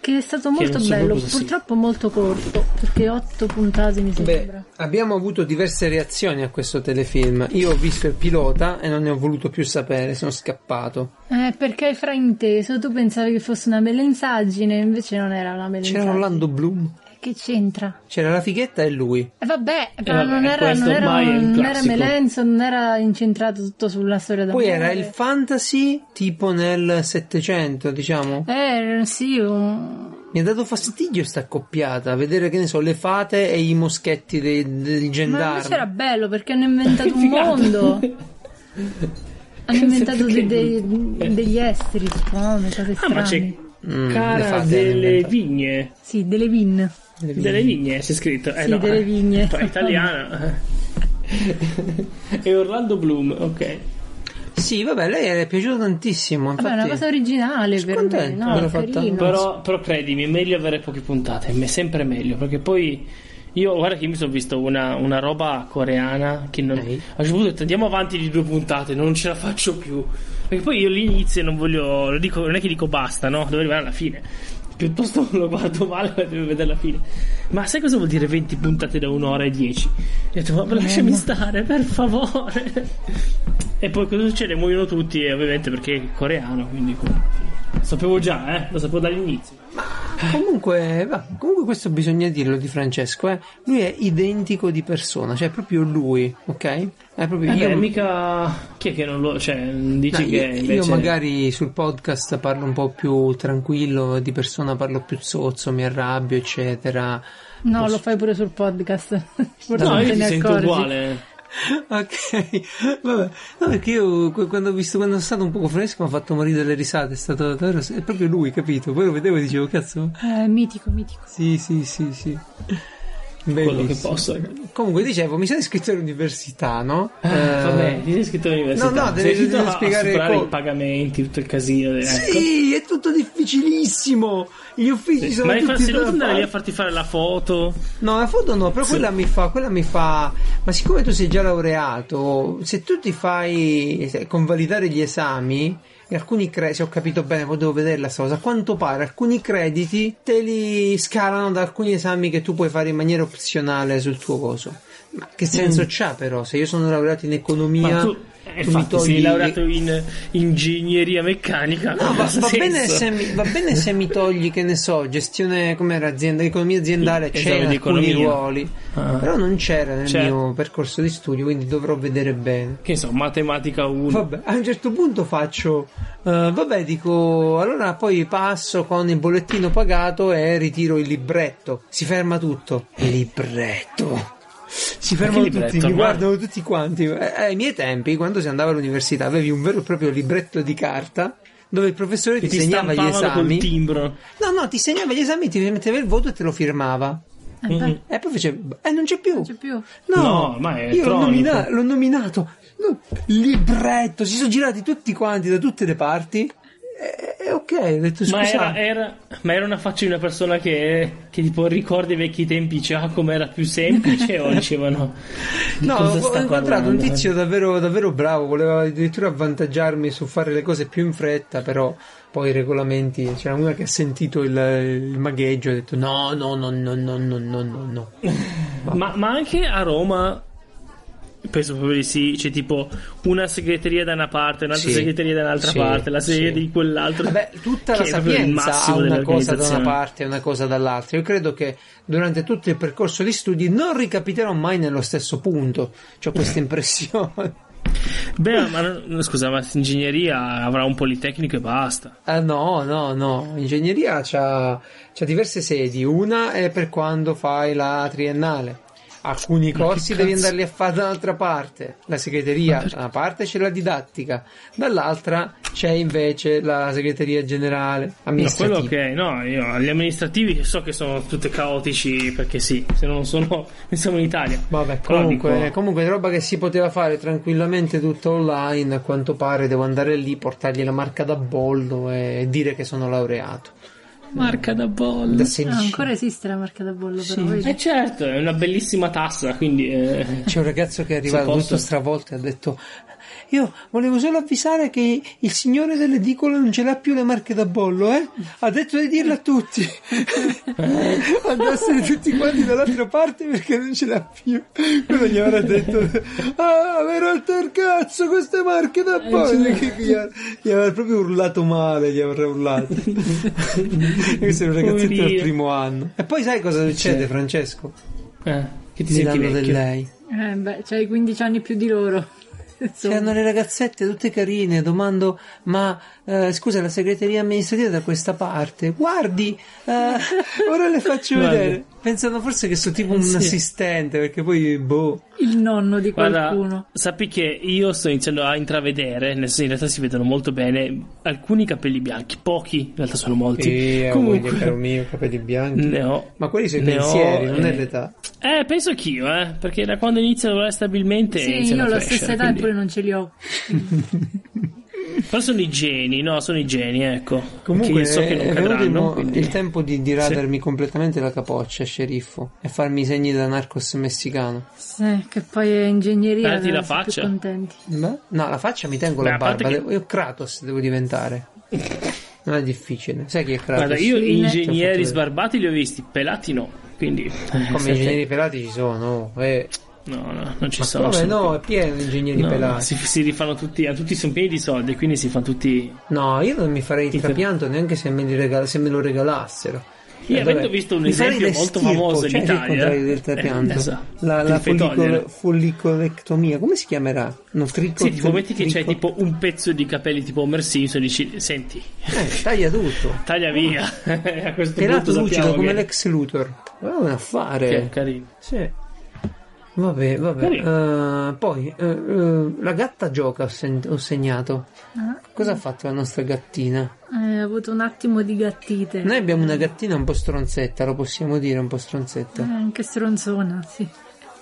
[SPEAKER 3] che è stato
[SPEAKER 1] Che
[SPEAKER 3] molto
[SPEAKER 1] non so
[SPEAKER 3] bello,
[SPEAKER 1] cosa sia.
[SPEAKER 3] purtroppo molto corto perché 8 puntate mi sembra.
[SPEAKER 2] Beh, abbiamo avuto diverse reazioni a questo telefilm. Io ho visto il pilota e non ne ho voluto più sapere, sono scappato.
[SPEAKER 3] Eh, perché hai frainteso, tu pensavi che fosse una melenzaggine, invece non era una
[SPEAKER 2] C'era
[SPEAKER 3] melenzaggine.
[SPEAKER 2] Orlando Bloom,
[SPEAKER 3] Che c'entra?
[SPEAKER 2] c'era la fighetta e lui.
[SPEAKER 3] E vabbè, però
[SPEAKER 1] Eh, vabbè,
[SPEAKER 3] non era,
[SPEAKER 1] questo
[SPEAKER 3] non era,
[SPEAKER 1] ormai è un
[SPEAKER 3] non era
[SPEAKER 1] classico.
[SPEAKER 3] melenzo, non era incentrato tutto sulla storia d'amore.
[SPEAKER 2] Poi era il fantasy tipo nel 700, diciamo.
[SPEAKER 3] Eh, sì, un-
[SPEAKER 2] Mi ha dato fastidio sta accoppiata, vedere che ne so, le fate e i moschetti dei, dei
[SPEAKER 3] Ma invece era
[SPEAKER 2] gendarmi.
[SPEAKER 3] bello perché hanno inventato un
[SPEAKER 1] Figata.
[SPEAKER 3] mondo. Hanno inventato
[SPEAKER 1] Perché?
[SPEAKER 3] dei- dei- degli esteri, tipo, no, delle cose
[SPEAKER 1] Ah, ma c'è
[SPEAKER 3] strane.
[SPEAKER 2] Mm, le
[SPEAKER 1] cara
[SPEAKER 2] fate
[SPEAKER 1] delle
[SPEAKER 2] hanno
[SPEAKER 1] vigne.
[SPEAKER 3] Sì, delle vin.
[SPEAKER 2] inventato.
[SPEAKER 1] Delle vigne, c'è scritto. Eh,
[SPEAKER 3] Sì,
[SPEAKER 1] no,
[SPEAKER 3] delle
[SPEAKER 1] eh.
[SPEAKER 3] vigne.
[SPEAKER 1] Poi è italiana. e Orlando Bloom, ok.
[SPEAKER 2] Sì, vabbè, lei era piaciuta tantissimo. Infatti,
[SPEAKER 3] Vabbè, è una cosa originale
[SPEAKER 2] Sono
[SPEAKER 3] per me,
[SPEAKER 2] contento
[SPEAKER 3] no?
[SPEAKER 2] che l'ho
[SPEAKER 3] È
[SPEAKER 2] fatta.
[SPEAKER 3] carino.
[SPEAKER 1] Però, però credimi, è meglio avere poche puntate, è sempre meglio, perché poi io guarda che mi sono visto una, una roba coreana che non...
[SPEAKER 2] Ehi.
[SPEAKER 1] A un certo punto ho detto andiamo avanti di due puntate, non ce la faccio più. Perché poi io l'inizio non voglio... Lo dico, non è che dico basta, no? Devo arrivare alla fine. Piuttosto lo guardo male e devo vedere la fine. Ma sai cosa vuol dire 20 puntate da un'ora e 10? Ho detto ma lasciami stare, per favore. E poi cosa succede? Muoiono tutti, e ovviamente perché è coreano, quindi... Sapevo già, eh? Lo sapevo dall'inizio.
[SPEAKER 2] Comunque, va, comunque questo bisogna dirlo di Francesco, eh. Lui è identico di persona, cioè è proprio lui, ok? È proprio
[SPEAKER 1] Io
[SPEAKER 2] io.
[SPEAKER 1] mica. Chi è che non lo. Cioè, dici
[SPEAKER 2] No,
[SPEAKER 1] che.
[SPEAKER 2] io,
[SPEAKER 1] invece...
[SPEAKER 2] io magari sul podcast parlo un po' più tranquillo, di persona parlo più zozzo, mi arrabbio, eccetera.
[SPEAKER 3] No, lo fai pure sul podcast. Forse
[SPEAKER 1] No,
[SPEAKER 3] non
[SPEAKER 1] io
[SPEAKER 3] te
[SPEAKER 1] ti
[SPEAKER 3] ne
[SPEAKER 1] sento
[SPEAKER 3] accorgi.
[SPEAKER 1] uguale.
[SPEAKER 2] Ok, vabbè, no, perché io que- quando ho visto quando è stato un poco fresco mi ha fatto morire dalle risate, è stato davvero, è proprio lui, capito? Poi lo vedevo e dicevo, cazzo,
[SPEAKER 3] Eh, mitico, mitico.
[SPEAKER 2] sì, sì, sì, sì.
[SPEAKER 1] Quello che
[SPEAKER 2] Bellissimo.
[SPEAKER 1] posso. ragazzi.
[SPEAKER 2] Comunque dicevo, mi sono iscritto all'università, no?
[SPEAKER 1] Ah,
[SPEAKER 2] Eh,
[SPEAKER 1] Vabbè, ti sei iscritto all'università.
[SPEAKER 2] No, no, devi-
[SPEAKER 1] sei riuscito
[SPEAKER 2] devi
[SPEAKER 1] Cioè, a
[SPEAKER 2] spiegare
[SPEAKER 1] superare
[SPEAKER 2] come-
[SPEAKER 1] i pagamenti, tutto il casino. Ecco.
[SPEAKER 2] Sì, è tutto difficilissimo. Gli uffici sono
[SPEAKER 1] Ma hai fa-
[SPEAKER 2] tutti
[SPEAKER 1] sei dovuto
[SPEAKER 2] da
[SPEAKER 1] andare lì a
[SPEAKER 2] fare.
[SPEAKER 1] farti fare la foto?
[SPEAKER 2] No, la foto no, però
[SPEAKER 1] Sì.
[SPEAKER 2] quella mi fa, quella mi fa. Ma siccome tu sei già laureato, se tu ti fai se- convalidare gli esami, e alcuni crediti, se ho capito bene, poi devo vederla sta cosa. A quanto pare alcuni crediti te li scalano da alcuni esami che tu puoi fare in maniera opzionale sul tuo coso. Ma che senso c'ha però? Se io sono laureato in economia,
[SPEAKER 1] Mm. Ma tu. eh,
[SPEAKER 2] mi
[SPEAKER 1] infatti, sei
[SPEAKER 2] togli-
[SPEAKER 1] laureato in ingegneria meccanica.
[SPEAKER 2] No, va,
[SPEAKER 1] cosa
[SPEAKER 2] va
[SPEAKER 1] ha
[SPEAKER 2] bene
[SPEAKER 1] senso?
[SPEAKER 2] se mi, va bene se mi togli, che ne so, gestione come era azienda, economia aziendale,
[SPEAKER 1] Esame
[SPEAKER 2] c'era
[SPEAKER 1] di
[SPEAKER 2] alcuni
[SPEAKER 1] Esatto, economia.
[SPEAKER 2] ruoli,
[SPEAKER 1] Ah. Certo.
[SPEAKER 2] però non c'era nel
[SPEAKER 1] C'è.
[SPEAKER 2] mio percorso di studio, quindi dovrò vedere bene.
[SPEAKER 1] Che so, matematica 1.
[SPEAKER 2] Vabbè, a un certo punto faccio, eh, vabbè, dico, allora poi passo con il bollettino pagato e ritiro il libretto. Si ferma tutto. Libretto. Si fermano
[SPEAKER 1] libretto,
[SPEAKER 2] tutti, mi
[SPEAKER 1] ormai?
[SPEAKER 2] guardano tutti quanti. Eh, Ai miei tempi, quando si andava all'università, avevi un vero e proprio libretto di carta dove il professore ti,
[SPEAKER 1] Che ti
[SPEAKER 2] segnava gli
[SPEAKER 1] stampavano col
[SPEAKER 2] esami.
[SPEAKER 1] timbro.
[SPEAKER 2] No, no, ti segnava gli esami, ti metteva il voto e te lo firmava.
[SPEAKER 3] Eh, beh, non
[SPEAKER 2] E poi facevi, eh, non c'è più.
[SPEAKER 3] c'è più.
[SPEAKER 2] No,
[SPEAKER 1] No, ma è
[SPEAKER 2] io l'ho,
[SPEAKER 1] elettronico.
[SPEAKER 2] nomina- l'ho nominato no, libretto. Si sono girati tutti quanti da tutte le parti. E, e ok, ho detto
[SPEAKER 1] Ma era,
[SPEAKER 2] scusa.
[SPEAKER 1] era- ma era una faccia di una persona che, che tipo ricorda i vecchi tempi, c'ha come era più semplice o dicevano di
[SPEAKER 2] No,
[SPEAKER 1] cosa
[SPEAKER 2] ho ho
[SPEAKER 1] sta
[SPEAKER 2] incontrato un
[SPEAKER 1] parlando?
[SPEAKER 2] tizio davvero, davvero bravo, voleva addirittura avvantaggiarmi su fare le cose più in fretta, però poi i regolamenti, c'era uno che ha sentito il, il magheggio e ha detto no, no, no, no, no, no, no, no, no.
[SPEAKER 1] Ma, ma anche a Roma, penso proprio di sì, c'è tipo una segreteria da una parte, un'altra
[SPEAKER 2] Sì.
[SPEAKER 1] segreteria da un'altra
[SPEAKER 2] Sì,
[SPEAKER 1] parte, la segreteria
[SPEAKER 2] sì.
[SPEAKER 1] di quell'altro.
[SPEAKER 2] Vabbè, tutta
[SPEAKER 1] che
[SPEAKER 2] la
[SPEAKER 1] è proprio il
[SPEAKER 2] sapienza ha
[SPEAKER 1] massimo
[SPEAKER 2] una cosa da una
[SPEAKER 1] dell'organizzazione.
[SPEAKER 2] parte e una cosa dall'altra. Io credo che durante tutto il percorso di studi non ricapiterò mai nello stesso punto. Ho questa impressione.
[SPEAKER 1] Beh, ma non- scusa, ma ingegneria avrà un politecnico e basta.
[SPEAKER 2] Ah, no, no, no. Ingegneria c'ha, c'ha diverse sedi. Una è per quando fai la triennale. Alcuni
[SPEAKER 1] che
[SPEAKER 2] corsi devi
[SPEAKER 1] cazzo?
[SPEAKER 2] andarli a fare dall'altra parte. La segreteria, da una parte c'è la didattica, dall'altra c'è invece la segreteria generale
[SPEAKER 1] No, quello
[SPEAKER 2] amministrativa.
[SPEAKER 1] che no, io gli amministrativi so che sono tutte caotici perché sì, se non sono non siamo in Italia.
[SPEAKER 2] Vabbè,
[SPEAKER 1] Però
[SPEAKER 2] comunque, ecco.
[SPEAKER 1] dico-
[SPEAKER 2] comunque è roba che si poteva fare tranquillamente tutta online, a quanto pare devo andare lì, portargli la marca da bollo e dire che sono laureato.
[SPEAKER 1] Marca da bolla.
[SPEAKER 2] Da
[SPEAKER 3] Ah,
[SPEAKER 2] 16.
[SPEAKER 3] ancora esiste la marca da bollo,
[SPEAKER 2] Sì.
[SPEAKER 3] però. vedi?
[SPEAKER 1] Eh certo, è una bellissima tassa, quindi eh,
[SPEAKER 2] C'è un ragazzo che
[SPEAKER 1] Se
[SPEAKER 2] è arrivato
[SPEAKER 1] posso.
[SPEAKER 2] tutto stravolto e ha detto io volevo solo avvisare che il signore dell'edicola non ce l'ha più le marche da bollo, eh? Ha detto di dirlo a tutti. Andassero tutti quanti dall'altra parte perché non ce l'ha più. Quello gli avrà detto "Ah, mi hai rotto il cazzo queste marche da bollo".
[SPEAKER 1] Eh,
[SPEAKER 2] Che- che Gli, avrà- gli avrà proprio urlato male, gli avrà urlato. E Questo è un ragazzetto del
[SPEAKER 1] Poverino.
[SPEAKER 2] primo anno. E poi sai cosa succede, Francesco?
[SPEAKER 1] eh, che ti
[SPEAKER 2] Mi
[SPEAKER 1] senti
[SPEAKER 2] danno del
[SPEAKER 1] vecchio.
[SPEAKER 2] lei.
[SPEAKER 3] Eh, beh, c'hai 15 anni più di loro. Insomma.
[SPEAKER 2] C'erano le ragazzette tutte carine, domando, ma eh, scusa, la segreteria amministrativa è da questa parte? Guardi, eh, ora le faccio
[SPEAKER 1] Guarda.
[SPEAKER 2] vedere. Pensano forse che sono tipo un
[SPEAKER 1] Sì.
[SPEAKER 2] assistente, perché poi, boh,
[SPEAKER 3] Il nonno di
[SPEAKER 1] Guarda,
[SPEAKER 3] qualcuno.
[SPEAKER 1] sappi che io sto iniziando a intravedere, nel senso in realtà si vedono molto bene alcuni capelli bianchi, pochi, in realtà sono molti. Comunque
[SPEAKER 2] mio, capelli bianchi.
[SPEAKER 1] ne ho.
[SPEAKER 2] Ma quelli sono i
[SPEAKER 1] ne ho,
[SPEAKER 2] pensieri, non è
[SPEAKER 1] eh,
[SPEAKER 2] l'età.
[SPEAKER 1] Eh, penso anch'io, eh, perché da quando inizio a lavorare stabilmente
[SPEAKER 3] Sì,
[SPEAKER 1] iniziano
[SPEAKER 3] io
[SPEAKER 1] a
[SPEAKER 3] ho la
[SPEAKER 1] crescere,
[SPEAKER 3] stessa età
[SPEAKER 1] quindi-
[SPEAKER 3] eppure non ce li ho.
[SPEAKER 1] Però sono i geni, no, sono i geni, ecco. Perché
[SPEAKER 2] Comunque, eh,
[SPEAKER 1] io so che
[SPEAKER 2] è
[SPEAKER 1] non
[SPEAKER 2] venuto il,
[SPEAKER 1] cadranno,
[SPEAKER 2] mo-
[SPEAKER 1] quindi-
[SPEAKER 2] il tempo di, di radermi completamente la capoccia, sceriffo, e farmi i segni da narcos messicano.
[SPEAKER 3] Sì, Eh, che poi è ingegneria.
[SPEAKER 1] Guardati la
[SPEAKER 3] allora sono più
[SPEAKER 1] faccia.
[SPEAKER 3] contenti.
[SPEAKER 2] Beh, no, la faccia mi tengo
[SPEAKER 1] Beh,
[SPEAKER 2] la
[SPEAKER 1] a parte
[SPEAKER 2] barba.
[SPEAKER 1] che-
[SPEAKER 2] devo- Io Kratos devo diventare. Non è difficile. Sai chi è Kratos?
[SPEAKER 1] Guarda, io
[SPEAKER 3] Sì,
[SPEAKER 2] ti
[SPEAKER 1] ingegneri
[SPEAKER 2] ho fatto
[SPEAKER 1] sbarbati li ho visti, pelati no, quindi...
[SPEAKER 2] Come ingegneri pelati ci sono. Eh.
[SPEAKER 1] No, no, non ci
[SPEAKER 2] Ma
[SPEAKER 1] sono.
[SPEAKER 2] come
[SPEAKER 1] sono-
[SPEAKER 2] no? È pieno di ingegneri
[SPEAKER 1] no,
[SPEAKER 2] pelati.
[SPEAKER 1] si, si rifanno tutti, a tutti sono pieni di soldi, quindi si fanno tutti...
[SPEAKER 2] No, io non mi farei il
[SPEAKER 1] Tipo-
[SPEAKER 2] trapianto neanche se me, li regala- se me lo regalassero.
[SPEAKER 1] Io
[SPEAKER 2] Eh,
[SPEAKER 1] avendo
[SPEAKER 2] dov'è?
[SPEAKER 1] visto un
[SPEAKER 2] Mi farei
[SPEAKER 1] esempio molto
[SPEAKER 2] l'estirpo,
[SPEAKER 1] famoso in
[SPEAKER 2] cioè, il
[SPEAKER 1] Italia,
[SPEAKER 2] contrario del
[SPEAKER 1] eh,
[SPEAKER 2] trapianto.
[SPEAKER 1] esatto.
[SPEAKER 2] La,
[SPEAKER 1] Ti
[SPEAKER 2] la
[SPEAKER 1] fai togliere.
[SPEAKER 2] follicolo- follicolectomia, come si chiamerà? No, trico,
[SPEAKER 1] Sì, tipo metti che c'è
[SPEAKER 2] trico-
[SPEAKER 1] tipo un pezzo di capelli tipo Homer Simpson e dici, senti,
[SPEAKER 2] Eh, taglia tutto.
[SPEAKER 1] taglia via. a questo
[SPEAKER 2] Pelato
[SPEAKER 1] punto
[SPEAKER 2] lucido
[SPEAKER 1] sappiamo
[SPEAKER 2] come
[SPEAKER 1] che...
[SPEAKER 2] l'ex Luthor. Ma è un affare.
[SPEAKER 1] che è carino.
[SPEAKER 2] Sì. Vabbè, vabbè. Eh, poi eh, eh, la gatta gioca, ho, sen- ho segnato.
[SPEAKER 3] Ah,
[SPEAKER 2] Cosa ha fatto la nostra gattina?
[SPEAKER 3] eh, ho avuto un attimo di gattite.
[SPEAKER 2] Noi abbiamo una gattina un po' stronzetta, lo possiamo dire, un po' stronzetta.
[SPEAKER 3] Eh, che stronzona, sì.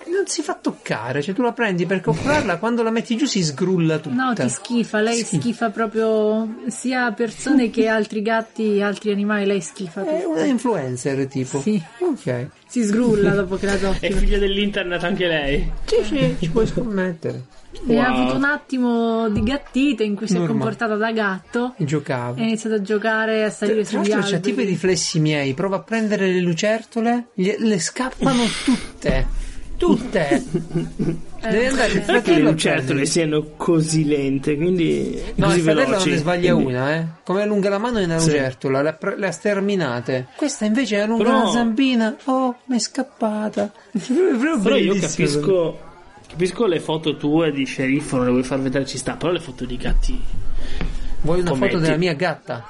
[SPEAKER 2] Non si fa toccare, cioè tu la prendi per coccolarla, quando la metti giù si sgrulla tutta.
[SPEAKER 3] No, ti schifa, lei
[SPEAKER 2] Sì.
[SPEAKER 3] schifa proprio sia persone che altri gatti, altri animali, lei schifa.
[SPEAKER 2] È una influencer tipo.
[SPEAKER 3] Sì.
[SPEAKER 2] Ok.
[SPEAKER 3] Si sgrulla dopo che la
[SPEAKER 1] È
[SPEAKER 2] Eh,
[SPEAKER 3] tocchi.
[SPEAKER 1] figlia dell'internet anche lei.
[SPEAKER 2] Sì, sì, ci puoi scommettere.
[SPEAKER 3] E ha
[SPEAKER 1] Wow.
[SPEAKER 3] avuto un attimo di gattite in cui si è
[SPEAKER 2] Normale.
[SPEAKER 3] comportata da gatto
[SPEAKER 2] E Giocavo.
[SPEAKER 3] e ha iniziato a giocare, a salire
[SPEAKER 2] Tra
[SPEAKER 3] sugli
[SPEAKER 2] l'altro c'ha
[SPEAKER 3] alberi.
[SPEAKER 2] tipo i riflessi miei, prova a prendere le lucertole, gli- le scappano tutte,
[SPEAKER 3] Eh.
[SPEAKER 2] tutte. Devi andare il
[SPEAKER 1] Non è che le
[SPEAKER 2] fratello a
[SPEAKER 1] lucertole
[SPEAKER 2] prenderle.
[SPEAKER 1] siano così lente, quindi
[SPEAKER 2] No,
[SPEAKER 1] così
[SPEAKER 2] il fratello
[SPEAKER 1] veloci.
[SPEAKER 2] non ne sbaglia
[SPEAKER 1] quindi-
[SPEAKER 2] una, eh. Come allunga la mano è una
[SPEAKER 1] Sì.
[SPEAKER 2] lucertola, le ha, pre- le ha sterminate. Questa invece allunga
[SPEAKER 1] Però-
[SPEAKER 2] la zampina, oh, mi è scappata. È proprio
[SPEAKER 1] Però io
[SPEAKER 2] bellissimo.
[SPEAKER 1] capisco, capisco le foto tue di sceriffo, non le vuoi far vedere, ci sta, però le foto di gatti.
[SPEAKER 2] Vuoi una
[SPEAKER 1] Commenti.
[SPEAKER 2] foto della mia gatta?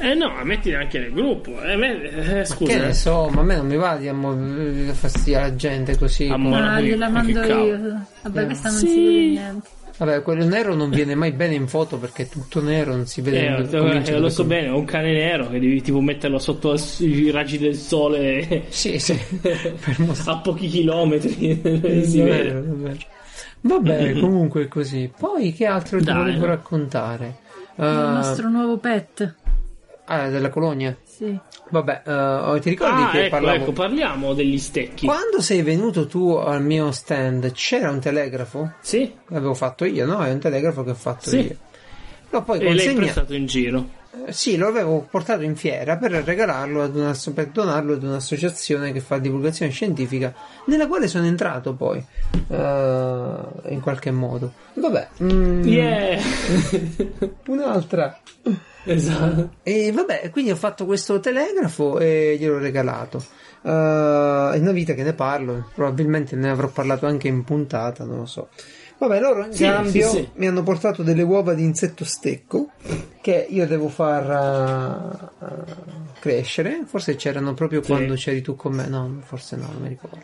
[SPEAKER 1] Eh no, mettile anche nel gruppo. Eh, me- eh, scusa.
[SPEAKER 2] Che ne so, ma a me non mi va di ammo- fastidiare la gente così.
[SPEAKER 1] Ammo-
[SPEAKER 3] Ah,
[SPEAKER 1] Ora
[SPEAKER 3] gliela
[SPEAKER 1] qui,
[SPEAKER 3] mando
[SPEAKER 1] che cavolo.
[SPEAKER 3] io.
[SPEAKER 2] Eh.
[SPEAKER 3] Vabbè, questa non
[SPEAKER 1] Sì.
[SPEAKER 3] si vede niente.
[SPEAKER 2] Vabbè, quello nero non viene mai bene in foto perché è tutto nero, non si vede.
[SPEAKER 1] Eh,
[SPEAKER 2] comincia
[SPEAKER 1] eh, lo
[SPEAKER 2] da
[SPEAKER 1] so
[SPEAKER 2] quello.
[SPEAKER 1] bene, ho un cane nero che devi tipo metterlo sotto i raggi del sole
[SPEAKER 2] Sì, sì. per mostrare.
[SPEAKER 1] a pochi chilometri. si
[SPEAKER 2] È
[SPEAKER 1] vede.
[SPEAKER 2] vero, è vero. Vabbè, comunque è così. Poi che altro ti
[SPEAKER 1] Dai.
[SPEAKER 2] volevo raccontare? Eh,
[SPEAKER 3] Il nostro nuovo pet.
[SPEAKER 2] Ah, della colonia.
[SPEAKER 3] Sì.
[SPEAKER 2] Vabbè, eh, ti ricordi
[SPEAKER 1] Ah,
[SPEAKER 2] che
[SPEAKER 1] ecco,
[SPEAKER 2] parlavo?
[SPEAKER 1] ecco, parliamo degli stecchi.
[SPEAKER 2] Quando sei venuto tu al mio stand, c'era un telegrafo?
[SPEAKER 1] Sì,
[SPEAKER 2] L'avevo fatto io, no? È un telegrafo che ho fatto
[SPEAKER 1] Sì.
[SPEAKER 2] io. L'ho poi
[SPEAKER 1] e l'hai
[SPEAKER 2] consegnato.
[SPEAKER 1] prestato in giro.
[SPEAKER 2] Eh, Sì, lo avevo portato in fiera per regalarlo ad una, per donarlo ad un'associazione che fa divulgazione scientifica, nella quale sono entrato poi, eh, in qualche modo. Vabbè, mm,
[SPEAKER 1] Yeah!
[SPEAKER 2] un'altra.
[SPEAKER 1] esatto.
[SPEAKER 2] E vabbè, quindi ho fatto questo telegrafo e gliel'ho regalato. Eh, è una vita che ne parlo, probabilmente ne avrò parlato anche in puntata, non lo so. Vabbè, loro in
[SPEAKER 1] Sì,
[SPEAKER 2] cambio
[SPEAKER 1] sì, sì.
[SPEAKER 2] mi hanno portato delle uova di insetto stecco che io devo far eh, eh, crescere. Forse c'erano proprio
[SPEAKER 1] Sì.
[SPEAKER 2] quando c'eri tu con me, no, forse no, non mi ricordo.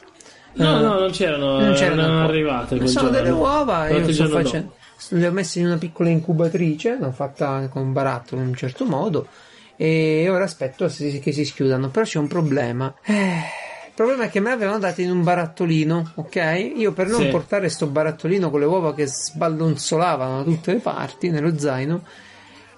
[SPEAKER 1] No,
[SPEAKER 2] Eh,
[SPEAKER 1] no, non c'erano, Ah. non
[SPEAKER 2] c'erano
[SPEAKER 1] erano
[SPEAKER 2] ancora.
[SPEAKER 1] arrivate. quel
[SPEAKER 2] Sono
[SPEAKER 1] giorno.
[SPEAKER 2] delle uova e
[SPEAKER 1] L'altro
[SPEAKER 2] io sto
[SPEAKER 1] giorno dopo.
[SPEAKER 2] facendo. Le ho messe in una piccola incubatrice, l'ho fatta con un barattolo in un certo modo. E ora aspetto si- che si schiudano. Però c'è un problema. Eh, Il problema è che me l'avevano dato in un barattolino, ok? Io per non
[SPEAKER 1] Sì.
[SPEAKER 2] portare sto barattolino con le uova che sballonzolavano da tutte le parti nello zaino,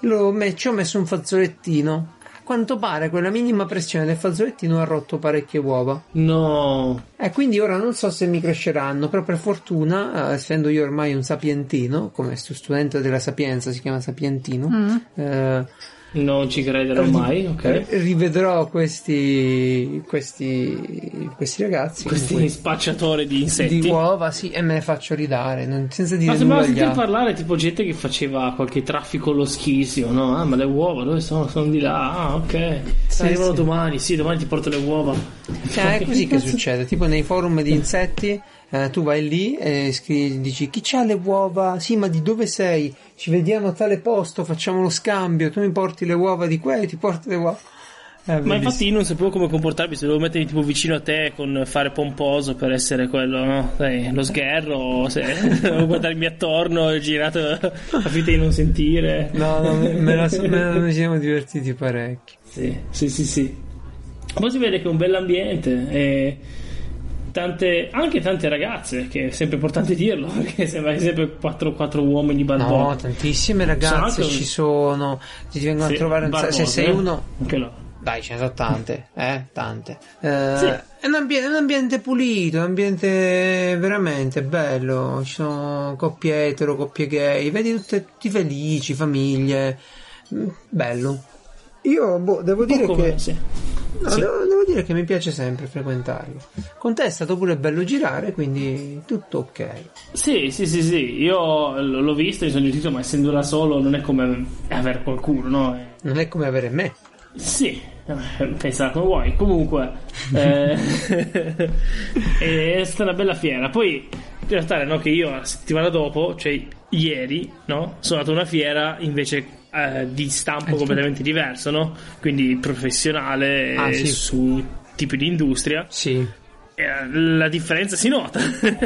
[SPEAKER 2] l'ho me- ci ho messo un fazzolettino. A quanto pare quella minima pressione del fazzolettino ha rotto parecchie uova.
[SPEAKER 1] No,
[SPEAKER 2] E Eh, quindi ora non so se mi cresceranno, però per fortuna, eh, essendo io ormai un sapientino, come stu- studente della sapienza, si chiama sapientino,
[SPEAKER 3] Mm.
[SPEAKER 2] eh,
[SPEAKER 1] non ci crederò mai.
[SPEAKER 2] eh,
[SPEAKER 1] Ok.
[SPEAKER 2] rivedrò questi, questi, questi ragazzi
[SPEAKER 1] Questi
[SPEAKER 2] comunque,
[SPEAKER 1] spacciatori di insetti.
[SPEAKER 2] di uova sì, e me ne faccio ridare, non- senza
[SPEAKER 1] Ma
[SPEAKER 2] dire nulla
[SPEAKER 1] sembrava
[SPEAKER 2] agli
[SPEAKER 1] sentire
[SPEAKER 2] altri.
[SPEAKER 1] parlare tipo gente che faceva qualche traffico allo schizio, no? Ah, ma le uova dove sono? Sono di là, ah, ok.
[SPEAKER 2] Sì,
[SPEAKER 1] Arrivano
[SPEAKER 2] sì.
[SPEAKER 1] domani, sì, domani ti porto le uova.
[SPEAKER 2] Eh,
[SPEAKER 1] Cioè,
[SPEAKER 2] è così che succede, tipo nei forum di insetti, eh, tu vai lì e scri- dici chi c'ha le uova? Sì, ma di dove sei? Ci vediamo a tale posto, facciamo lo scambio, tu mi porti le uova di qua e io ti porto le uova. Eh,
[SPEAKER 1] Ma
[SPEAKER 2] bellissimo.
[SPEAKER 1] infatti io non sapevo come comportarmi, se dovevo mettermi tipo vicino a te con fare pomposo per essere quello, no? Sai, lo sgherro, o se o guardarmi attorno, girato a finta di non sentire.
[SPEAKER 2] No, no, me, me la, me la siamo divertiti parecchio.
[SPEAKER 1] Sì, sì, sì, sì. Poi si vede che è un bell'ambiente e tante, anche tante ragazze, che è sempre importante dirlo, perché sembra che sempre 4, 4 uomini
[SPEAKER 2] No,
[SPEAKER 1] barboni.
[SPEAKER 2] tantissime ragazze
[SPEAKER 1] anche-
[SPEAKER 2] ci sono, ti vengono
[SPEAKER 1] Sì,
[SPEAKER 2] a trovare, un sa- se
[SPEAKER 1] barbose,
[SPEAKER 2] sei
[SPEAKER 1] eh.
[SPEAKER 2] uno...
[SPEAKER 1] Anche no.
[SPEAKER 2] Dai, ce ne sono tante, eh, tante. Eh,
[SPEAKER 1] Sì.
[SPEAKER 2] È un, ambie- un ambiente pulito, è un ambiente veramente bello. Ci sono coppie etero, coppie gay, vedi tutte- tutti felici, famiglie. Mm, Bello. Io boh, devo,
[SPEAKER 1] Un
[SPEAKER 2] dire
[SPEAKER 1] po' come-
[SPEAKER 2] che,
[SPEAKER 1] sì.
[SPEAKER 2] no,
[SPEAKER 1] sì.
[SPEAKER 2] devo, devo dire che mi piace sempre frequentarlo. Con te è stato pure bello girare, quindi tutto ok.
[SPEAKER 1] Sì, sì, sì, sì, io l- l'ho visto, mi sono divertito, ma essendo da solo non è come avere qualcuno, no? Eh,
[SPEAKER 2] Non è come avere me.
[SPEAKER 1] Sì, eh, pensala come vuoi. Comunque, eh, è stata una bella fiera. Poi, in realtà, no, che io la settimana dopo, cioè ieri, no, sono andato a una fiera invece eh, di stampo completamente diverso, no? Quindi professionale
[SPEAKER 2] Ah,
[SPEAKER 1] eh,
[SPEAKER 2] sì.
[SPEAKER 1] su tipi di industria.
[SPEAKER 2] Sì.
[SPEAKER 1] Eh, La differenza si nota,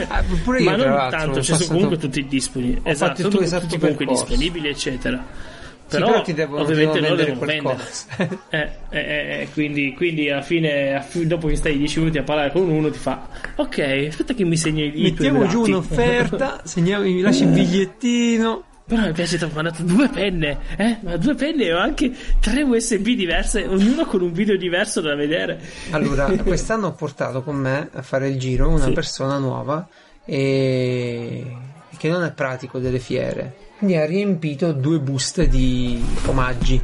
[SPEAKER 2] Ah, pure io,
[SPEAKER 1] ma
[SPEAKER 2] tra
[SPEAKER 1] non tanto,
[SPEAKER 2] l'altro, sono
[SPEAKER 1] cioè, sono
[SPEAKER 2] passato-
[SPEAKER 1] comunque tutti disponibili,
[SPEAKER 2] fatto
[SPEAKER 1] esatto,
[SPEAKER 2] il tuo
[SPEAKER 1] sono tutti,
[SPEAKER 2] esatto
[SPEAKER 1] tutti comunque
[SPEAKER 2] percorso.
[SPEAKER 1] disponibili, eccetera.
[SPEAKER 2] Sì,
[SPEAKER 1] Però,
[SPEAKER 2] ti devono,
[SPEAKER 1] ovviamente
[SPEAKER 2] devono
[SPEAKER 1] loro
[SPEAKER 2] vendere
[SPEAKER 1] devono vendere.
[SPEAKER 2] qualcosa.
[SPEAKER 1] Eh, eh, eh, eh, quindi, quindi alla fine, a fi- dopo che stai 10 minuti a parlare con uno, ti fa: Ok, aspetta che mi segni i tuoi
[SPEAKER 2] Mettiamo giù
[SPEAKER 1] dati."
[SPEAKER 2] un'offerta, segniamo, mi lasci il bigliettino.
[SPEAKER 1] Però mi piace, ti ho mandato due penne, eh? Ma due penne ho anche tre USB diverse, ognuno con un video diverso da vedere.
[SPEAKER 2] Allora, quest'anno ho portato con me a fare il giro una
[SPEAKER 1] Sì.
[SPEAKER 2] persona nuova e... che non è pratico delle fiere. Quindi ha riempito due buste di omaggi.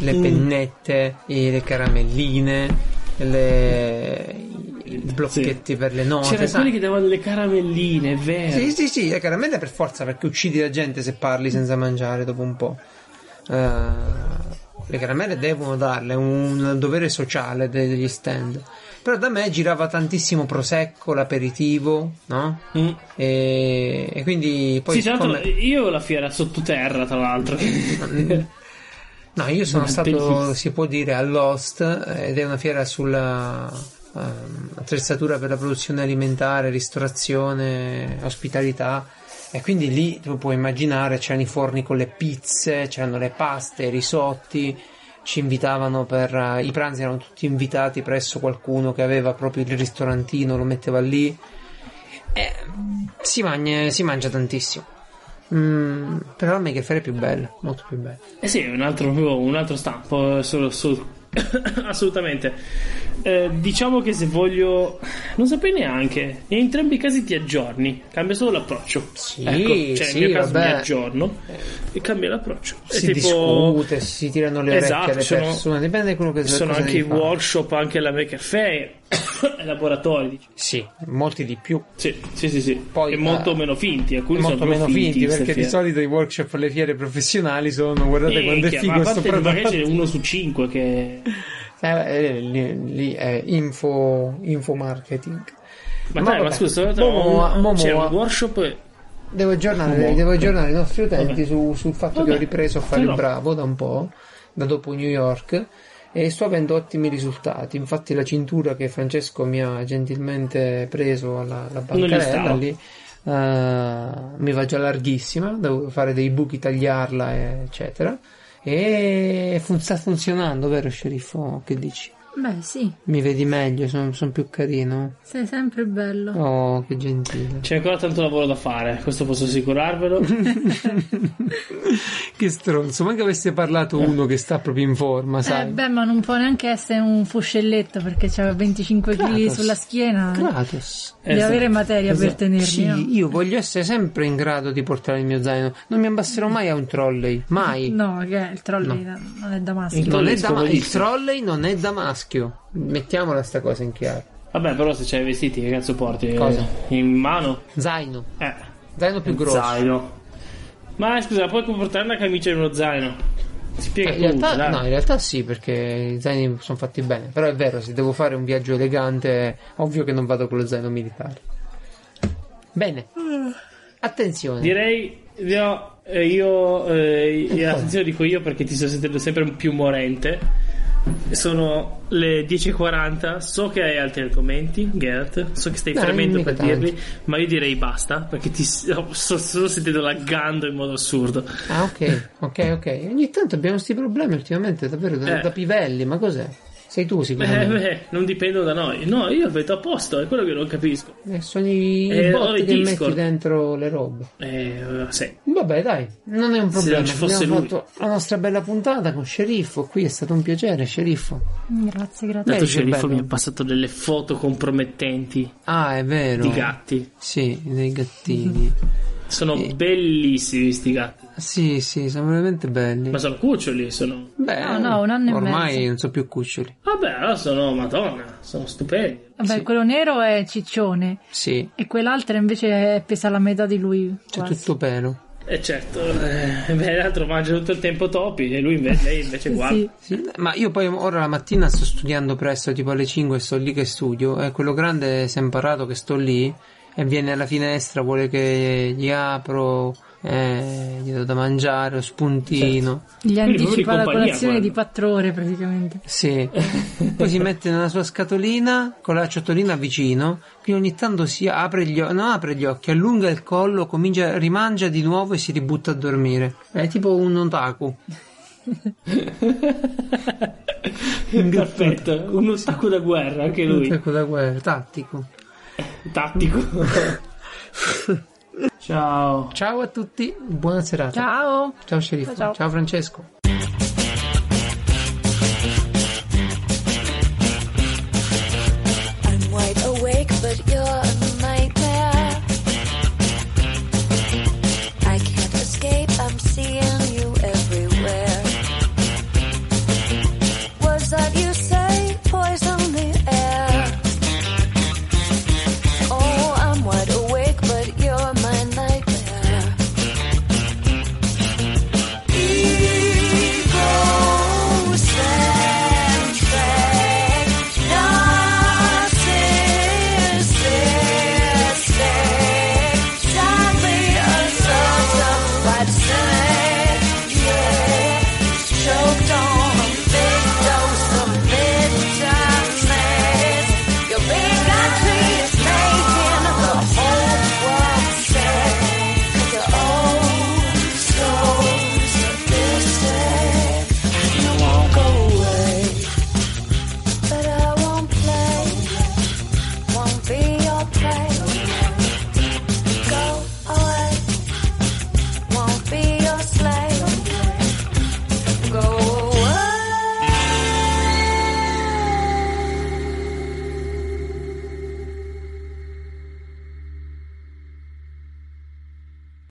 [SPEAKER 2] Le
[SPEAKER 1] Mm.
[SPEAKER 2] pennette, e le caramelline, le... i blocchetti per le note.
[SPEAKER 1] C'era
[SPEAKER 2] sai.
[SPEAKER 1] quelli che davano le caramelline, è vero?
[SPEAKER 2] Sì, sì, sì, le caramelle per forza perché uccidi la gente se parli senza mangiare dopo un po'. Eh, le caramelle devono darle è un dovere sociale de- degli stand. Però da me girava tantissimo prosecco, l'aperitivo, no?
[SPEAKER 1] Mm.
[SPEAKER 2] E, e quindi poi
[SPEAKER 1] sì, tra l'altro,
[SPEAKER 2] siccome-
[SPEAKER 1] io ho la fiera sottoterra, tra l'altro. Eh
[SPEAKER 2] No, io sono stato,
[SPEAKER 1] Bellissimo.
[SPEAKER 2] si può dire, all'Host eh, ed è una fiera sulla ehm, attrezzatura per la produzione alimentare, ristorazione, ospitalità. E quindi lì tu puoi immaginare c'erano i forni con le pizze, c'erano le paste, i risotti. Ci invitavano per eh, i pranzi, erano tutti invitati presso qualcuno che aveva proprio il Eh, ristorantino, lo metteva lì. E, mm, si, magna- si mangia tantissimo. Mm, però la Maker Faire è più bella, molto più bella.
[SPEAKER 1] Eh sì, un altro, proprio un altro stampo, eh, solo- solo- assolutamente. Eh, diciamo che se voglio... Non saprei neanche, in entrambi i casi ti aggiorni, cambia solo l'approccio.
[SPEAKER 2] Sì,
[SPEAKER 1] ecco, cioè,
[SPEAKER 2] sì,
[SPEAKER 1] nel mio caso
[SPEAKER 2] vabbè.
[SPEAKER 1] mi aggiorno e cambia l'approccio. È
[SPEAKER 2] Si
[SPEAKER 1] tipo-
[SPEAKER 2] discute, si tirano le
[SPEAKER 1] Esatto,
[SPEAKER 2] orecchie alle
[SPEAKER 1] sono-
[SPEAKER 2] persone, dipende da quello che
[SPEAKER 1] Ci sono
[SPEAKER 2] cosa
[SPEAKER 1] anche
[SPEAKER 2] devi
[SPEAKER 1] i
[SPEAKER 2] fare.
[SPEAKER 1] workshop, anche la Maker Faire, e laboratori. diciamo.
[SPEAKER 2] Sì, molti di più.
[SPEAKER 1] Sì, sì, sì, sì.
[SPEAKER 2] Poi,
[SPEAKER 1] e molto
[SPEAKER 2] eh,
[SPEAKER 1] meno finti, alcuni
[SPEAKER 2] molto
[SPEAKER 1] sono
[SPEAKER 2] meno
[SPEAKER 1] proprio
[SPEAKER 2] finti
[SPEAKER 1] queste
[SPEAKER 2] perché di
[SPEAKER 1] fiere.
[SPEAKER 2] solito i workshop alle fiere professionali sono guardate
[SPEAKER 1] Eh,
[SPEAKER 2] quando è
[SPEAKER 1] che-
[SPEAKER 2] figo
[SPEAKER 1] ma a
[SPEAKER 2] sto
[SPEAKER 1] parte magari
[SPEAKER 2] prodotto
[SPEAKER 1] c'è uno su cinque che
[SPEAKER 2] Eh, eh, lì, lì è info, info marketing
[SPEAKER 1] ma,
[SPEAKER 2] Ma
[SPEAKER 1] dai, ma
[SPEAKER 2] vabbè.
[SPEAKER 1] scusa guarda,
[SPEAKER 2] Momo,
[SPEAKER 1] un-
[SPEAKER 2] Momo.
[SPEAKER 1] c'era un workshop
[SPEAKER 2] devo aggiornare,
[SPEAKER 1] Come?
[SPEAKER 2] devo aggiornare i nostri
[SPEAKER 1] Vabbè.
[SPEAKER 2] utenti su- sul fatto
[SPEAKER 1] Vabbè.
[SPEAKER 2] che ho ripreso a fare
[SPEAKER 1] Però-
[SPEAKER 2] il bravo da un po' da dopo New York e sto avendo ottimi risultati infatti la cintura che Francesco mi ha gentilmente preso alla, alla
[SPEAKER 1] Non gli
[SPEAKER 2] bancarella
[SPEAKER 1] stava.
[SPEAKER 2] lì eh, mi va già larghissima devo fare dei buchi tagliarla eh, eccetera e fun- sta funzionando vero sceriffo che dici?
[SPEAKER 3] Beh, sì,
[SPEAKER 2] mi vedi meglio sono più carino
[SPEAKER 3] sei sempre bello.
[SPEAKER 2] oh che gentile
[SPEAKER 1] c'è ancora tanto lavoro da fare questo posso assicurarvelo
[SPEAKER 2] che stronzo, ma che avesse parlato uno che sta proprio in forma,
[SPEAKER 3] Eh,
[SPEAKER 2] sai?
[SPEAKER 3] beh, ma non può neanche essere un fuscelletto perché c'ha 25 kg
[SPEAKER 2] Kratos.
[SPEAKER 3] sulla schiena.
[SPEAKER 2] Kratos.
[SPEAKER 3] Deve
[SPEAKER 1] Esatto.
[SPEAKER 3] avere materia per tenermi.
[SPEAKER 2] Sì, io voglio essere sempre in grado di portare il mio zaino. Non mi abbasserò mai a un trolley, mai.
[SPEAKER 3] No, che è il trolley non è da maschio.
[SPEAKER 1] Il
[SPEAKER 2] Non è
[SPEAKER 1] trolley
[SPEAKER 2] da ma- il
[SPEAKER 1] scomodissimo.
[SPEAKER 2] trolley non è da maschio. Mettiamola sta cosa in chiaro.
[SPEAKER 1] vabbè però se c'hai i vestiti che cazzo porti Eh,
[SPEAKER 2] Cosa?
[SPEAKER 1] in mano
[SPEAKER 2] Zaino,
[SPEAKER 1] eh
[SPEAKER 2] zaino più
[SPEAKER 1] un
[SPEAKER 2] grosso.
[SPEAKER 1] zaino ma scusa puoi portare una camicia in uno zaino spiega
[SPEAKER 2] Eh, in realtà,
[SPEAKER 1] tu, dai.
[SPEAKER 2] no, in realtà sì, perché i zaini sono fatti bene. Però è vero, se devo fare un viaggio elegante, ovvio che non vado con lo zaino militare. Bene,
[SPEAKER 1] Ah.
[SPEAKER 2] attenzione.
[SPEAKER 1] Direi io, eh, io eh, eh, attenzione dico io perché ti sto sentendo sempre più morente. Sono le 10.40, so che hai altri argomenti, Gert, so che stai
[SPEAKER 2] Dai,
[SPEAKER 1] fremendo
[SPEAKER 2] mica
[SPEAKER 1] per
[SPEAKER 2] tanto.
[SPEAKER 1] dirli, ma io direi basta perché ti oh, sto, sto sentendo laggando in modo assurdo.
[SPEAKER 2] Ah, ok, ok, ok. Ogni tanto abbiamo questi problemi ultimamente, davvero da,
[SPEAKER 1] Eh.
[SPEAKER 2] da pivelli, ma cos'è? Sei tu
[SPEAKER 1] Eh,
[SPEAKER 2] sicuramente.
[SPEAKER 1] beh, non dipendono da noi. No, io vedo a posto, è quello che non capisco.
[SPEAKER 2] Eh, sono i
[SPEAKER 1] Eh, ho
[SPEAKER 2] botti
[SPEAKER 1] i
[SPEAKER 2] che metti
[SPEAKER 1] Discord.
[SPEAKER 2] dentro le robe.
[SPEAKER 1] Eh, sì.
[SPEAKER 2] Vabbè, dai, non è un
[SPEAKER 1] Se
[SPEAKER 2] problema.
[SPEAKER 1] non ci fosse
[SPEAKER 2] abbiamo
[SPEAKER 1] lui.
[SPEAKER 2] fatto la nostra bella puntata con Sceriffo. Qui è stato un piacere, Sceriffo.
[SPEAKER 3] Grazie, grazie.
[SPEAKER 2] Lei che
[SPEAKER 1] Tanto sceriffo
[SPEAKER 2] bello.
[SPEAKER 1] mi ha passato delle foto compromettenti
[SPEAKER 2] Ah, è vero.
[SPEAKER 1] di gatti.
[SPEAKER 2] Sì, dei gattini.
[SPEAKER 1] Sono
[SPEAKER 2] Sì.
[SPEAKER 1] bellissimi sti gatti.
[SPEAKER 2] Sì, sì, sono veramente belli.
[SPEAKER 1] Ma sono cuccioli, sono.
[SPEAKER 2] Beh,
[SPEAKER 3] No, no, un anno e
[SPEAKER 2] ormai
[SPEAKER 3] mezzo.
[SPEAKER 2] non so più cuccioli.
[SPEAKER 1] Vabbè, allora sono Madonna, sono stupendi.
[SPEAKER 3] Vabbè,
[SPEAKER 2] sì.
[SPEAKER 3] quello nero è ciccione
[SPEAKER 2] Sì,
[SPEAKER 3] e quell'altra invece è- pesa la metà di lui.
[SPEAKER 2] c'è
[SPEAKER 3] quasi.
[SPEAKER 2] tutto pelo.
[SPEAKER 1] E certo, eh, beh, l'altro mangia tutto il tempo topi e lui invece, lei invece guarda.
[SPEAKER 3] Sì.
[SPEAKER 2] Sì, ma io poi ora la mattina sto studiando presto, tipo alle 5 sto lì che studio e quello grande si è imparato che sto lì e viene alla finestra, vuole che gli apro, eh, gli do da mangiare, lo spuntino.
[SPEAKER 3] Gli
[SPEAKER 1] Quindi
[SPEAKER 3] anticipa
[SPEAKER 1] proprio di
[SPEAKER 3] la
[SPEAKER 1] compagnia,
[SPEAKER 3] colazione di
[SPEAKER 1] quello.
[SPEAKER 3] 4 ore praticamente.
[SPEAKER 2] Sì. Poi si mette nella sua scatolina con la ciotolina vicino, quindi ogni tanto si apre gli, o- non apre gli occhi, allunga il collo, comincia, rimangia di nuovo e si ributta a dormire. È tipo un otaku.
[SPEAKER 1] Perfetto, uno stacco da guerra anche lui,
[SPEAKER 2] Ecco da guerra, tattico.
[SPEAKER 1] tattico. Ciao.
[SPEAKER 2] Ciao a tutti, buona serata.
[SPEAKER 3] Ciao!
[SPEAKER 2] Ciao sceriffo,
[SPEAKER 3] Ciao, ciao.
[SPEAKER 2] ciao Francesco.